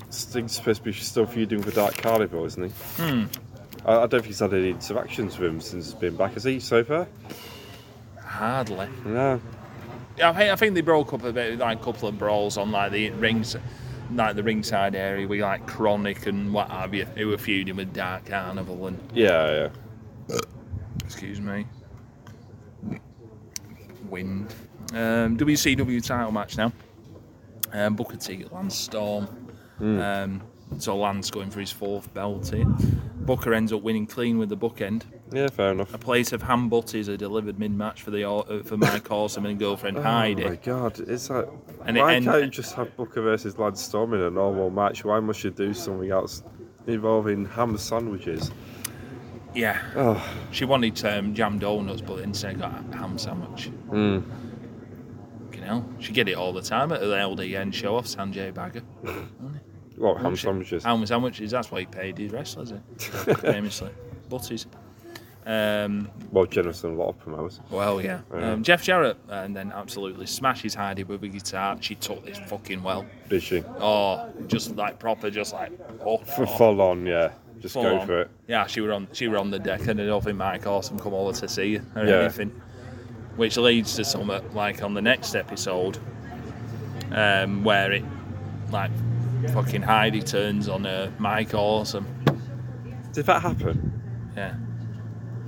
[SPEAKER 2] Sting's supposed to be still feuding with Dark Caliber, isn't he? Hmm. I, I don't think he's had any interactions with him since he's been back, has he, so far?
[SPEAKER 1] Hardly.
[SPEAKER 2] No.
[SPEAKER 1] I think, I think they broke up a bit, like a couple of brawls on like the rings, like the ringside area with like Chronic and what have you, who were feuding with Dark Carnival and
[SPEAKER 2] Yeah, yeah.
[SPEAKER 1] excuse me, wind. Um, WCW title match now. Um, Booker T, Lance Storm.
[SPEAKER 2] Hmm.
[SPEAKER 1] Um, so Lance going for his fourth belt here. Booker ends up winning clean with the bookend.
[SPEAKER 2] Yeah, fair enough.
[SPEAKER 1] A plate of ham butties are delivered mid-match for the uh, for Mike Awesome and girlfriend Heidi.
[SPEAKER 2] Oh my god, it's like
[SPEAKER 1] And it
[SPEAKER 2] why
[SPEAKER 1] end-
[SPEAKER 2] can't you just have Booker versus Lance Storm in a normal match? Why must you do something else involving ham sandwiches?
[SPEAKER 1] Yeah.
[SPEAKER 2] Oh,
[SPEAKER 1] She wanted um, jam donuts, but instead got a ham sandwich.
[SPEAKER 2] Hmm.
[SPEAKER 1] You know, she get it all the time at the LDN show off Sanjay Bagger.
[SPEAKER 2] well, ham sandwiches.
[SPEAKER 1] Ham sandwiches, that's why he paid his wrestlers, eh? famously. Butties. Um,
[SPEAKER 2] More generous than a lot of promoters.
[SPEAKER 1] well, yeah.
[SPEAKER 2] Yeah.
[SPEAKER 1] Um, Jeff Jarrett, and then absolutely smashes Heidi with a guitar. She took this fucking well.
[SPEAKER 2] Did she?
[SPEAKER 1] Oh, just like proper, just like oh,
[SPEAKER 2] For
[SPEAKER 1] oh.
[SPEAKER 2] full on, yeah. Just
[SPEAKER 1] Full
[SPEAKER 2] go
[SPEAKER 1] on.
[SPEAKER 2] for it.
[SPEAKER 1] Yeah, she were on she were on the deck, and I don't think Mike Awesome come over to see you or
[SPEAKER 2] Yeah.
[SPEAKER 1] anything. Which leads to something like on the next episode, um, where it like fucking Heidi turns on uh, Mike Awesome.
[SPEAKER 2] Did that happen?
[SPEAKER 1] Yeah.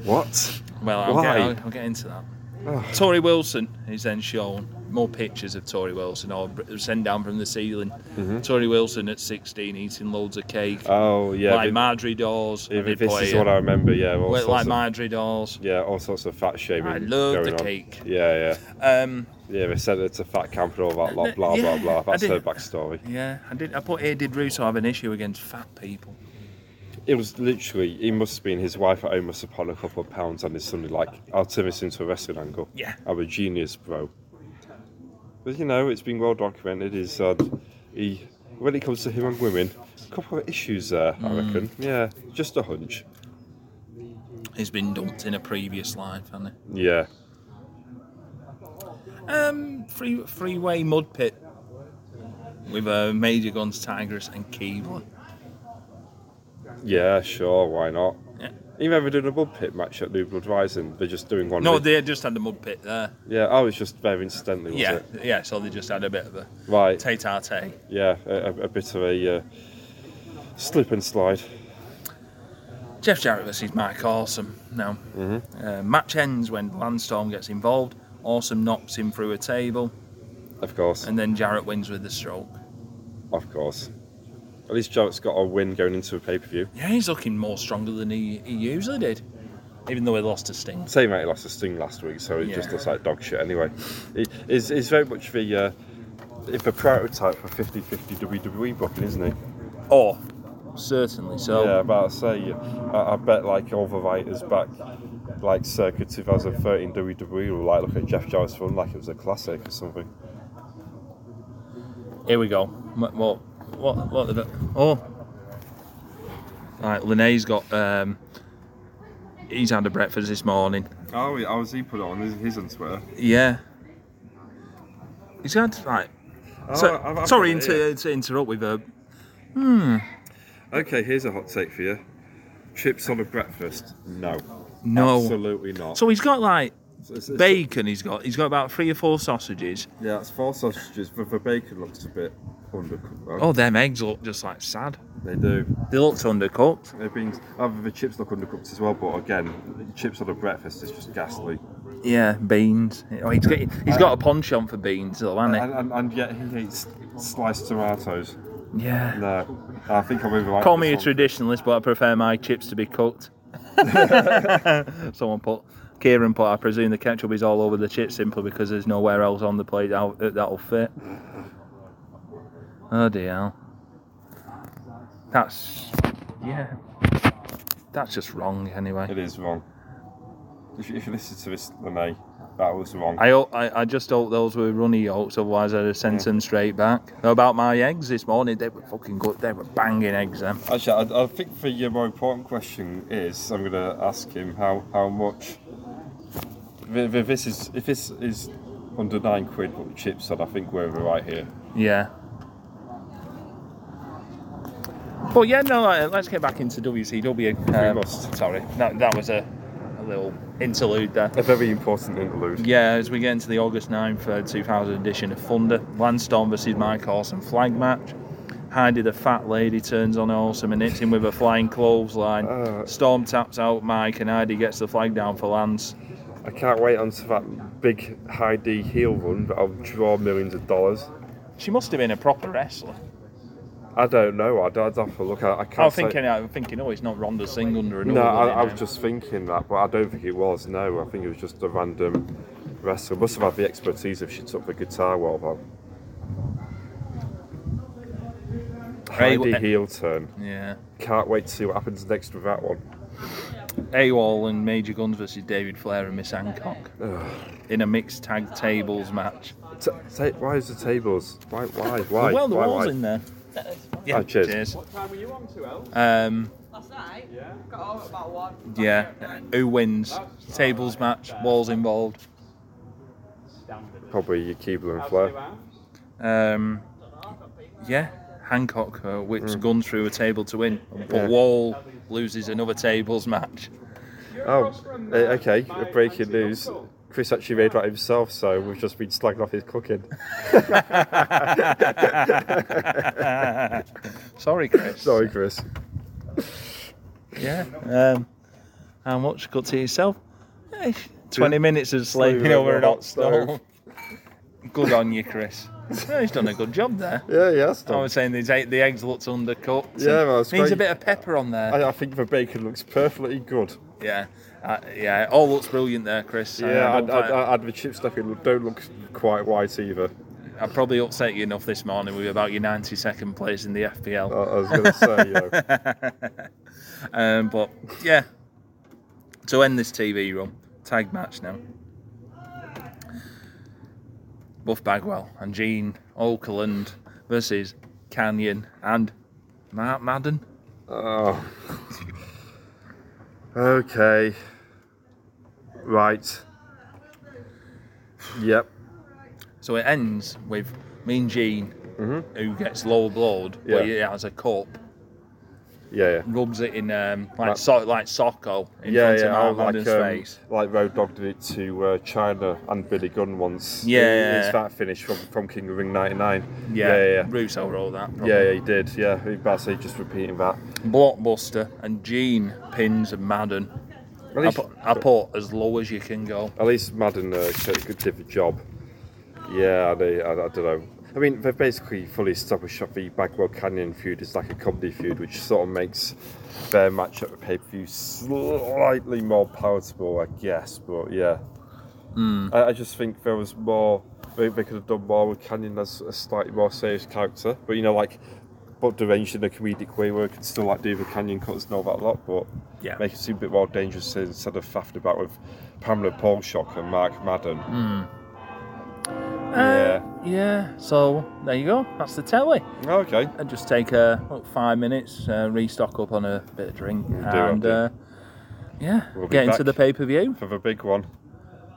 [SPEAKER 2] What?
[SPEAKER 1] Well, I'll,
[SPEAKER 2] Why?
[SPEAKER 1] get, I'll, I'll get into that.
[SPEAKER 2] Ugh.
[SPEAKER 1] Tory Wilson is then shown more pictures of Tory Wilson or br- sent down from the ceiling.
[SPEAKER 2] Mm-hmm.
[SPEAKER 1] Tory Wilson at 16 eating loads of cake.
[SPEAKER 2] Oh yeah.
[SPEAKER 1] like
[SPEAKER 2] thi-
[SPEAKER 1] Marjorie Dawes.
[SPEAKER 2] if,
[SPEAKER 1] they
[SPEAKER 2] if this
[SPEAKER 1] play
[SPEAKER 2] is
[SPEAKER 1] it.
[SPEAKER 2] what I remember, yeah. All
[SPEAKER 1] Well,
[SPEAKER 2] sorts
[SPEAKER 1] like
[SPEAKER 2] of,
[SPEAKER 1] Marjorie Dawes.
[SPEAKER 2] yeah, all sorts of fat shaming.
[SPEAKER 1] I love the
[SPEAKER 2] going on.
[SPEAKER 1] cake.
[SPEAKER 2] Yeah, yeah.
[SPEAKER 1] Um,
[SPEAKER 2] Yeah, they said it's a fat camp and all that, blah,
[SPEAKER 1] Uh,
[SPEAKER 2] blah,
[SPEAKER 1] yeah,
[SPEAKER 2] blah,
[SPEAKER 1] I
[SPEAKER 2] blah. That's
[SPEAKER 1] did-
[SPEAKER 2] her backstory.
[SPEAKER 1] yeah, I did. I put here. Did Russo have an issue against fat people?
[SPEAKER 2] It was literally, he must have been, his wife at home must have put a couple of pounds and it's something like, I'll turn this into a wrestling angle.
[SPEAKER 1] Yeah.
[SPEAKER 2] I'm a genius, bro. But you know, it's been well documented, is that he, when it comes to him and women, a couple of issues there, I
[SPEAKER 1] Hmm.
[SPEAKER 2] reckon. Yeah, just a hunch.
[SPEAKER 1] He's been dumped in a previous life, hasn't
[SPEAKER 2] Yeah.
[SPEAKER 1] he? Um, free freeway mud pit with uh, Major Guns, Tigress, and Keebler.
[SPEAKER 2] Yeah, sure, why not?
[SPEAKER 1] Yeah.
[SPEAKER 2] You remember doing a mud pit match at New Blood Rising? They're just doing one.
[SPEAKER 1] No,
[SPEAKER 2] with-
[SPEAKER 1] they just had a mud pit there.
[SPEAKER 2] yeah, oh, it's just very incidentally, was
[SPEAKER 1] yeah,
[SPEAKER 2] it?
[SPEAKER 1] yeah. So they just had a bit of a
[SPEAKER 2] Right.
[SPEAKER 1] tete a tete.
[SPEAKER 2] yeah, a, a- a bit of a uh, slip and slide.
[SPEAKER 1] Jeff Jarrett versus Mike Awesome. Now, uh, match ends when Landstorm gets involved. Awesome knocks him through a table,
[SPEAKER 2] Of course,
[SPEAKER 1] and then Jarrett wins with the stroke.
[SPEAKER 2] of course. At least Jarrett's got a win going into a pay per view.
[SPEAKER 1] Yeah, he's looking more stronger than he, he usually did, even though he lost to Sting.
[SPEAKER 2] Same mate lost a sting last week, so it just
[SPEAKER 1] Yeah.
[SPEAKER 2] looks like dog shit anyway. It is it's very much the uh, if a prototype for 50 50 WWE E booking, isn't it?
[SPEAKER 1] Oh, certainly. So,
[SPEAKER 2] Yeah, but I say, I, I bet like all the writers back, like circa 2013 WWE E will like look at Jeff Jarrett's run like it was a classic or something.
[SPEAKER 1] here we go. What, what, what, what the, oh. Right, Linnea's got, um, he's had a breakfast this morning.
[SPEAKER 2] Oh, I was he put on his on Twitter.
[SPEAKER 1] Yeah. He's had, right, so,
[SPEAKER 2] Oh,
[SPEAKER 1] sorry inter- to interrupt with a,
[SPEAKER 2] Okay, here's a hot take for you. Chips on a breakfast? No.
[SPEAKER 1] No.
[SPEAKER 2] Absolutely not.
[SPEAKER 1] so he's got like
[SPEAKER 2] It's- it's-
[SPEAKER 1] bacon he's got, he's got about three or four sausages.
[SPEAKER 2] Yeah, it's four sausages, but the bacon looks a bit undercooked. though.
[SPEAKER 1] Oh, them eggs look just like sad.
[SPEAKER 2] They do.
[SPEAKER 1] They looked undercooked.
[SPEAKER 2] They've been, other the chips look undercooked as well, but again, chips on a breakfast is just ghastly.
[SPEAKER 1] Yeah, beans. Oh, he's got he's got a penchant for beans, though, hasn't
[SPEAKER 2] And, and, and yet he eats sliced tomatoes.
[SPEAKER 1] he? Yeah.
[SPEAKER 2] No, I think I'm overrated.
[SPEAKER 1] Call me a traditionalist, but I prefer my chips to be cooked. Someone put Kieran put. I presume the ketchup is all over the chips simply because there's nowhere else on the plate that'll, that'll fit. Oh dear. hell. That's yeah. That's just wrong, anyway.
[SPEAKER 2] It is wrong. If you, if you listen to this, Lemay, that was wrong.
[SPEAKER 1] I, ho- I I just hope those were runny yolks, otherwise I'd have sent them straight back. About my eggs this morning, they were fucking good. They were banging eggs. Them.
[SPEAKER 2] Actually, I, I think the uh, more important question is I'm going to ask him how, how much. Th- th- This is if this is under nine quid with chips, then I think we're over right here.
[SPEAKER 1] Yeah. But yeah, no. uh, Let's get back into WCW. Um,
[SPEAKER 2] must.
[SPEAKER 1] Sorry, that that was a, a little interlude there.
[SPEAKER 2] A very important interlude.
[SPEAKER 1] Yeah, as we get into the August 9th, uh, 2000 edition of Thunder, Landstorm versus Mike Orson flag match. Heidi the fat lady turns on Awesome and hits him with a flying clothesline.
[SPEAKER 2] Uh.
[SPEAKER 1] Storm taps out Mike and Heidi gets the flag down for Lance.
[SPEAKER 2] I can't wait until that big high D heel run that I'll draw millions of dollars.
[SPEAKER 1] She must have been a proper wrestler.
[SPEAKER 2] I don't know. I'd, I'd have to look at. I can't.
[SPEAKER 1] I'm
[SPEAKER 2] say-
[SPEAKER 1] thinking, I'm thinking, oh, it's not Ronda Singh under an
[SPEAKER 2] No, I, I was just thinking that, but I don't think it was. No, I think it was just a random wrestler. Must have had the expertise if she took the guitar well though.
[SPEAKER 1] Hey,
[SPEAKER 2] Heidi
[SPEAKER 1] wh-
[SPEAKER 2] heel turn.
[SPEAKER 1] Yeah.
[SPEAKER 2] Can't wait to see what happens next with that one.
[SPEAKER 1] AWOL and Major Guns versus David Flair and Miss Hancock in a mixed tag tables match.
[SPEAKER 2] T- ta- why is the tables? Why? Why? Why?
[SPEAKER 1] well, the
[SPEAKER 2] why,
[SPEAKER 1] wall's
[SPEAKER 2] why?
[SPEAKER 1] in there.
[SPEAKER 2] Oh, cheers.
[SPEAKER 4] What time were you on to, El?
[SPEAKER 2] Uh,
[SPEAKER 1] Um,
[SPEAKER 4] Last night? Yeah. Got home at about one.
[SPEAKER 1] Yeah, who wins? Tables match, walls involved.
[SPEAKER 2] Probably your Keebler and Flair.
[SPEAKER 1] Um, yeah, Hancock uh, whips gun through a table to win, but
[SPEAKER 2] Mm. Yeah.
[SPEAKER 1] Wall loses another tables match.
[SPEAKER 2] Oh,
[SPEAKER 4] uh,
[SPEAKER 2] eh, okay. Breaking news. Chris actually made that himself, so we've just been slagging off his cooking.
[SPEAKER 1] Sorry, Chris.
[SPEAKER 2] Sorry, Chris.
[SPEAKER 1] Yeah. Um, how much cut to yourself? Eh, Twenty minutes of slaving
[SPEAKER 2] Slaving
[SPEAKER 1] over
[SPEAKER 2] over
[SPEAKER 1] an
[SPEAKER 2] a
[SPEAKER 1] hot
[SPEAKER 2] hot stove.
[SPEAKER 1] stove. Good on you, Chris. Well, he's done a good job there.
[SPEAKER 2] Yeah, yeah. that's
[SPEAKER 1] I
[SPEAKER 2] done.
[SPEAKER 1] was saying these egg- the eggs looked undercooked. and
[SPEAKER 2] Yeah, well, it's
[SPEAKER 1] needs a
[SPEAKER 2] great.
[SPEAKER 1] bit of pepper on there.
[SPEAKER 2] I, I think the bacon looks perfectly good.
[SPEAKER 1] Yeah, uh, yeah, it all looks brilliant there, Chris. Uh,
[SPEAKER 2] Yeah,
[SPEAKER 1] I,
[SPEAKER 2] and,
[SPEAKER 1] don't
[SPEAKER 2] and,
[SPEAKER 1] think-
[SPEAKER 2] and the chip stuffing don't look quite white either.
[SPEAKER 1] I probably upset you enough this morning with about your 92nd place in the
[SPEAKER 2] I,
[SPEAKER 1] FPL.
[SPEAKER 2] I was going to say, you know,
[SPEAKER 1] Um, but yeah, to end this TV run, tag match now. Buff Bagwell and Gene Oakland versus Canyon and Mark Madden.
[SPEAKER 2] oh. Okay. Right. Yep.
[SPEAKER 1] So it ends with Mean Gene, who gets low blowed, but
[SPEAKER 2] Mm-hmm. Yeah.
[SPEAKER 1] he has a cup.
[SPEAKER 2] Yeah, yeah.
[SPEAKER 1] rubs it in um, like
[SPEAKER 2] Like-
[SPEAKER 1] so, like Socko in
[SPEAKER 2] Yeah,
[SPEAKER 1] front
[SPEAKER 2] yeah, oh,
[SPEAKER 1] of Mark Madden's
[SPEAKER 2] um,
[SPEAKER 1] face.
[SPEAKER 2] like Road Dog did it to uh, China and Billy Gunn once.
[SPEAKER 1] Yeah.
[SPEAKER 2] it's that finish from, from King of Ring '99.
[SPEAKER 1] Yeah,
[SPEAKER 2] yeah, yeah,
[SPEAKER 1] Russo wrote that. Probably.
[SPEAKER 2] yeah, yeah. He did. Yeah, he basically just repeating that.
[SPEAKER 1] Blockbuster and Gene pins Madden.
[SPEAKER 2] At
[SPEAKER 1] I
[SPEAKER 2] least,
[SPEAKER 1] put, I put as low as you can go.
[SPEAKER 2] At least Madden uh, could, could did the job. Yeah, they, I, I don't know. I mean, they've basically fully established that the Bagwell Canyon feud is like a comedy feud, which sort of makes their match at the pay per view slightly more palatable, I guess. But yeah, I, I just think there was more. They, they could have done more with Canyon as a slightly more serious character, but you know, like, but deranged in a comedic way where it could still like do the Canyon cuts and all that lot, but
[SPEAKER 1] Yeah.
[SPEAKER 2] make it seem a bit more dangerous instead of faffing about with Pamela Paulshock and Mark Madden.
[SPEAKER 1] Uh, yeah. So there you go. That's the telly.
[SPEAKER 2] Okay.
[SPEAKER 1] I just take uh, what, five minutes, uh, restock up on a bit of drink, and
[SPEAKER 2] do.
[SPEAKER 1] uh, yeah,
[SPEAKER 2] We'll be
[SPEAKER 1] get into
[SPEAKER 2] back.
[SPEAKER 1] the pay per view.
[SPEAKER 2] For the big one.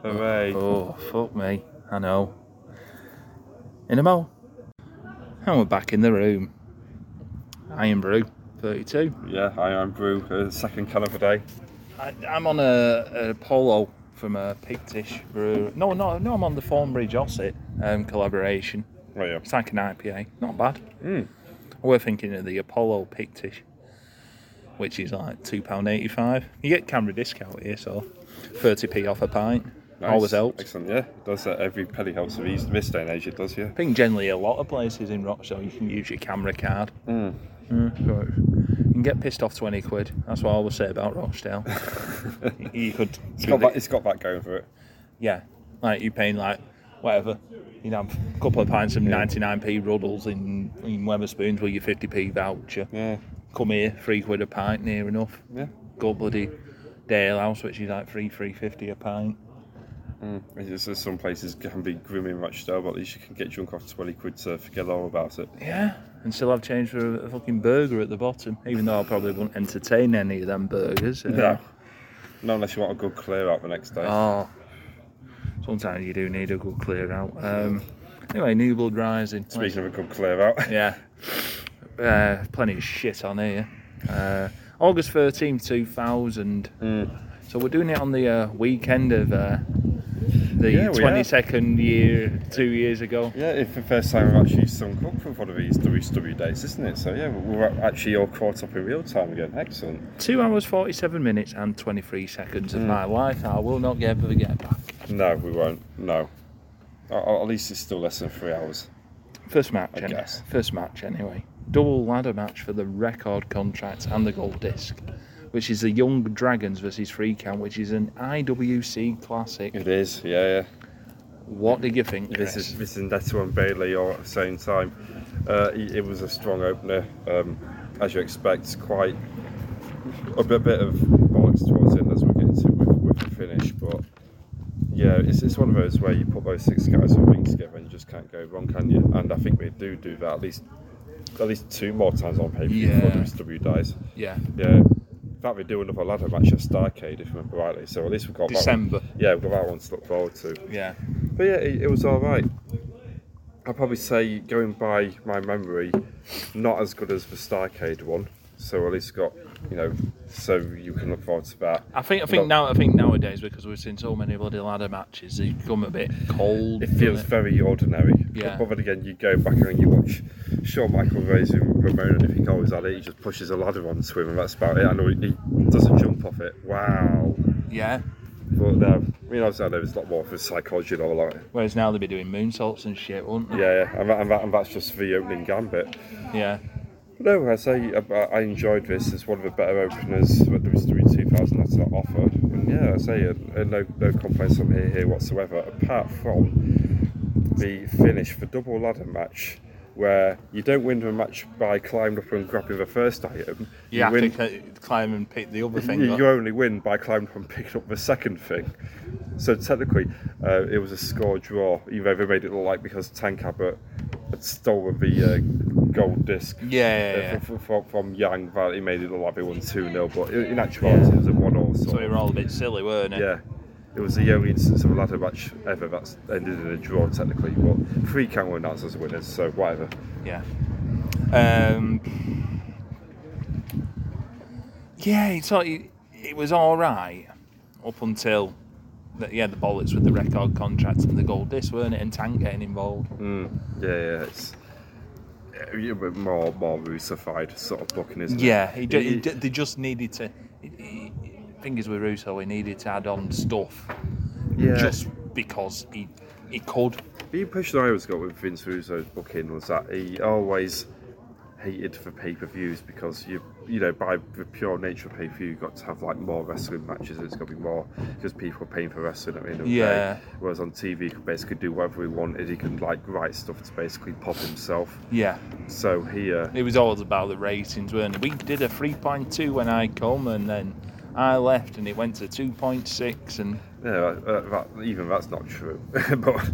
[SPEAKER 2] Hooray.
[SPEAKER 1] Oh, fuck me. I know. In a mo. And we're back in the room. Iron Brew 32.
[SPEAKER 2] Yeah, hi, I'm Brew, uh, second can of the day.
[SPEAKER 1] I, I'm on a, a polo from a Pictish brew. No, no, no, I'm on the Thornbridge Osset um, collaboration.
[SPEAKER 2] Right, yeah.
[SPEAKER 1] It's like an IPA. Not bad.
[SPEAKER 2] Hmm.
[SPEAKER 1] We're thinking of the Apollo Pictish, which is like £2.85. You get camera discount here, so 30p off a pint.
[SPEAKER 2] Nice.
[SPEAKER 1] Always helps.
[SPEAKER 2] Excellent, yeah. It does that. Every penny helps of East this day and age, it does, yeah.
[SPEAKER 1] I think generally a lot of places in Rochdale you can use your camera card.
[SPEAKER 2] Hmm.
[SPEAKER 1] Mm, so you can get pissed off 20 quid. That's what I always say about Rochdale. you could.
[SPEAKER 2] It's got, that, it's got that going for it.
[SPEAKER 1] Yeah. Like you're paying like whatever. You know, a couple of pints of 99p ruddles in, in Weatherspoons with your 50p voucher.
[SPEAKER 2] Yeah.
[SPEAKER 1] Come here, three quid a pint near enough.
[SPEAKER 2] Yeah.
[SPEAKER 1] Go bloody Dale House, which is like three three fifty a pint.
[SPEAKER 2] It's just that some places can be grim in Rochdale, but at least you can get drunk off 20 quid to forget all about it.
[SPEAKER 1] Yeah, and still have change for a, a fucking burger at the bottom. Even though I probably wouldn't entertain any of them burgers. uh,
[SPEAKER 2] No. Not unless you want a good clear out the next day.
[SPEAKER 1] Oh, sometimes you do need a good clear out. Um, anyway, New Blood Rising.
[SPEAKER 2] Speaking of a good clear out,
[SPEAKER 1] Yeah. Uh, plenty of shit on here. Uh, August 13th, 2000.
[SPEAKER 2] Mm.
[SPEAKER 1] So we're doing it on the uh, weekend of uh, the
[SPEAKER 2] Yeah, we are.
[SPEAKER 1] 22nd year, two years ago.
[SPEAKER 2] yeah, it's the first time I've actually sunk up with one of these WW days, isn't it? So yeah, we're actually all caught up in real time again. Excellent.
[SPEAKER 1] Two hours, 47 minutes, and 23 seconds
[SPEAKER 2] Mm.
[SPEAKER 1] of my life. I will not get ever get back.
[SPEAKER 2] No, we won't. No. Or- or At least it's still less than three hours.
[SPEAKER 1] First match,
[SPEAKER 2] I
[SPEAKER 1] any-
[SPEAKER 2] guess.
[SPEAKER 1] First match, anyway. Double ladder match for the record contract and the gold disc, which is the Young Dragons versus Free Count, which is an IWC classic.
[SPEAKER 2] It is, yeah, yeah.
[SPEAKER 1] What did you think, Chris?
[SPEAKER 2] Mm. This is this is Neto and Bailey all at the same time. Uh, it, it was a strong opener, um, as you expect. Quite a bit, bit of bollocks towards it as we get into with, with the finish, but yeah, it's, it's one of those where you put those six guys on wing together and you just can't go wrong, can you? And I think we do do that at least at least two more times on paper before
[SPEAKER 1] Yeah.
[SPEAKER 2] WSW dies.
[SPEAKER 1] yeah,
[SPEAKER 2] Yeah. In fact, we do another ladder match at Starcade, if I remember rightly. So at least we've got
[SPEAKER 1] December.
[SPEAKER 2] That one. Yeah, we've got that one to look forward to.
[SPEAKER 1] yeah.
[SPEAKER 2] But yeah, it, it was all right. I'd probably say, going by my memory, not as good as the Starcade one. So at least got, you know, so you can look forward to that.
[SPEAKER 1] I think I think
[SPEAKER 2] Look.
[SPEAKER 1] now I think nowadays because we've seen so many bloody ladder matches, they become a bit cold.
[SPEAKER 2] It
[SPEAKER 1] doesn't
[SPEAKER 2] feels
[SPEAKER 1] it?
[SPEAKER 2] very ordinary.
[SPEAKER 1] Yeah.
[SPEAKER 2] But then again, you go back and you watch Shawn Michael raising Ramon, and if he goes at it, he just pushes a ladder onto him, and that's about it. I know he, he doesn't jump off it. Wow.
[SPEAKER 1] yeah.
[SPEAKER 2] But no, I mean, obviously, I know there's a lot more for psychology and all that.
[SPEAKER 1] Whereas now they'd be doing moonsaults and shit, wouldn't they?
[SPEAKER 2] Yeah, yeah, and, that, and, that, and that's just the opening gambit.
[SPEAKER 1] Yeah.
[SPEAKER 2] No, I say I, I enjoyed this. It's one of the better openers that there was in 2000 that's not offered. And yeah, I say uh, uh, no, no complaints from here, here whatsoever, apart from the finish for double ladder match. Where you don't win the match by climbing up and grabbing the first item,
[SPEAKER 1] Yeah. uh,
[SPEAKER 2] you, win,
[SPEAKER 1] climb and pick the other thing.
[SPEAKER 2] you, you only win by climbing up and picking up the second thing. So technically, uh, it was a score draw, even though they made it look like because Tank Abbott had stolen the uh, gold disc Uh,
[SPEAKER 1] Yeah. yeah, yeah.
[SPEAKER 2] from, from, from Yang that he made it look like they won 2 0, but in, in actuality, it was a 1 0.
[SPEAKER 1] So we were all a bit silly, weren't it?
[SPEAKER 2] yeah, it was the only instance of a ladder match ever that's ended in a draw, technically, but three count were announced as winners, so whatever.
[SPEAKER 1] Yeah. Um, yeah, it's all, it, it was all right up until the, yeah the bollocks with the record contract and the gold disc, weren't it? And Tank getting involved.
[SPEAKER 2] Yeah, yeah, it's. yeah, but More, more Russified sort of booking, isn't
[SPEAKER 1] Yeah,
[SPEAKER 2] it?
[SPEAKER 1] he, ju- he, ju- they just needed to. He, he, fingers with Russo, he needed to add on stuff
[SPEAKER 2] yeah.
[SPEAKER 1] just because he he could.
[SPEAKER 2] The impression I always got with Vince Russo's booking was that he always hated for pay per views because you you know by the pure nature of pay per view you've got to have like more wrestling matches. It's got to be more because people are paying for wrestling at the end of the
[SPEAKER 1] Yeah.
[SPEAKER 2] day. Whereas on TV he could basically do whatever he wanted. He could like write stuff to basically pop himself.
[SPEAKER 1] Yeah,
[SPEAKER 2] So uh, here,
[SPEAKER 1] it was always about the ratings, weren't it? We did a three point two when I come, and then I left, and it went to two point six, and
[SPEAKER 2] yeah, that, that, even that's not true. but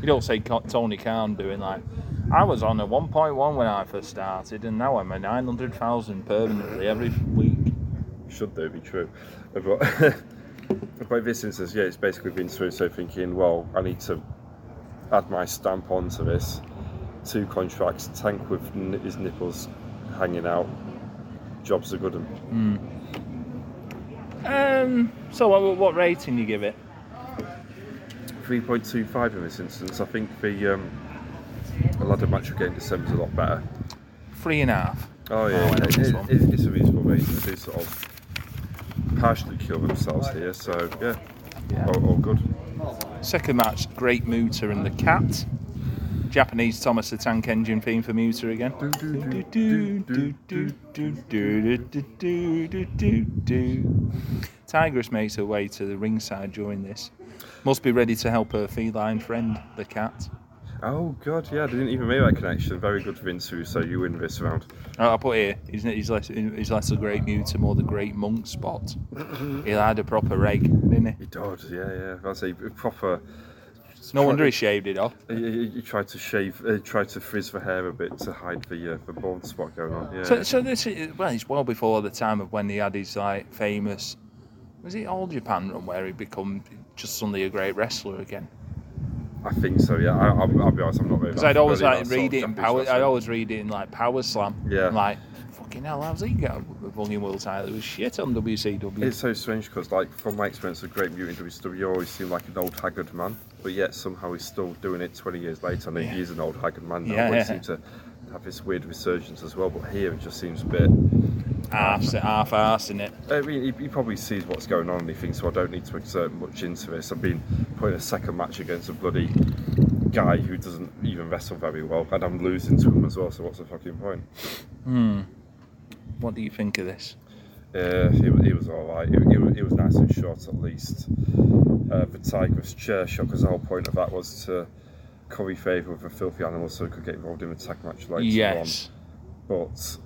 [SPEAKER 1] You don't say Co- Tony Khan doing like, I was on a 1.1 when I first started, and now I'm a 900,000 permanently every week.
[SPEAKER 2] should though be true. But, but this instance, yeah, it's basically been through so thinking, well, I need to add my stamp onto this. Two contracts, tank with n- his nipples hanging out. Jobs are good. un.
[SPEAKER 1] Um, so what, what rating you give it?
[SPEAKER 2] 3.25 in this instance. I think the um, a ladder match we get in December is a lot better.
[SPEAKER 1] Three and a half.
[SPEAKER 2] Oh
[SPEAKER 1] I
[SPEAKER 2] yeah,
[SPEAKER 1] like
[SPEAKER 2] it,
[SPEAKER 1] this
[SPEAKER 2] it,
[SPEAKER 1] one.
[SPEAKER 2] it, it's a reasonable rating. They do sort of partially kill themselves here, so yeah, All, all good.
[SPEAKER 1] Second match, Great Muta and the Cat. Japanese Thomas the Tank Engine theme for Muta again. Tigress makes her way to the ringside during this. Must be ready to help her feline friend, the cat.
[SPEAKER 2] Oh god, yeah, I didn't even make that connection. Very good, Vince Russo. You win this round.
[SPEAKER 1] Oh, I'll put here. He's, he's less he's less a great mutum or the great monk spot. He'll had a proper reg, didn't he?
[SPEAKER 2] He did, yeah, yeah. That's a proper.
[SPEAKER 1] No wonder he shaved it off.
[SPEAKER 2] He, he, he tried to shave, uh, tried to frizz the hair a bit to hide the uh, the bald spot going on. Yeah.
[SPEAKER 1] So, so this is well, it's well before the time of when he had his like famous. Was it All Japan run where he become just suddenly a great wrestler again?
[SPEAKER 2] I think so. Yeah, I, I'll, I'll be honest. I'm not really.
[SPEAKER 1] Because I'd always
[SPEAKER 2] really
[SPEAKER 1] like
[SPEAKER 2] that sort
[SPEAKER 1] read
[SPEAKER 2] of
[SPEAKER 1] it in
[SPEAKER 2] Japanese
[SPEAKER 1] power. I'd
[SPEAKER 2] wrestling.
[SPEAKER 1] always read it in like Power Slam.
[SPEAKER 2] Yeah.
[SPEAKER 1] I'm like fucking hell, how's he got a fucking world title? It was shit on WCW.
[SPEAKER 2] It's so strange because, like, from my experience of Great Mutant WCW, E, you always seem like an old haggard man, but yet somehow he's still doing it 20 years later, and he is an old haggard man now.
[SPEAKER 1] Yeah,
[SPEAKER 2] but he
[SPEAKER 1] yeah.
[SPEAKER 2] seems to have this weird resurgence as well, but here it just seems a bit.
[SPEAKER 1] half half arse in it.
[SPEAKER 2] I mean, he, he probably sees what's going on and he thinks, well, I don't need to exert much into this. I've been putting a second match against a bloody guy who doesn't even wrestle very well, and I'm losing to him as well, so what's the fucking point?
[SPEAKER 1] What do you think of this?
[SPEAKER 2] Uh, he, wa- he was all right. He, he, wa- he was nice and short, at least. Uh, the Tiger's chair shot, because the whole point of that was to curry favour with the filthy animal so he could get involved in the tag match later
[SPEAKER 1] yes,
[SPEAKER 2] on. But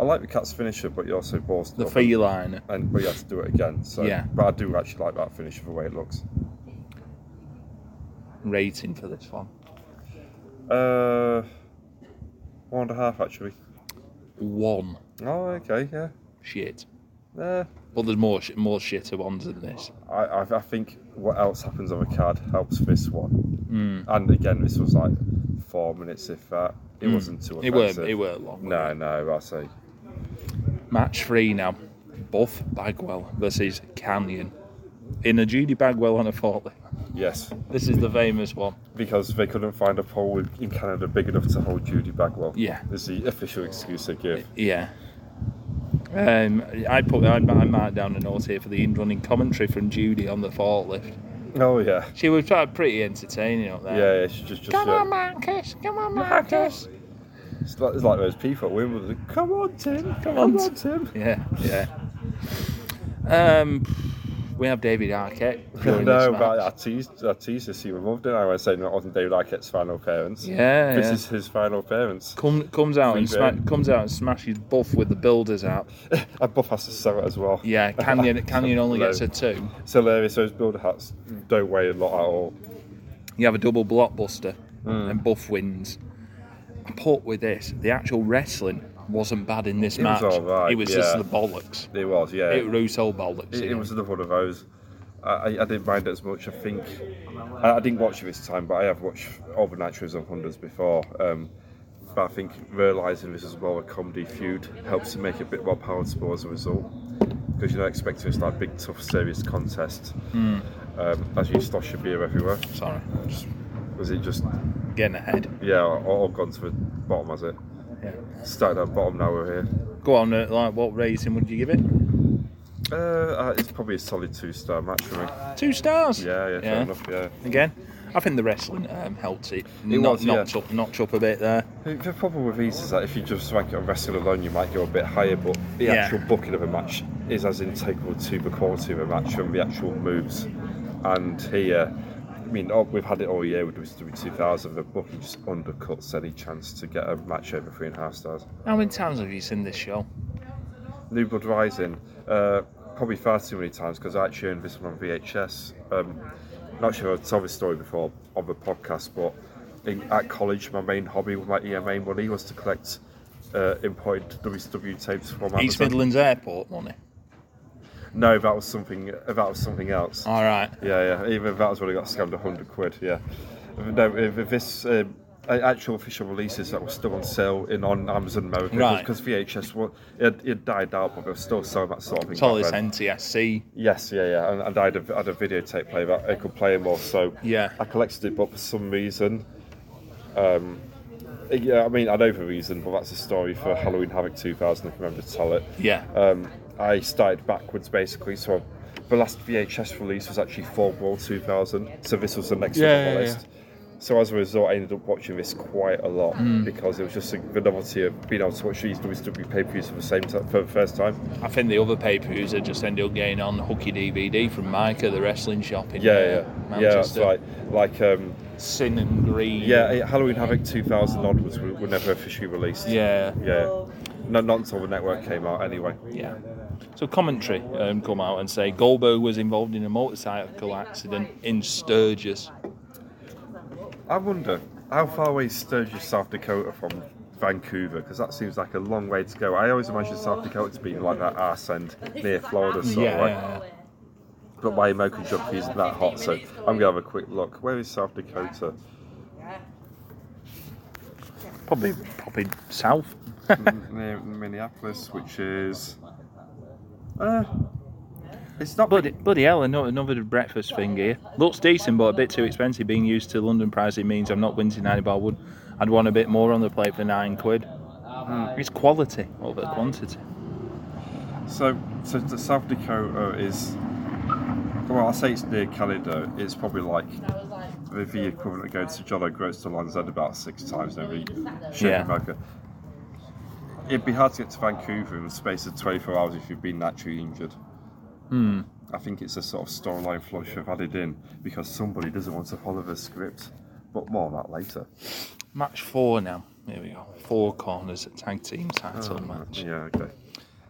[SPEAKER 2] I like the cat's finisher, but he also balls it
[SPEAKER 1] the
[SPEAKER 2] up
[SPEAKER 1] feline.
[SPEAKER 2] And but you have to do it again. So,
[SPEAKER 1] Yeah.
[SPEAKER 2] but I do actually like that finish of the way it looks.
[SPEAKER 1] rating for this one.
[SPEAKER 2] Uh, one and a half actually.
[SPEAKER 1] One
[SPEAKER 2] Oh, okay, yeah.
[SPEAKER 1] shit.
[SPEAKER 2] Uh,
[SPEAKER 1] But there's more sh- more shitter ones than this.
[SPEAKER 2] I, I, I think what else happens on the card helps this one.
[SPEAKER 1] Mm.
[SPEAKER 2] And again, this was like four minutes, if that. It wasn't too
[SPEAKER 1] It
[SPEAKER 2] offensive.
[SPEAKER 1] weren't it weren't long.
[SPEAKER 2] No, no, I say.
[SPEAKER 1] Match three now. Buff Bagwell versus Canyon in a Judy Bagwell on a forklift.
[SPEAKER 2] Yes,
[SPEAKER 1] This is the famous one.
[SPEAKER 2] because they couldn't find a pole in- in Canada big enough to hold Judy Bagwell.
[SPEAKER 1] Yeah.
[SPEAKER 2] Is the official excuse they give.
[SPEAKER 1] Yeah. Um, I put I, I marked down a note here for the in-running commentary from Judy on the forklift.
[SPEAKER 2] Oh, yeah.
[SPEAKER 1] She was uh, pretty entertaining up there.
[SPEAKER 2] Yeah, yeah, she just, just
[SPEAKER 5] Come
[SPEAKER 2] yeah.
[SPEAKER 5] on, Marcus. Come on, Marcus.
[SPEAKER 2] It's, like, it's like those people at Wimbledon. Come on, Tim. Come on, Tim.
[SPEAKER 1] Yeah, yeah. Um, we have David Arquette.
[SPEAKER 2] No,
[SPEAKER 1] during this
[SPEAKER 2] no,
[SPEAKER 1] match.
[SPEAKER 2] but I teased, I teased to see my mum, didn't I? I said, no, it wasn't David Arquette's final parents.
[SPEAKER 1] Yeah,
[SPEAKER 2] This
[SPEAKER 1] yeah.
[SPEAKER 2] is his final parents.
[SPEAKER 1] Come, comes out
[SPEAKER 2] Free
[SPEAKER 1] and sma-
[SPEAKER 2] bit.
[SPEAKER 1] comes out and smashes Buff with the builders out.
[SPEAKER 2] And Buff has to sell it as well.
[SPEAKER 1] Yeah, Canyon Canyon only gets a two.
[SPEAKER 2] It's hilarious, those builder hats don't weigh a lot at all.
[SPEAKER 1] You have a double blockbuster,
[SPEAKER 2] Hmm.
[SPEAKER 1] and Buff wins. I put with this, the actual wrestling wasn't bad in this
[SPEAKER 2] It was
[SPEAKER 1] match.
[SPEAKER 2] alright,
[SPEAKER 1] it was just
[SPEAKER 2] yeah.
[SPEAKER 1] the bollocks.
[SPEAKER 2] It was, yeah.
[SPEAKER 1] It Russo bollocks.
[SPEAKER 2] It, it
[SPEAKER 1] yeah.
[SPEAKER 2] was another one of those. I, I I didn't mind it as much. I think I, I didn't watch it this time, but I have watched all the Nitros and Hondas before. Um, but I think realizing this is more a comedy feud helps to make it a bit more palatable as a result, because you're not expecting this like big, tough, serious contest. Um, as you slosh your beer everywhere,
[SPEAKER 1] sorry. Just
[SPEAKER 2] was it just
[SPEAKER 1] getting ahead.
[SPEAKER 2] yeah? All, all gone to the bottom, has it?
[SPEAKER 1] Yeah.
[SPEAKER 2] Starting at bottom now we're here.
[SPEAKER 1] Go on, uh, like what rating would you give it?
[SPEAKER 2] Uh, uh, it's probably a solid two-star match for me.
[SPEAKER 1] Two stars.
[SPEAKER 2] Yeah, yeah, fair enough. Yeah.
[SPEAKER 1] Again, I think the wrestling um, helped it.
[SPEAKER 2] It
[SPEAKER 1] Knock-
[SPEAKER 2] was, yeah.
[SPEAKER 1] notch up, notch up a bit there.
[SPEAKER 2] The, the problem with these is that if you just rank it on wrestling alone, you might go a bit higher, but the
[SPEAKER 1] Yeah.
[SPEAKER 2] actual booking of a match is as integral to the quality of a match and the actual moves. And here, I mean, oh, we've had it all year with WWE 2000, the booking just undercuts any chance to get a match over three and a half stars.
[SPEAKER 1] How many times have you seen this show?
[SPEAKER 2] New Blood Rising, uh, probably far too many times because I actually owned this one on VHS. Um, not sure I've told this story before on the podcast, but in, at college, my main hobby with my EMA money was to collect uh, imported WCW tapes from Amazon.
[SPEAKER 1] East Midlands Airport money.
[SPEAKER 2] No, that was something. That was something else.
[SPEAKER 1] All right.
[SPEAKER 2] Yeah, yeah. Even that was when I got scammed a hundred quid. Yeah. No, if if this um, uh, actual official releases that were still on sale in on Amazon America
[SPEAKER 1] Right.
[SPEAKER 2] because VHS was it, had- it had died out, but they were still selling that sort of thing.
[SPEAKER 1] It's all
[SPEAKER 2] back
[SPEAKER 1] this
[SPEAKER 2] then.
[SPEAKER 1] NTSC.
[SPEAKER 2] Yes, yeah, yeah. And, and I, had a, I had a videotape player that I could play him off, so
[SPEAKER 1] Yeah.
[SPEAKER 2] I collected it, but for some reason, um, yeah, I mean, I know the reason, but that's a story for Halloween Havoc 2000, if I remember to tell it.
[SPEAKER 1] Yeah.
[SPEAKER 2] Um, I started backwards basically, so the last VHS release was actually Fall Brawl 2000, so this was the next one on
[SPEAKER 3] Yeah,
[SPEAKER 2] the
[SPEAKER 3] yeah,
[SPEAKER 2] list. So as a result, I ended up watching this quite a lot
[SPEAKER 3] Hmm.
[SPEAKER 2] because it was just like, the novelty of being able to watch these WCW pay per views for the same time, for the first time.
[SPEAKER 1] I think the other pay per views are just ended up getting on hooky DVD from Micah, the wrestling shop in uh,
[SPEAKER 2] Yeah, yeah, yeah. That's
[SPEAKER 1] Manchester.
[SPEAKER 2] right. Like, um,
[SPEAKER 1] Sin and Green.
[SPEAKER 2] yeah, eh, Halloween Havoc 2000 odd was were never officially released.
[SPEAKER 1] Yeah.
[SPEAKER 2] yeah. No, not until the network came out, anyway.
[SPEAKER 1] Yeah. So commentary um, come out and say Goldberg was involved in a motorcycle accident in Sturgis.
[SPEAKER 2] I wonder how far away is Sturgis, South Dakota, from Vancouver? Because that seems like a long way to go. I always imagine South Dakota to be like that arse end near Florida, sort
[SPEAKER 1] Yeah,
[SPEAKER 2] of. Like,
[SPEAKER 1] yeah,
[SPEAKER 2] But my American geography isn't that hot, so I'm gonna have a quick look. Where is South Dakota?
[SPEAKER 1] Probably, probably south.
[SPEAKER 2] Mm, Near Minneapolis, which is. Uh, it's not.
[SPEAKER 1] Bloody, bloody hell, ano- another breakfast thing here. Looks decent, but a bit too expensive. Being used to London price, it means I'm not winning any, but I would, I'd want a bit more on the plate for nine quid.
[SPEAKER 2] Hmm.
[SPEAKER 1] It's quality over quantity.
[SPEAKER 2] So, so the South Dakota is. Well, I say it's near Canada. It's probably like the the equivalent of going to John O'Groats to Land's End about six times every shape
[SPEAKER 1] Yeah.
[SPEAKER 2] America. It'd be hard to get to Vancouver in the space of 24 hours if you've been naturally injured.
[SPEAKER 1] Hmm.
[SPEAKER 2] I think it's a sort of storyline flush I've added in because somebody doesn't want to follow the script. But more on that later.
[SPEAKER 1] Match four now. Here we go. Four corners tag team title match.
[SPEAKER 2] Oh, Yeah, okay.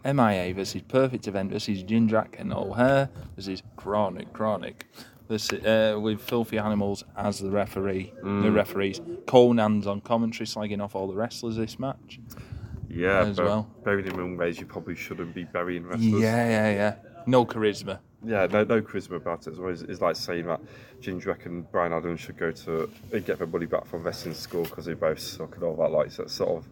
[SPEAKER 1] MIA versus Perfect Event versus Jindrak and O'Hare versus Chronic Chronic versus, uh, with Filthy Animals as the referee. The
[SPEAKER 2] Mm.
[SPEAKER 1] referees. Conan's on commentary slagging off all the wrestlers this match.
[SPEAKER 2] Yeah,
[SPEAKER 1] As
[SPEAKER 2] but
[SPEAKER 1] well.
[SPEAKER 2] buried in wrong ways, you probably shouldn't be burying wrestlers.
[SPEAKER 1] Yeah, yeah, yeah. No charisma.
[SPEAKER 2] Yeah, no, no charisma about it. It's, always, it's like saying that Jindrak and Brian Adams should go to and get their money back from wrestling school because they both suck and all that. Like, so it's sort of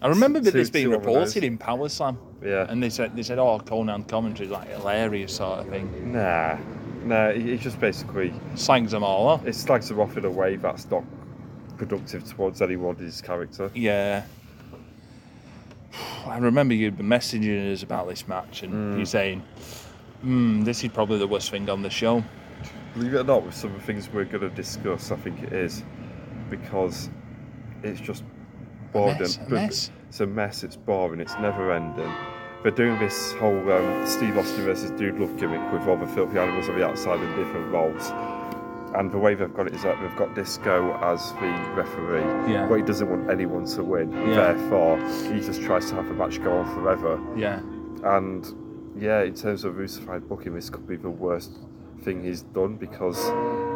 [SPEAKER 1] I remember that
[SPEAKER 2] two-
[SPEAKER 1] this being
[SPEAKER 2] two of those.
[SPEAKER 1] reported in Power Slam.
[SPEAKER 2] Yeah.
[SPEAKER 1] And they said they said, oh, Conan commentary is like hilarious sort of thing.
[SPEAKER 2] nah, nah. it- It's just basically
[SPEAKER 1] Slangs them all off.
[SPEAKER 2] it slags him off in a way that's not productive towards anyone's character.
[SPEAKER 1] Yeah. I remember you messaging us about this match and you saying, hmm, this is probably the worst thing on the show.
[SPEAKER 2] Believe it or not, with some of the things we're going to discuss, I think it is because it's just boredom.
[SPEAKER 1] mess, a
[SPEAKER 2] But-
[SPEAKER 1] mess.
[SPEAKER 2] It's a mess. It's boring. It's never ending. They're doing this whole um, Steve Austin versus Dude Love gimmick with all the filthy animals on the outside in different roles. And the way they've got it is that they've got Disco as the referee,
[SPEAKER 1] Yeah.
[SPEAKER 2] but he doesn't want anyone to win.
[SPEAKER 1] Yeah.
[SPEAKER 2] Therefore, he just tries to have the match go on forever.
[SPEAKER 1] Yeah.
[SPEAKER 2] And yeah, in terms of Russified booking, this could be the worst thing he's done because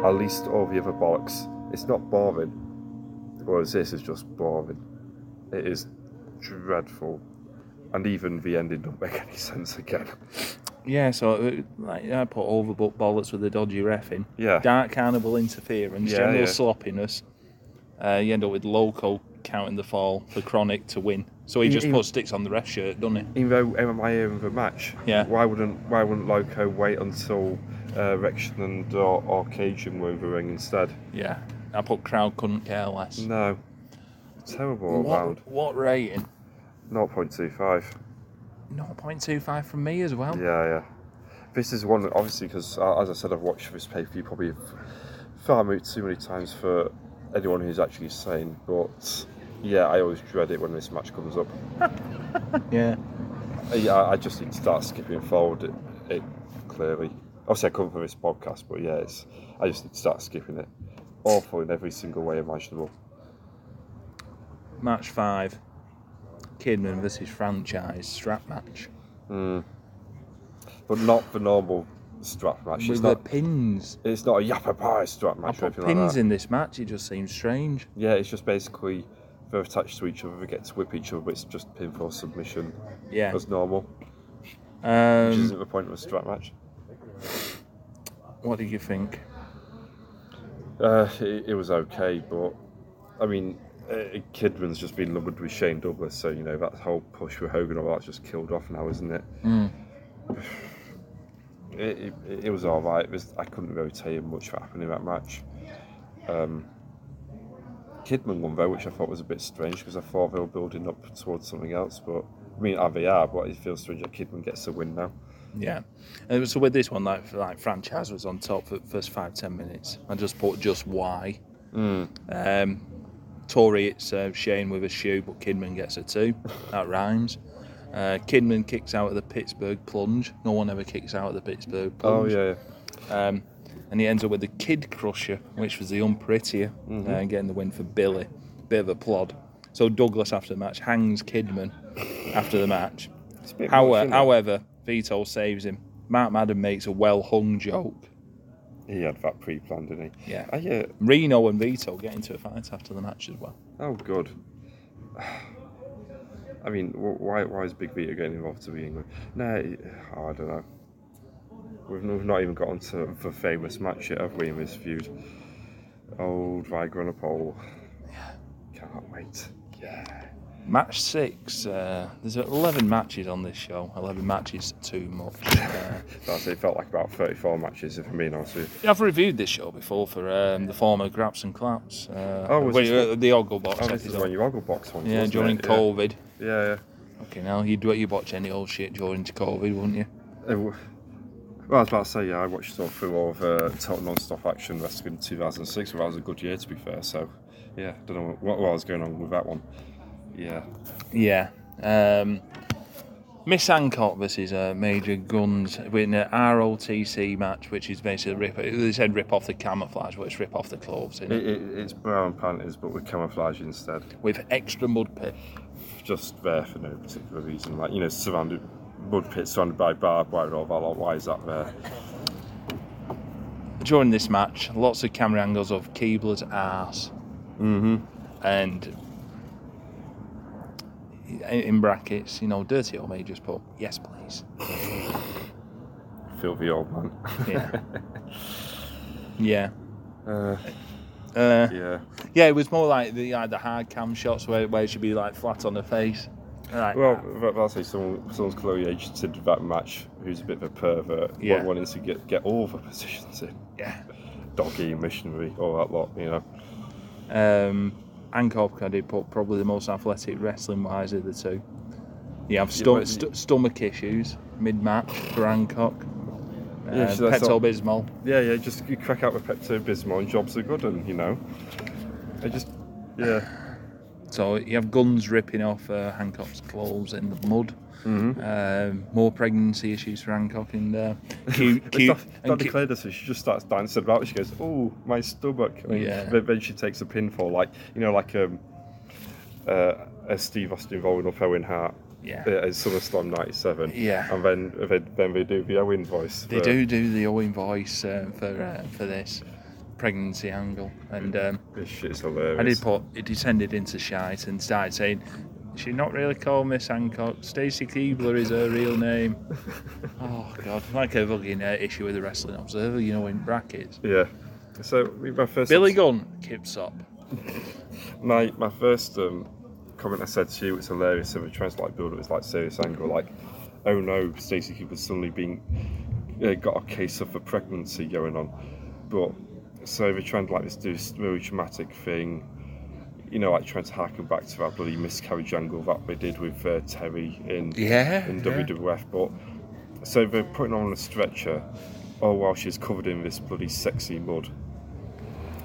[SPEAKER 2] at least all the other bollocks, it's not boring. Whereas this is just boring. It is dreadful. And even the ending don't make any sense again.
[SPEAKER 1] Yeah, so uh, like I put overbooked bollocks with the dodgy ref in.
[SPEAKER 2] Yeah.
[SPEAKER 1] Dark carnival interference,
[SPEAKER 2] Yeah,
[SPEAKER 1] general
[SPEAKER 2] yeah.
[SPEAKER 1] sloppiness. Uh, you end up with Loco counting the fall for Chronic to win. So he
[SPEAKER 2] He-
[SPEAKER 1] just
[SPEAKER 2] he-
[SPEAKER 1] puts sticks on the ref shirt, doesn't he?
[SPEAKER 2] Even though MMI in the match,
[SPEAKER 1] Yeah.
[SPEAKER 2] why wouldn't why wouldn't Loco wait until uh, Rection and or, or Cajun were in the ring instead?
[SPEAKER 1] Yeah. I put crowd couldn't care less.
[SPEAKER 2] No. Terrible all round.
[SPEAKER 1] what, what rating?
[SPEAKER 2] 0.25.
[SPEAKER 1] 0.25 from me as well.
[SPEAKER 2] Yeah, yeah. This is one that obviously because, as I said, I've watched this pay per view probably far mo- too many times for anyone who's actually sane. But yeah, I always dread it when this match comes up.
[SPEAKER 1] yeah.
[SPEAKER 2] Yeah, I I just need to start skipping forward. It, it clearly, obviously, I come from this podcast, but yeah, it's I just need to start skipping it. Awful in every single way imaginable.
[SPEAKER 1] Match five, Kidman versus franchise strap match
[SPEAKER 2] But not the normal strap match. It's
[SPEAKER 1] with the
[SPEAKER 2] not.
[SPEAKER 1] pins.
[SPEAKER 2] It's not a yappa pie strap
[SPEAKER 1] I
[SPEAKER 2] match. or
[SPEAKER 1] put
[SPEAKER 2] anything like that.
[SPEAKER 1] pins in this match. It just seems strange.
[SPEAKER 2] Yeah, it's just basically they're attached to each other, they get to whip each other, but it's just pinfall submission
[SPEAKER 1] Yeah.
[SPEAKER 2] as normal, which
[SPEAKER 1] Um,
[SPEAKER 2] isn't the point of a strap match.
[SPEAKER 1] what do you think?
[SPEAKER 2] Uh, it, it was okay, but I mean, uh, Kidman's just been lumbered with Shane Douglas, so you know that whole push with Hogan all that's just killed off now, isn't it? It, it, it was all right. It was, I couldn't really tell you much what happened in that match. Um, Kidman won though, which I thought was a bit strange because I thought they were building up towards something else. But I mean, ah, they are, but it feels strange that Kidman gets a win now.
[SPEAKER 1] Yeah. And so with this one, like like franchise was on top for the first five ten minutes. I just put just why.
[SPEAKER 2] Hmm.
[SPEAKER 1] Um, Tory, it's uh, Shane with a shoe, but Kidman gets a two. That rhymes. Uh, Kidman kicks out of the Pittsburgh plunge. No one ever kicks out of the Pittsburgh
[SPEAKER 2] Oh
[SPEAKER 1] plunge.
[SPEAKER 2] yeah.
[SPEAKER 1] Um, and he ends up with the Kid Crusher, which was the unprettier, uh, getting the win for Billy. Bit of a plod. So Douglas, after the match, hangs Kidman after the match. However, however, Vito saves him. Mark Madden makes a well hung joke.
[SPEAKER 2] He had that pre-planned, didn't he?
[SPEAKER 1] Yeah.
[SPEAKER 2] Oh, yeah.
[SPEAKER 1] Reno and Vito get into a fight after the match as well.
[SPEAKER 2] Oh, good. I mean, wh- why why is Big Vito getting involved to begin with? No, it- oh, I don't know. We've, we've not even got onto the famous match yet, have we? In this feud, old Viagra on a pole. Can't wait. Yeah.
[SPEAKER 1] Match six. Uh, there's 11 matches on this show. 11 matches too much. Uh,
[SPEAKER 2] That's it. Felt like about 34 matches, if I'm being honest with you.
[SPEAKER 1] I've reviewed this show before for um, the former Graps and Claps. Uh,
[SPEAKER 2] Oh, was
[SPEAKER 1] wait,
[SPEAKER 2] this-
[SPEAKER 1] uh, the Oggle Box
[SPEAKER 2] Oh, this is when
[SPEAKER 1] episode.
[SPEAKER 2] your ogle box ones.
[SPEAKER 1] Yeah,
[SPEAKER 2] wasn't
[SPEAKER 1] during
[SPEAKER 2] it?
[SPEAKER 1] COVID.
[SPEAKER 2] Yeah. yeah.
[SPEAKER 1] Okay, now you'd, you'd watch any old shit during COVID, wouldn't you?
[SPEAKER 2] Uh, w- Well, I was about to say, yeah, I watched all through all of uh, Total Non-Stop Action Wrestling 2006, but that was a good year, to be fair, so, yeah, don't know what, what was going on with that one. Yeah.
[SPEAKER 1] Yeah. Um, Miss Hancock versus uh, Major Guns in an ROTC match, which is basically rip. They said rip off the camouflage, but it's rip off the clothes innit?
[SPEAKER 2] It, it, it's brown panties, but with camouflage instead.
[SPEAKER 1] with extra mud pit.
[SPEAKER 2] Just there for no particular reason. Like, you know, surrounded, mud pit surrounded by barbed wire or all why is that there?
[SPEAKER 1] During this match, lots of camera angles of Keebler's ass, mm-hmm. and in brackets, you know, dirty old Major's put yes, please.
[SPEAKER 2] Filthy old man.
[SPEAKER 1] Yeah, yeah.
[SPEAKER 2] Uh,
[SPEAKER 1] Uh,
[SPEAKER 2] yeah.
[SPEAKER 1] Yeah, it was more like the like the hard cam shots where, where she'd be like flat on her face. Like,
[SPEAKER 2] Well, that- that's it. Someone, someone's clearly agented that match who's a bit of a pervert, wa-
[SPEAKER 1] Yeah.
[SPEAKER 2] wanting to get, get all the positions in.
[SPEAKER 1] yeah.
[SPEAKER 2] doggy missionary, all that lot, you know.
[SPEAKER 1] Um, and Kopka did put probably the most athletic wrestling wise of the two. You have stom-
[SPEAKER 2] but-
[SPEAKER 1] st- stomach issues mid match for Hancock.
[SPEAKER 2] Yeah,
[SPEAKER 1] uh,
[SPEAKER 2] so that's
[SPEAKER 1] Pepto
[SPEAKER 2] all-
[SPEAKER 1] Bismol.
[SPEAKER 2] Yeah, yeah, just you crack out with Pepto Bismol and jobs are good, and you know, I just, yeah,
[SPEAKER 1] So you have guns ripping off uh, Hancock's clothes in the mud.
[SPEAKER 2] Mm-hmm.
[SPEAKER 1] Um, more pregnancy issues for Hancock in there. Cute,
[SPEAKER 2] It's
[SPEAKER 1] cute,
[SPEAKER 2] not, not
[SPEAKER 1] and cute.
[SPEAKER 2] declared us. She just starts dancing about. She goes, "Oh, my stomach!" And
[SPEAKER 1] Yeah.
[SPEAKER 2] then, then she takes a pinfall, like you know, like um, uh, a Steve Austin rolling up Owen Hart.
[SPEAKER 1] Yeah.
[SPEAKER 2] uh, At SummerSlam '97.
[SPEAKER 1] Yeah.
[SPEAKER 2] And then, then, then they do the Owen voice.
[SPEAKER 1] They
[SPEAKER 2] but-
[SPEAKER 1] do do the Owen voice uh, for uh, for this pregnancy angle, and um,
[SPEAKER 2] This shit's hilarious.
[SPEAKER 1] I did put it descended into shite and started saying, "She not really called Miss Hancock. Stacey Keebler is her real name." oh God, like a fucking uh, issue with the Wrestling Observer, you know, in brackets.
[SPEAKER 2] Yeah. So we- my first
[SPEAKER 1] Billy Gunn, Kipsop.
[SPEAKER 2] My my first um, comment I said to you, it's hilarious. And the translate builder was like serious anger, like, oh no, Stacey Cooper's suddenly being uh, got a case of a pregnancy going on. But so they trying to like this do this really dramatic thing, you know, like trying to harken back to that bloody miscarriage angle that they did with uh, Terry in
[SPEAKER 1] Yeah,
[SPEAKER 2] in
[SPEAKER 1] yeah.
[SPEAKER 2] WWF. But so they're putting her on a stretcher, oh while she's covered in this bloody sexy mud.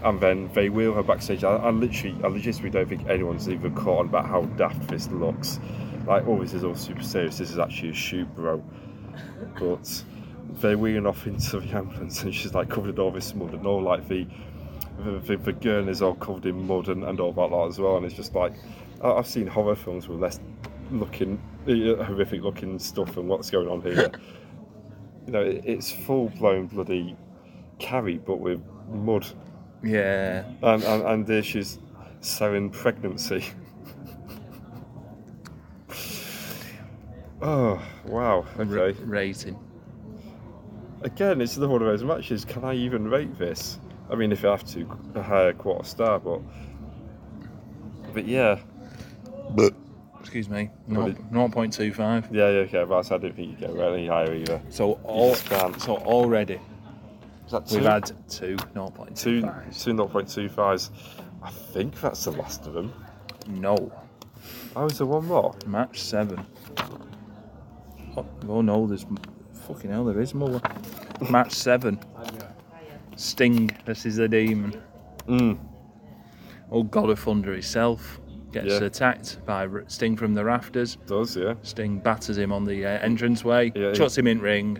[SPEAKER 2] And then they wheel her backstage. I, I literally, I legitimately don't think anyone's even caught on about how daft this looks. Like, oh, this is all super serious. This is actually a shoot, bro. But they're wheeling off into the ambulance, and she's like covered in all this mud, and all like the the, the, the gurn is all covered in mud and, and all that lot as well. And it's just like I, I've seen horror films with less looking uh, horrific looking stuff and what's going on here. you know, it, it's full blown bloody carry, but with mud
[SPEAKER 1] Yeah,
[SPEAKER 2] and, and, and there she's sowing pregnancy. oh wow!
[SPEAKER 1] R-
[SPEAKER 2] Okay.
[SPEAKER 1] rating.
[SPEAKER 2] Again, it's another one of those matches. Can I even rate this? I mean, if I have to, a higher quarter star, but but yeah,
[SPEAKER 1] Excuse me,
[SPEAKER 2] What
[SPEAKER 1] zero point two five.
[SPEAKER 2] yeah, yeah. Okay, but I don't think you get any higher either.
[SPEAKER 1] So all
[SPEAKER 2] can't.
[SPEAKER 1] so already
[SPEAKER 2] Is that
[SPEAKER 1] we've had two 0.25.
[SPEAKER 2] two two not point two fives? I think that's the last of them.
[SPEAKER 1] No.
[SPEAKER 2] Oh, is there one more?
[SPEAKER 1] Match seven. Oh, oh no, there's fucking hell, there is more.
[SPEAKER 2] Hmm.
[SPEAKER 1] Match seven. Sting versus the Demon. Old Oh, God of Thunder himself gets
[SPEAKER 2] Yeah.
[SPEAKER 1] attacked by R- Sting from the rafters.
[SPEAKER 2] Does yeah.
[SPEAKER 1] Sting batters him on the uh, entranceway,
[SPEAKER 2] Yeah, yeah.
[SPEAKER 1] chucks him in ring.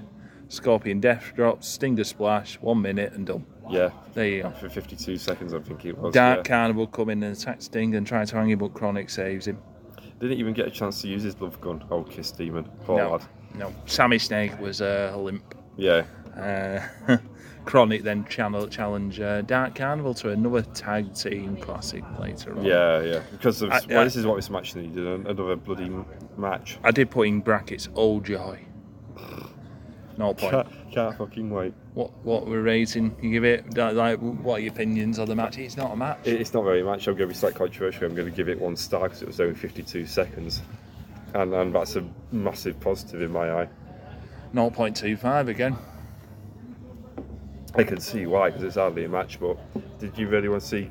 [SPEAKER 1] Scorpion death drops, Sting to splash, one minute and done.
[SPEAKER 2] Yeah.
[SPEAKER 1] There you go.
[SPEAKER 2] For 52 seconds, I think it was.
[SPEAKER 1] Dark
[SPEAKER 2] yeah.
[SPEAKER 1] Carnival come in and attack Sting and try to hang him, but Chronic saves him.
[SPEAKER 2] Didn't even get a chance to use his love gun. Oh, kiss demon. Poor
[SPEAKER 1] no,
[SPEAKER 2] lad.
[SPEAKER 1] no. Sammy Snake was uh, a limp.
[SPEAKER 2] Yeah.
[SPEAKER 1] Uh, Chronic then channel challenge uh, Dark Carnival to another tag team classic later on.
[SPEAKER 2] Yeah, yeah. Because of,
[SPEAKER 1] I-
[SPEAKER 2] well,
[SPEAKER 1] I-
[SPEAKER 2] this is what this match needed an- another bloody m- match.
[SPEAKER 1] I did put in brackets all joy. No point.
[SPEAKER 2] Can't, can't fucking wait.
[SPEAKER 1] What what we're rating? You give it like, like what are your opinions on the match? It's not a match.
[SPEAKER 2] It- It's not very much. I'm going to be slightly controversial. I'm going to give it one star because it was only 52 seconds. And, and that's a massive positive in my eye.
[SPEAKER 1] 0.25 again.
[SPEAKER 2] I can see why because it's hardly a match, but did you really want to see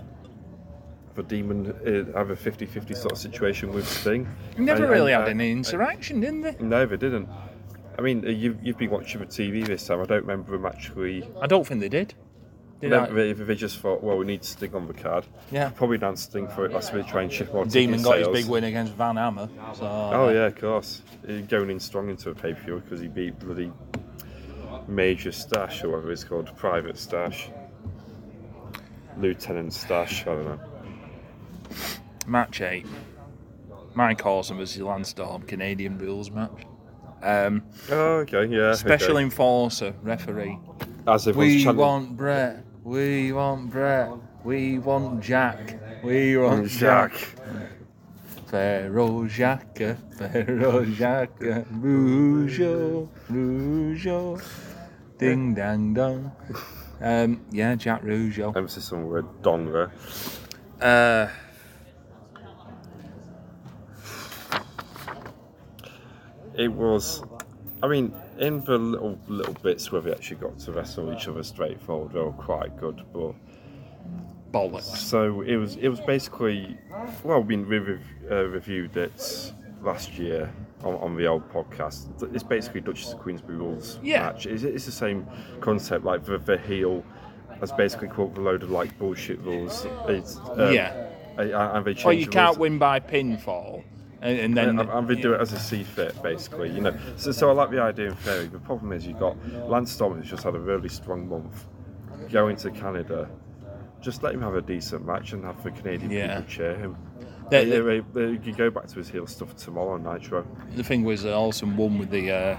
[SPEAKER 2] the demon uh, have a 50 50 sort of situation with Sting?
[SPEAKER 1] Never
[SPEAKER 2] And-
[SPEAKER 1] really
[SPEAKER 2] and,
[SPEAKER 1] had
[SPEAKER 2] uh,
[SPEAKER 1] any interaction, didn't they?
[SPEAKER 2] No, they didn't. I mean, uh, you've, you've been watching the TV this time. I don't remember them actually.
[SPEAKER 1] I don't think they did. Did
[SPEAKER 2] No,
[SPEAKER 1] I?
[SPEAKER 2] they, they just thought, well, we need Sting on the card.
[SPEAKER 1] Yeah.
[SPEAKER 2] Probably done Sting for it last minute, try and chip more
[SPEAKER 1] Demon
[SPEAKER 2] ticket
[SPEAKER 1] got his
[SPEAKER 2] sales.
[SPEAKER 1] big win against Van Hammer. So uh,
[SPEAKER 2] Oh, yeah, of course. He Going in strong into a pay per view because he beat bloody Major Stash, or whatever it's called, Private Stash, Lieutenant Stash, I don't know.
[SPEAKER 1] match eight. Mike Awesome versus Lance Storm, Canadian rules match. Um,
[SPEAKER 2] Oh, okay, yeah.
[SPEAKER 1] special
[SPEAKER 2] okay.
[SPEAKER 1] enforcer, referee.
[SPEAKER 2] As everyone's
[SPEAKER 1] We
[SPEAKER 2] chanting-
[SPEAKER 1] want Brett. We want Brett. We want Jack. We want
[SPEAKER 2] Jack.
[SPEAKER 1] Jack. Pharaoh Jacques. Pharaoh Jacques. Rougeau. Rougeau. Ding dang dong. Um, yeah, Jack Rougeau.
[SPEAKER 2] Emphasis on the word Donra.
[SPEAKER 1] Uh,
[SPEAKER 2] It was. I mean, in the little little bits where we actually got to wrestle each other straightforward, they were quite good. But
[SPEAKER 1] bollocks.
[SPEAKER 2] so it was. It was basically. Well, we we rev- uh, reviewed it last year on, on the old podcast. It's basically Duchess of Queensbury rules
[SPEAKER 1] Yeah.
[SPEAKER 2] match. It's, it's the same concept. Like the, the heel has basically caught a load of like bullshit rules. It's, um,
[SPEAKER 1] Yeah.
[SPEAKER 2] And and they change
[SPEAKER 1] Or you
[SPEAKER 2] the
[SPEAKER 1] can't
[SPEAKER 2] rules.
[SPEAKER 1] win by pinfall. And, and then.
[SPEAKER 2] and, and we do it as a see fit, basically. You know, so, so I like the idea in theory. The problem is you've got Lance Storm who's just had a really strong month. Going to Canada, just let him have a decent match and have the Canadian
[SPEAKER 1] Yeah.
[SPEAKER 2] people cheer him.
[SPEAKER 1] They-
[SPEAKER 2] Yeah, they- they- you can go back to his heel stuff tomorrow on Nitro.
[SPEAKER 1] The thing was that Olsen won with the uh,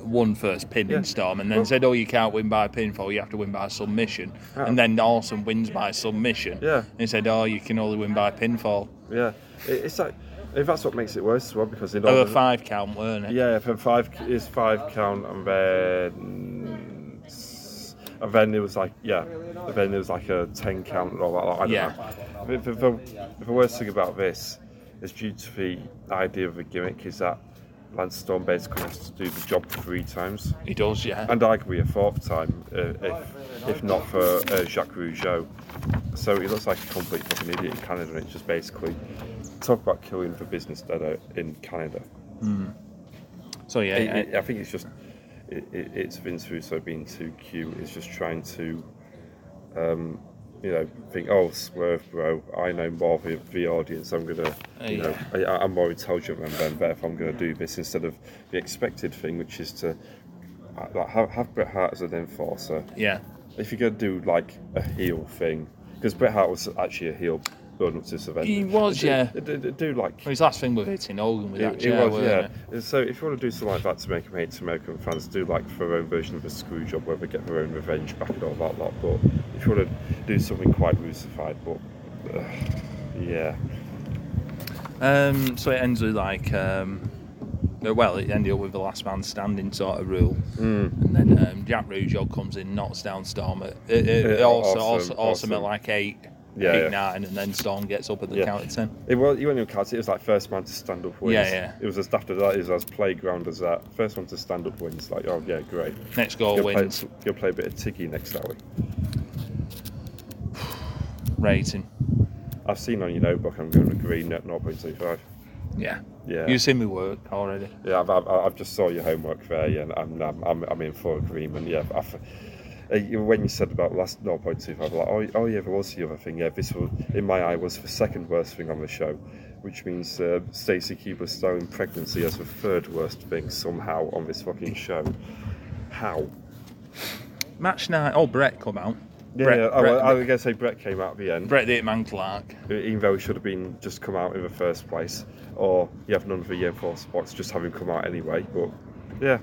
[SPEAKER 1] one first pin
[SPEAKER 2] Yeah.
[SPEAKER 1] in Storm, and then
[SPEAKER 2] Well-
[SPEAKER 1] said, "Oh, you can't win by pinfall. You have to win by submission."
[SPEAKER 2] Oh.
[SPEAKER 1] And then Olsen wins by submission.
[SPEAKER 2] Yeah.
[SPEAKER 1] And he said, "Oh, you can only win by pinfall."
[SPEAKER 2] Yeah, it, it's like if that's what makes it worse as well because in
[SPEAKER 1] Over
[SPEAKER 2] order-
[SPEAKER 1] five count, weren't it?
[SPEAKER 2] Yeah, from five is five count, and then and then it was like yeah, and then it was like a ten count and all that. I don't
[SPEAKER 1] Yeah.
[SPEAKER 2] know. The, the, the- the worst thing about this is due to the idea of a gimmick is that Lance Storm basically has to do the job three times,
[SPEAKER 1] He does, yeah.
[SPEAKER 2] and arguably a fourth time uh, if if not for uh, Jacques Rougeau. So he looks like a complete fucking idiot in Canada, and it's just basically talk about killing the business dead out in Canada.
[SPEAKER 1] so yeah,
[SPEAKER 2] I-
[SPEAKER 1] I-
[SPEAKER 2] I, I think it's just it, it, it's Vince Russo being too cute. It's just trying to, um, you know, think, oh, swerve, bro. I know more than the audience. I'm gonna, you know, I, I- I'm more intelligent than Ben. But if I'm gonna do this instead of the expected thing, which is to uh, like, have, have Bret Hart as an enforcer.
[SPEAKER 1] yeah.
[SPEAKER 2] If you're gonna do like a heel thing, because Bret Hart was actually a heel building up to this event.
[SPEAKER 1] He was,
[SPEAKER 2] Do-
[SPEAKER 1] yeah.
[SPEAKER 2] do- do- do like
[SPEAKER 1] His last thing was hitting Hogan with that
[SPEAKER 2] it, it
[SPEAKER 1] chair,
[SPEAKER 2] was,
[SPEAKER 1] weren't
[SPEAKER 2] yeah.
[SPEAKER 1] it?
[SPEAKER 2] So if you want to do something like that to make American American fans do like their own version of a screw job where they get their own revenge back and all that lot, but if you want to do something quite russified, but uh, yeah,
[SPEAKER 1] Um, so it ends with like, um, uh, well, it ended up with the last man standing sort of rule,
[SPEAKER 2] Hmm.
[SPEAKER 1] and then um, Jack Rougeau comes in, knocks down Storm at it,
[SPEAKER 2] Yeah,
[SPEAKER 1] also,
[SPEAKER 2] awesome,
[SPEAKER 1] also, awesome at
[SPEAKER 2] awesome.
[SPEAKER 1] like eight,
[SPEAKER 2] Yeah,
[SPEAKER 1] eight
[SPEAKER 2] yeah.
[SPEAKER 1] nine, and then Storm gets up at the
[SPEAKER 2] Yeah.
[SPEAKER 1] count of ten.
[SPEAKER 2] it was. You went in cards. It was like first man to stand up wins.
[SPEAKER 1] Yeah, yeah.
[SPEAKER 2] It was as after that. It was as playground as that. First one to stand up wins. Like oh yeah, great.
[SPEAKER 1] Next goal
[SPEAKER 2] Go play,
[SPEAKER 1] wins
[SPEAKER 2] go play a bit of Tiggy next alley.
[SPEAKER 1] rating.
[SPEAKER 2] I've seen on your notebook. I'm going to green at 0.25.
[SPEAKER 1] Yeah,
[SPEAKER 2] Yeah.
[SPEAKER 1] You've seen me work already.
[SPEAKER 2] Yeah, I've, I've, I've just saw your homework there, yeah, and I'm, I'm, I'm, I'm in full agreement. Yeah, I, f- uh, you- when you said about last 0.25, like, oh, oh yeah, there was the other thing. Yeah, this was, in my eye, was the second worst thing on the show, which means uh, Stacey Keeper starring pregnancy as the third worst thing somehow on this fucking show. How?
[SPEAKER 1] Match night. Oh, Brett come out.
[SPEAKER 2] Yeah,
[SPEAKER 1] Brett,
[SPEAKER 2] I,
[SPEAKER 1] Brett,
[SPEAKER 2] I was going to say Brett came out at the end. e,
[SPEAKER 1] Brett the Man Clark.
[SPEAKER 2] even though he should have been just come out in the first place, or you have none of the year four spots, just have him come out anyway. But yeah,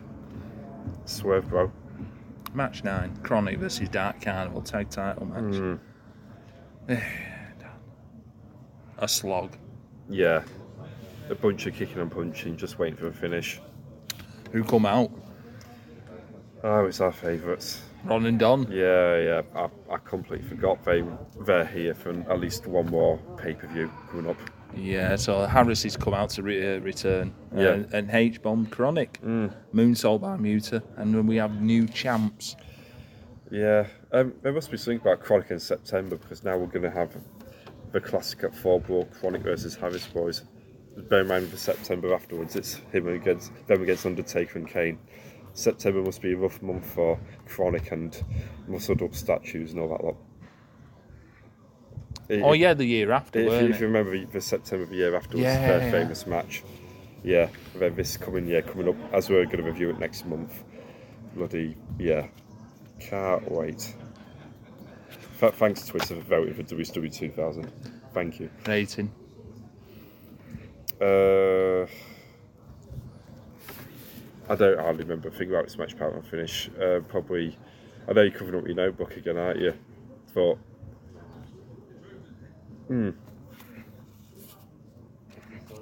[SPEAKER 2] swerve, bro.
[SPEAKER 1] Match nine. Chronic versus Dark Carnival tag title match.
[SPEAKER 2] Mm, Hmm.
[SPEAKER 1] A slog.
[SPEAKER 2] Yeah, a bunch of kicking and punching, just waiting for a finish.
[SPEAKER 1] Who come out?
[SPEAKER 2] Oh, it's our favourites.
[SPEAKER 1] Ron and Don.
[SPEAKER 2] Yeah, yeah. I, I completely forgot they they're here for at least one more pay per view coming up.
[SPEAKER 1] Yeah, so Harris has come out to re- uh, return. Uh,
[SPEAKER 2] Yeah.
[SPEAKER 1] and H Bomb Chronic. Mm. Moonsault by Muta. And then we have new champs.
[SPEAKER 2] Yeah, um, there must be something about Chronic in September because now we're going to have the classic at four brawl Chronic versus Harris Boys. Bear in mind for September afterwards, it's him against them against Undertaker and Kane. September must be a rough month for Chronic and muscled up statues and all that lot.
[SPEAKER 1] Oh, yeah, the year after,
[SPEAKER 2] If,
[SPEAKER 1] weren't
[SPEAKER 2] if you
[SPEAKER 1] it?
[SPEAKER 2] remember the- the September the year afterwards,
[SPEAKER 1] Yeah,
[SPEAKER 2] their
[SPEAKER 1] yeah.
[SPEAKER 2] famous match. Yeah, and then this coming year coming up as we're going to review it next month. Bloody yeah, can't wait. Th- thanks Twitter for voting for WSW 2000. Thank you.
[SPEAKER 1] Rating.
[SPEAKER 2] Uh, I don't hardly remember. Think about this match, pattern and finish. Uh, probably. I know you're covering up your notebook again, aren't you? But hmm.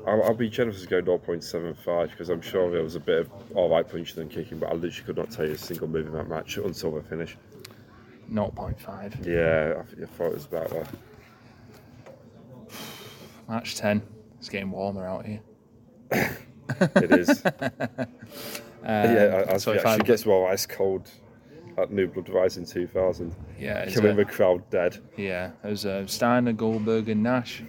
[SPEAKER 2] I'll, I'll be generous and go 0.75 because I'm sure there was a bit of all right punching and kicking, but I literally could not tell you a single move in that match until the finish.
[SPEAKER 1] 0.5.
[SPEAKER 2] Yeah, I, th- I thought it was about that.
[SPEAKER 1] Match 10. It's getting warmer out here.
[SPEAKER 2] It is. yeah, I, I,
[SPEAKER 1] so
[SPEAKER 2] it
[SPEAKER 1] if I-
[SPEAKER 2] actually gets more ice cold at New Blood Rising 2000.
[SPEAKER 1] Yeah, it's uh,
[SPEAKER 2] Killing
[SPEAKER 1] a-
[SPEAKER 2] the crowd dead.
[SPEAKER 1] Yeah, it was uh, Steiner, Goldberg, and Nash.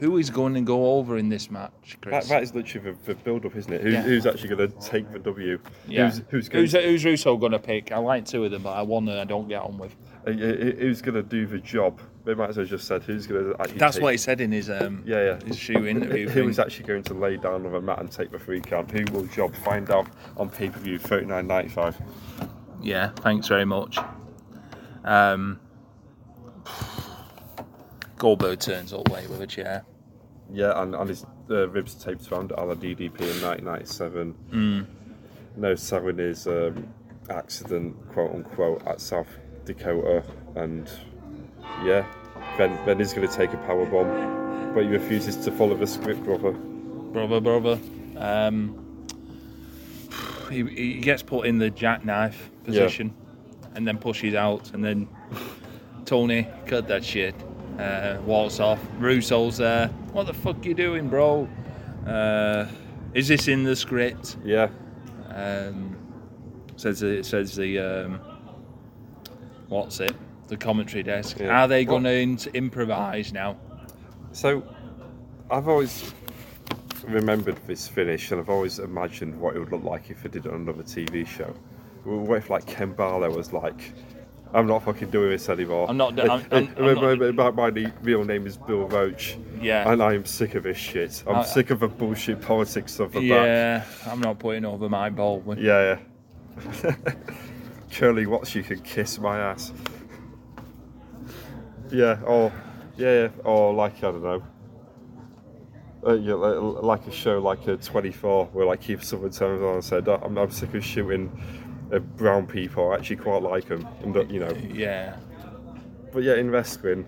[SPEAKER 1] Who is going to go over in this match,
[SPEAKER 2] That,
[SPEAKER 1] Chris?
[SPEAKER 2] that is literally the, the build up, isn't it? Who,
[SPEAKER 1] Yeah.
[SPEAKER 2] Who's actually going to take the W?
[SPEAKER 1] yeah.
[SPEAKER 2] Who's, who's going
[SPEAKER 1] who's,
[SPEAKER 2] to
[SPEAKER 1] who's Russo going to pick? I like two of them, but I one that I don't get on with.
[SPEAKER 2] uh, who's going to do the job? They might as well just said who's going to actually.
[SPEAKER 1] That's
[SPEAKER 2] take
[SPEAKER 1] what he said in his um,
[SPEAKER 2] Yeah, yeah.
[SPEAKER 1] his shoe interview.
[SPEAKER 2] Who
[SPEAKER 1] thing.
[SPEAKER 2] is actually going to lay down on a mat and take the free count? Who will job? Find out on pay per view thirty nine ninety five.
[SPEAKER 1] Yeah, thanks very much. Um, Goldberg turns up late with a chair.
[SPEAKER 2] Yeah, and, and his uh, ribs taped around a la DDP in nineteen ninety seven. No seven is um, accident quote unquote at South Dakota, and yeah, Ben Ben is going to take a power bomb, but he refuses to follow the script, brother.
[SPEAKER 1] Brother, brother. Um, he, he gets put in the jackknife position and then pushes out, and then Tony, cut that shit, uh, walks off. Russo's there. What the fuck you doing, bro? Uh, is this in the script?
[SPEAKER 2] Yeah,
[SPEAKER 1] um, says the, says the um, what's it the commentary desk
[SPEAKER 2] Yeah.
[SPEAKER 1] are they going to in- improvise now
[SPEAKER 2] So, I've always remembered this finish, and I've always imagined what it would look like if it did it on another TV show. What if, like, Ken Barlow was like, "I'm not fucking doing this anymore."
[SPEAKER 1] I'm not do- I'm-
[SPEAKER 2] Uh,
[SPEAKER 1] I'm-
[SPEAKER 2] uh,
[SPEAKER 1] I'm not-
[SPEAKER 2] remember, my, my ne- real name is Bill Roach.
[SPEAKER 1] Yeah.
[SPEAKER 2] And I am sick of this shit. I'm
[SPEAKER 1] I-
[SPEAKER 2] sick of the bullshit politics of the back.
[SPEAKER 1] yeah i'm not putting over my baldwin
[SPEAKER 2] uh, Yeah. Yeah. Curly Watts, you can kiss my ass. Yeah, or yeah, yeah, or like I don't know. Uh, yeah, li- li- like a show like a 24 where like Keith Southern turns on and said, "Oh, I'm, I'm sick of shooting uh, brown people. I actually quite like them. And, that, you know,
[SPEAKER 1] yeah
[SPEAKER 2] but yeah, in wrestling,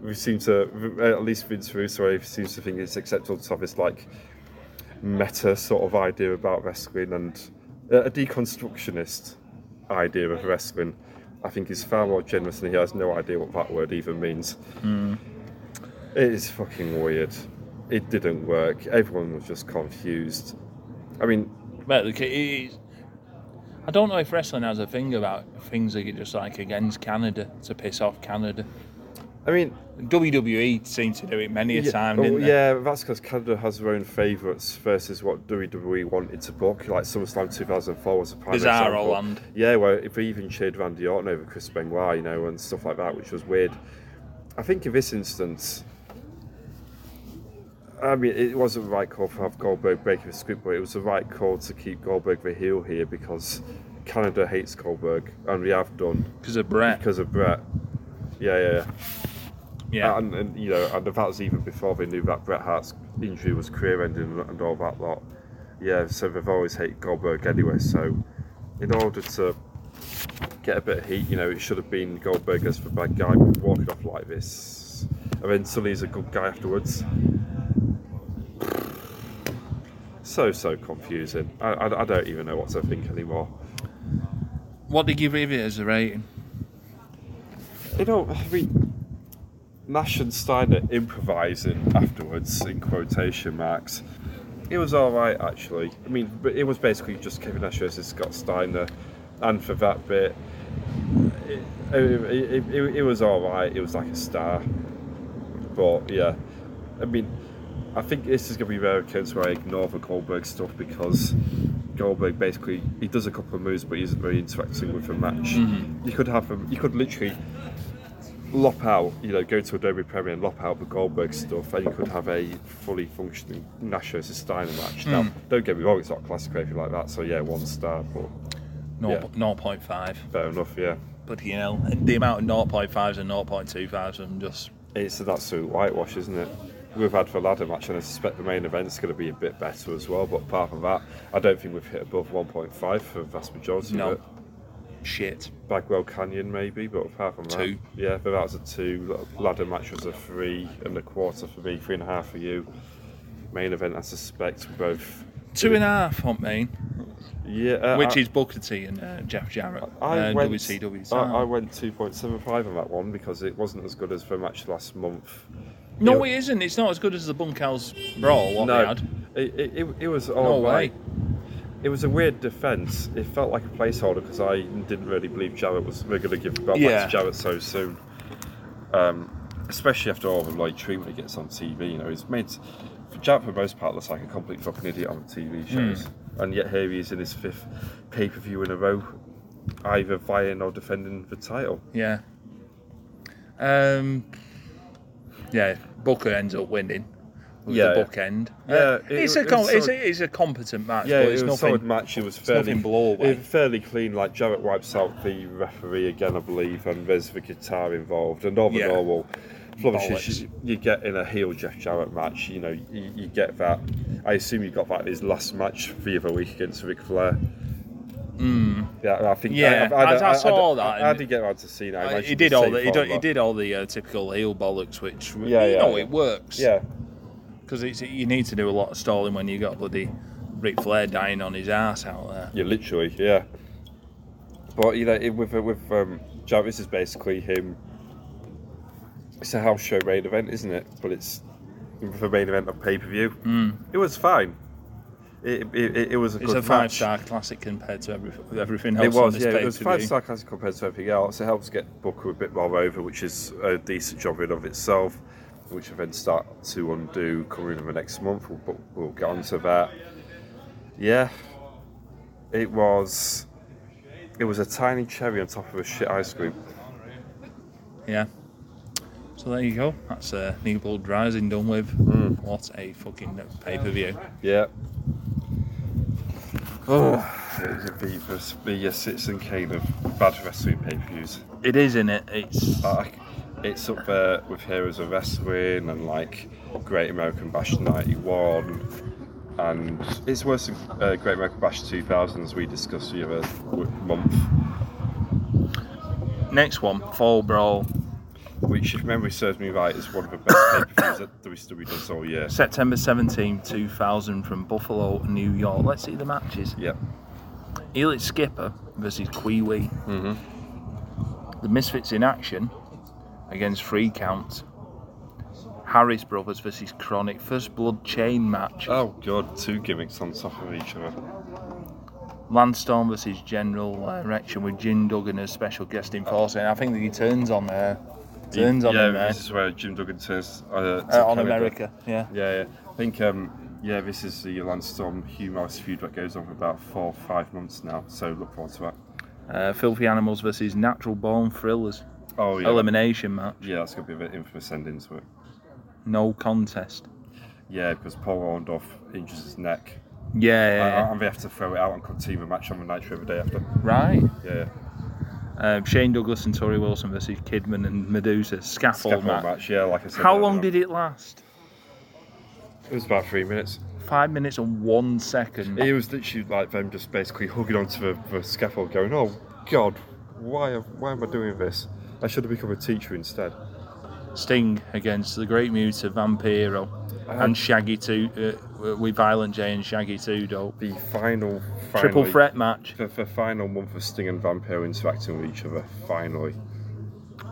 [SPEAKER 2] we seem to, at least Vince Russo seems to think it's acceptable to have this like meta sort of idea about wrestling and uh, a deconstructionist idea of wrestling. I think is far more generous and he has no idea what that word even means. It is fucking weird. It didn't work. Everyone was just confused. I mean,
[SPEAKER 1] but the ki- it- i don't know if wrestling has a thing about things that are just like against canada to piss off canada
[SPEAKER 2] I I mean,
[SPEAKER 1] WWE seemed to do it many a
[SPEAKER 2] yeah,
[SPEAKER 1] time,
[SPEAKER 2] oh,
[SPEAKER 1] didn't they?
[SPEAKER 2] yeah, but that's because Canada has their own favourites versus what WWE wanted to book. Like SummerSlam 2004 was a prime
[SPEAKER 1] Bizarro
[SPEAKER 2] example.
[SPEAKER 1] Land.
[SPEAKER 2] Yeah, where if we even cheered Randy Orton over Chris Benoit, you know, and stuff like that, which was weird. I think in this instance, I mean, it wasn't the right call to have Goldberg break the script, but it was the right call to keep Goldberg the heel here because Canada hates Goldberg, and we have done
[SPEAKER 1] Because of Brett.
[SPEAKER 2] because of Brett. Yeah, yeah, yeah.
[SPEAKER 1] yeah.
[SPEAKER 2] And, and you know, and that was even before they knew that Bret Hart's injury was career ending and all that lot. Yeah, so they've always hated Goldberg anyway. So, in order to get a bit of heat, you know, it should have been Goldberg as the bad guy but walking off like this, and then suddenly he's a good guy afterwards. So so confusing. I, I, I don't even know what to think anymore.
[SPEAKER 1] what did you give it as a rating?
[SPEAKER 2] You know, I mean, Nash and Steiner improvising afterwards, in quotation marks. It was all right, actually. I mean, but it was basically just Kevin Nash versus Scott Steiner, and for that bit, it, it, it, it, it was all right. It was like a star, but yeah, I mean, I think this is going to be rare occurrence where I ignore the Goldberg stuff because Goldberg basically he does a couple of moves, but he isn't really interacting with the match. You could have him. You could literally lop out, you know, go to Adobe Premiere and lop out the Goldberg stuff, and you could have a fully functioning Nash versus Steiner match. Now, don't get me wrong, it's not classic or anything like that, so yeah, one star, but
[SPEAKER 1] Nor-
[SPEAKER 2] Yeah.
[SPEAKER 1] 0.5.
[SPEAKER 2] fair enough, yeah.
[SPEAKER 1] But you know, and the amount of 0.5s and 0.25s, I'm just.
[SPEAKER 2] It's an absolute whitewash, isn't it? We've had the ladder match, and I suspect the main event's going to be a bit better as well, but apart from that, I don't think we've hit above 1.5 for the vast majority
[SPEAKER 1] No.
[SPEAKER 2] of it.
[SPEAKER 1] Shit.
[SPEAKER 2] Bagwell Canyon, maybe, but apart from that,
[SPEAKER 1] Two.
[SPEAKER 2] yeah, but that was a two. Ladder match was a three and a quarter for me, three and a half for you. Main event, I suspect, were both
[SPEAKER 1] Two and a half on main,
[SPEAKER 2] Yeah, uh,
[SPEAKER 1] which
[SPEAKER 2] I-
[SPEAKER 1] is Booker T and uh, Jeff Jarrett.
[SPEAKER 2] I
[SPEAKER 1] uh,
[SPEAKER 2] went,
[SPEAKER 1] WCW.
[SPEAKER 2] I, I
[SPEAKER 1] style.
[SPEAKER 2] went 2.75 on that one because it wasn't as good as the match last month.
[SPEAKER 1] no,
[SPEAKER 2] it-
[SPEAKER 1] it isn't. It's not as good as the Bunkhouse Brawl, what we
[SPEAKER 2] no,
[SPEAKER 1] had.
[SPEAKER 2] it, it, it, it was
[SPEAKER 1] No
[SPEAKER 2] all
[SPEAKER 1] way.
[SPEAKER 2] right. It was a weird defence. It felt like a placeholder because I didn't really believe Jarrett was we're going to give the belt
[SPEAKER 1] Yeah.
[SPEAKER 2] back to Jarrett so soon. Um, especially after all the like treatment he gets on TV. You know, he's made for Jarrett for the most part looks like a complete fucking idiot on
[SPEAKER 1] Hmm.
[SPEAKER 2] TV shows, and yet here he is in his fifth pay per view in a row, either vying or defending the title.
[SPEAKER 1] Yeah. Um. Yeah, Booker ends up winning. With
[SPEAKER 2] Yeah,
[SPEAKER 1] the
[SPEAKER 2] yeah.
[SPEAKER 1] book end. Uh,
[SPEAKER 2] Yeah, it-
[SPEAKER 1] it's a
[SPEAKER 2] it was
[SPEAKER 1] com- it's,
[SPEAKER 2] sort
[SPEAKER 1] a, it's a competent match,
[SPEAKER 2] Yeah,
[SPEAKER 1] but
[SPEAKER 2] it
[SPEAKER 1] it's
[SPEAKER 2] was a
[SPEAKER 1] nothing.
[SPEAKER 2] solid match. It was
[SPEAKER 1] nothing
[SPEAKER 2] fairly
[SPEAKER 1] blowaway.
[SPEAKER 2] it was fairly clean. Like Jarrett wipes out the referee again, I believe, and there's the guitar involved and all the
[SPEAKER 1] Yeah.
[SPEAKER 2] normal flourishes
[SPEAKER 1] Bollocks.
[SPEAKER 2] you, you get in a heel Jeff Jarrett match. You know, you, you get that. I assume you got that in his last match the other week against Ric Flair. Yeah, I think.
[SPEAKER 1] Hmm. Yeah,
[SPEAKER 2] I, I,
[SPEAKER 1] I- I saw that
[SPEAKER 2] I,
[SPEAKER 1] and-
[SPEAKER 2] did get around to see that. I
[SPEAKER 1] Uh,
[SPEAKER 2] managed
[SPEAKER 1] he
[SPEAKER 2] to
[SPEAKER 1] did
[SPEAKER 2] see
[SPEAKER 1] all the he,
[SPEAKER 2] part
[SPEAKER 1] do,
[SPEAKER 2] of
[SPEAKER 1] he
[SPEAKER 2] that.
[SPEAKER 1] did all the uh, typical heel bollocks, which
[SPEAKER 2] Yeah,
[SPEAKER 1] you
[SPEAKER 2] yeah,
[SPEAKER 1] know
[SPEAKER 2] yeah.
[SPEAKER 1] it works.
[SPEAKER 2] Yeah,
[SPEAKER 1] because it's you need to do a lot of stalling when you got bloody Ric Flair dying on his ass out there.
[SPEAKER 2] Yeah, literally, yeah. But you know, it, with with um, Jarvis is basically him. It's a house show main event, isn't it? But it's the main event of pay per view. It was fine. It, it, it, it was a
[SPEAKER 1] Hmm. It's a
[SPEAKER 2] good
[SPEAKER 1] five
[SPEAKER 2] match.
[SPEAKER 1] star classic compared to every, everything else.
[SPEAKER 2] It
[SPEAKER 1] on
[SPEAKER 2] was,
[SPEAKER 1] this
[SPEAKER 2] yeah, it was
[SPEAKER 1] pay-per-view.
[SPEAKER 2] five star classic compared to everything else. It helps get Booker a bit more over, which is a decent job in of itself, which I then start to undo coming in the next month. We'll, but we'll get onto that. Yeah, it was. It was a tiny cherry on top of a shit ice cream.
[SPEAKER 1] Yeah. So there you go. That's uh, Newbold Rising done with. What a fucking pay per view.
[SPEAKER 2] Yeah. Oh, it'd be, it'd be a Citizen Kane of bad wrestling pay per views.
[SPEAKER 1] It is in it. It's
[SPEAKER 2] like it's up there with Heroes of Wrestling and like Great American Bash 91 and it's worse than uh, Great American Bash 2000 as we discussed the other w- month
[SPEAKER 1] next one. Fall brawl.
[SPEAKER 2] which if memory serves me right is one of the best pay-per-views that WWE does all year
[SPEAKER 1] September 17, 2000, from Buffalo, New York. Let's see the matches.
[SPEAKER 2] yep
[SPEAKER 1] Elite Skipper versus Kwee Wee. The Misfits in action against Free Count. Harris Brothers versus Chronic. First Blood Chain match.
[SPEAKER 2] oh god two gimmicks on top of each other
[SPEAKER 1] Landstorm versus General Erection with Jim Duggan as special guest enforcer. And I think that he turns on uh, turns on
[SPEAKER 2] yeah,
[SPEAKER 1] him there.
[SPEAKER 2] this is where Jim Duggan turns uh, to
[SPEAKER 1] Uh, on
[SPEAKER 2] Canada.
[SPEAKER 1] America, yeah.
[SPEAKER 2] Yeah, yeah. I think um, yeah, this is the Landstorm Humouse feud that goes on for about four or five months now. So look forward to that.
[SPEAKER 1] Uh, filthy Animals versus Natural Born Thrillers.
[SPEAKER 2] Oh yeah,
[SPEAKER 1] Elimination match.
[SPEAKER 2] yeah, that's gonna be a bit infamous ending to it.
[SPEAKER 1] No contest.
[SPEAKER 2] Yeah, because Paul Orndorff injures his neck,
[SPEAKER 1] Yeah. yeah, yeah.
[SPEAKER 2] and and they have to throw it out and continue the match on the Nitro the day after.
[SPEAKER 1] Right.
[SPEAKER 2] Yeah, yeah.
[SPEAKER 1] Um, Shane Douglas and Tori Wilson versus Kidman and Medusa. Scaffold,
[SPEAKER 2] Scaffold
[SPEAKER 1] match.
[SPEAKER 2] match. Yeah, like I said.
[SPEAKER 1] How
[SPEAKER 2] earlier
[SPEAKER 1] long
[SPEAKER 2] on.
[SPEAKER 1] did it last?
[SPEAKER 2] It was about three minutes.
[SPEAKER 1] Five minutes and one second.
[SPEAKER 2] It was literally like them just basically hugging onto the, the scaffold, going, "Oh God, why am- why am I doing this? I should have become a teacher instead."
[SPEAKER 1] Sting against the Great Muta, Vampiro,
[SPEAKER 2] Uh-huh.
[SPEAKER 1] and Shaggy Two uh, with Violent J and Shaggy Two Dope.
[SPEAKER 2] The final,
[SPEAKER 1] Triple
[SPEAKER 2] finally-
[SPEAKER 1] threat match.
[SPEAKER 2] The, the final month of Sting and Vampiro interacting with each other, finally.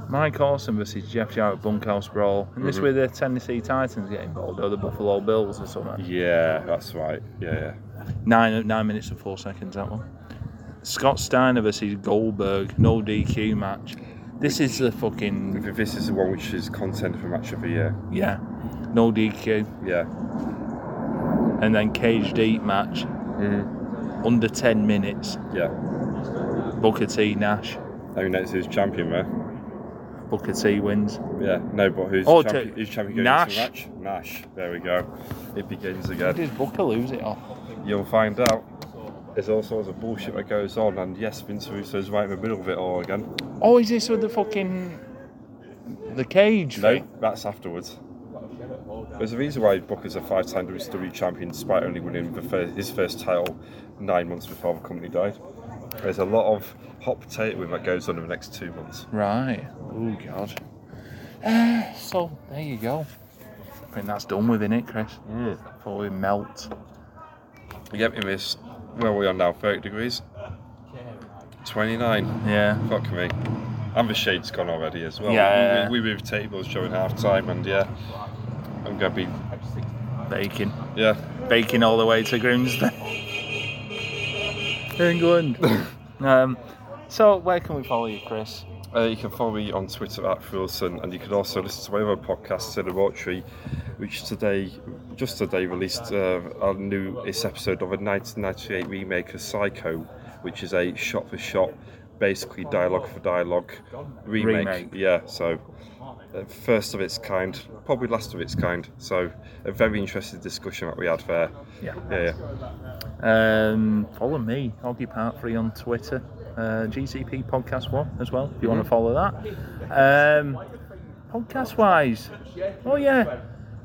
[SPEAKER 1] Mike Awesome versus Jeff Jarrett Bunkhouse Brawl. And
[SPEAKER 2] Mm-hmm.
[SPEAKER 1] this where the Tennessee Titans get involved or the Buffalo Bills or something.
[SPEAKER 2] Yeah, that's right. Yeah,
[SPEAKER 1] Nine nine minutes and four seconds that one. Scott Steiner versus Goldberg, no DQ match. This is the fucking
[SPEAKER 2] yeah. This is the one which is contender for match of the year.
[SPEAKER 1] yeah, no DQ.
[SPEAKER 2] Yeah.
[SPEAKER 1] and then cage deep match under 10 minutes
[SPEAKER 2] Yeah.
[SPEAKER 1] Booker T Nash
[SPEAKER 2] I mean, that's who's champion there.
[SPEAKER 1] Booker T wins
[SPEAKER 2] Yeah. No, but who's
[SPEAKER 1] Oh,
[SPEAKER 2] champion?
[SPEAKER 1] to-
[SPEAKER 2] Who's champion going
[SPEAKER 1] Nash.
[SPEAKER 2] into the match? Nash. There we go. It begins again.
[SPEAKER 1] did Booker lose it off
[SPEAKER 2] You'll find out. There's all sorts of bullshit that goes on, and yes, Vince Russo's right in the middle of it all again.
[SPEAKER 1] oh is this with the fucking the cage
[SPEAKER 2] No,
[SPEAKER 1] thing?
[SPEAKER 2] that's afterwards. There's a reason why Booker's a five-time WWE champion, despite only winning the fir- his first title nine months before the company died. There's a lot of hot potatoing that goes on in the next two months.
[SPEAKER 1] right oh god Ah, so there you go Mm. I think that's done with it Chris before we melt
[SPEAKER 2] Yep, in this, where we are now, 30 degrees, 29.
[SPEAKER 1] yeah
[SPEAKER 2] Fuck me. And the shade's gone already as well.
[SPEAKER 1] Yeah.
[SPEAKER 2] We, we moved tables during half-time, and yeah, I'm gonna be,
[SPEAKER 1] baking
[SPEAKER 2] yeah.
[SPEAKER 1] baking all the way to Grimsby England um, so where can we follow you Chris
[SPEAKER 2] Uh, you can follow me on Twitter at Wilson, and you can also listen to my other podcast, Cinema Mortuary, which today, just today, released uh, our newest episode of a 1998 remake of Psycho, which is a shot for shot, basically dialogue for dialogue remake.
[SPEAKER 1] Remake.
[SPEAKER 2] Yeah, so uh, first of its kind, probably last of its kind. So a very interesting discussion that we had there.
[SPEAKER 1] Yeah.
[SPEAKER 2] Yeah, yeah.
[SPEAKER 1] Um, follow me, Oggy Part 3 on Twitter, uh, GCP Podcast 1 as well, if you
[SPEAKER 2] Mm-hmm.
[SPEAKER 1] want to follow that. Um, podcast wise, oh yeah,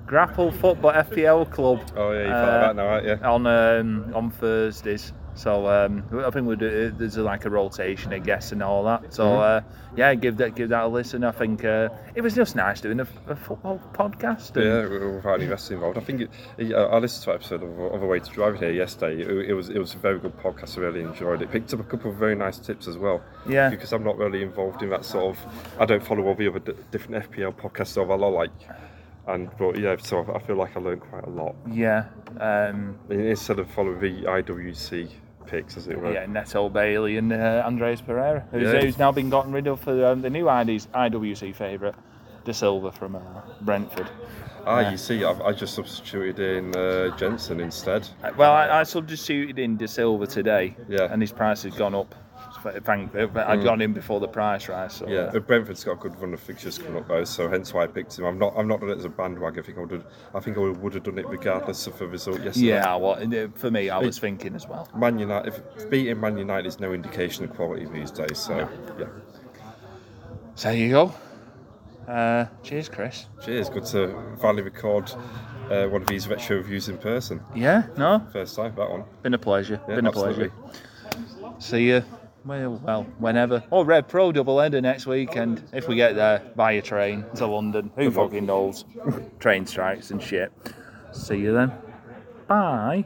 [SPEAKER 1] Grapple Football FPL Club.
[SPEAKER 2] Oh yeah, you follow
[SPEAKER 1] uh,
[SPEAKER 2] that now, right? Yeah.
[SPEAKER 1] On, um, on Thursdays. So um, I think we do, there's like a rotation, I guess, and all that. So uh,
[SPEAKER 2] Mm-hmm.
[SPEAKER 1] yeah, give that give that a listen. I think uh, it was just nice doing a, a football podcast. and-
[SPEAKER 2] Yeah, w- without any wrestling involved. I think it, I I listened to an episode of Other Way to Drive here yesterday. It, it was it was a very good podcast. I really enjoyed it. Picked up a couple of very nice tips as well.
[SPEAKER 1] Yeah.
[SPEAKER 2] Because I'm not really involved in that sort of. I don't follow all the other d- different FPL podcasts that I like. And but yeah, so I feel like I learned quite a lot
[SPEAKER 1] yeah. Um,
[SPEAKER 2] instead of following the IWC picks, as it were.
[SPEAKER 1] Yeah, Neto Bailey and uh, Andres Pereira, who's,
[SPEAKER 2] Yeah.
[SPEAKER 1] who's now been gotten rid of for um, the new ID's IWC favourite, De Silva from uh, Brentford.
[SPEAKER 2] Ah, you see, I've, I just substituted in uh, Jensen instead.
[SPEAKER 1] Uh, Well, I, I substituted in De Silva today,
[SPEAKER 2] Yeah.
[SPEAKER 1] and his price has gone up. Thank, uh, I got him before the price rise. So,
[SPEAKER 2] Yeah,
[SPEAKER 1] uh,
[SPEAKER 2] but Brentford's got a good run of fixtures coming up though, so hence why I picked him. I'm not, I'm not done it as a bandwagon. I think I would, have, I think I would have done it regardless of the result yesterday.
[SPEAKER 1] yeah. Well, uh, for me, I was thinking as well.
[SPEAKER 2] Man United, if beating Man United is no indication of quality these days. So yeah,
[SPEAKER 1] So there you go. Uh, cheers, Chris.
[SPEAKER 2] cheers. Good to finally record uh, one of these retro reviews in person.
[SPEAKER 1] Yeah, no,
[SPEAKER 2] First time that one.
[SPEAKER 1] been a pleasure.
[SPEAKER 2] Yeah,
[SPEAKER 1] been a
[SPEAKER 2] absolutely.
[SPEAKER 1] pleasure. See you. Well, well, whenever. Oh, Red Pro double header next weekend if we get there by a train to London. Who fucking knows? train strikes and shit. See you then. Bye.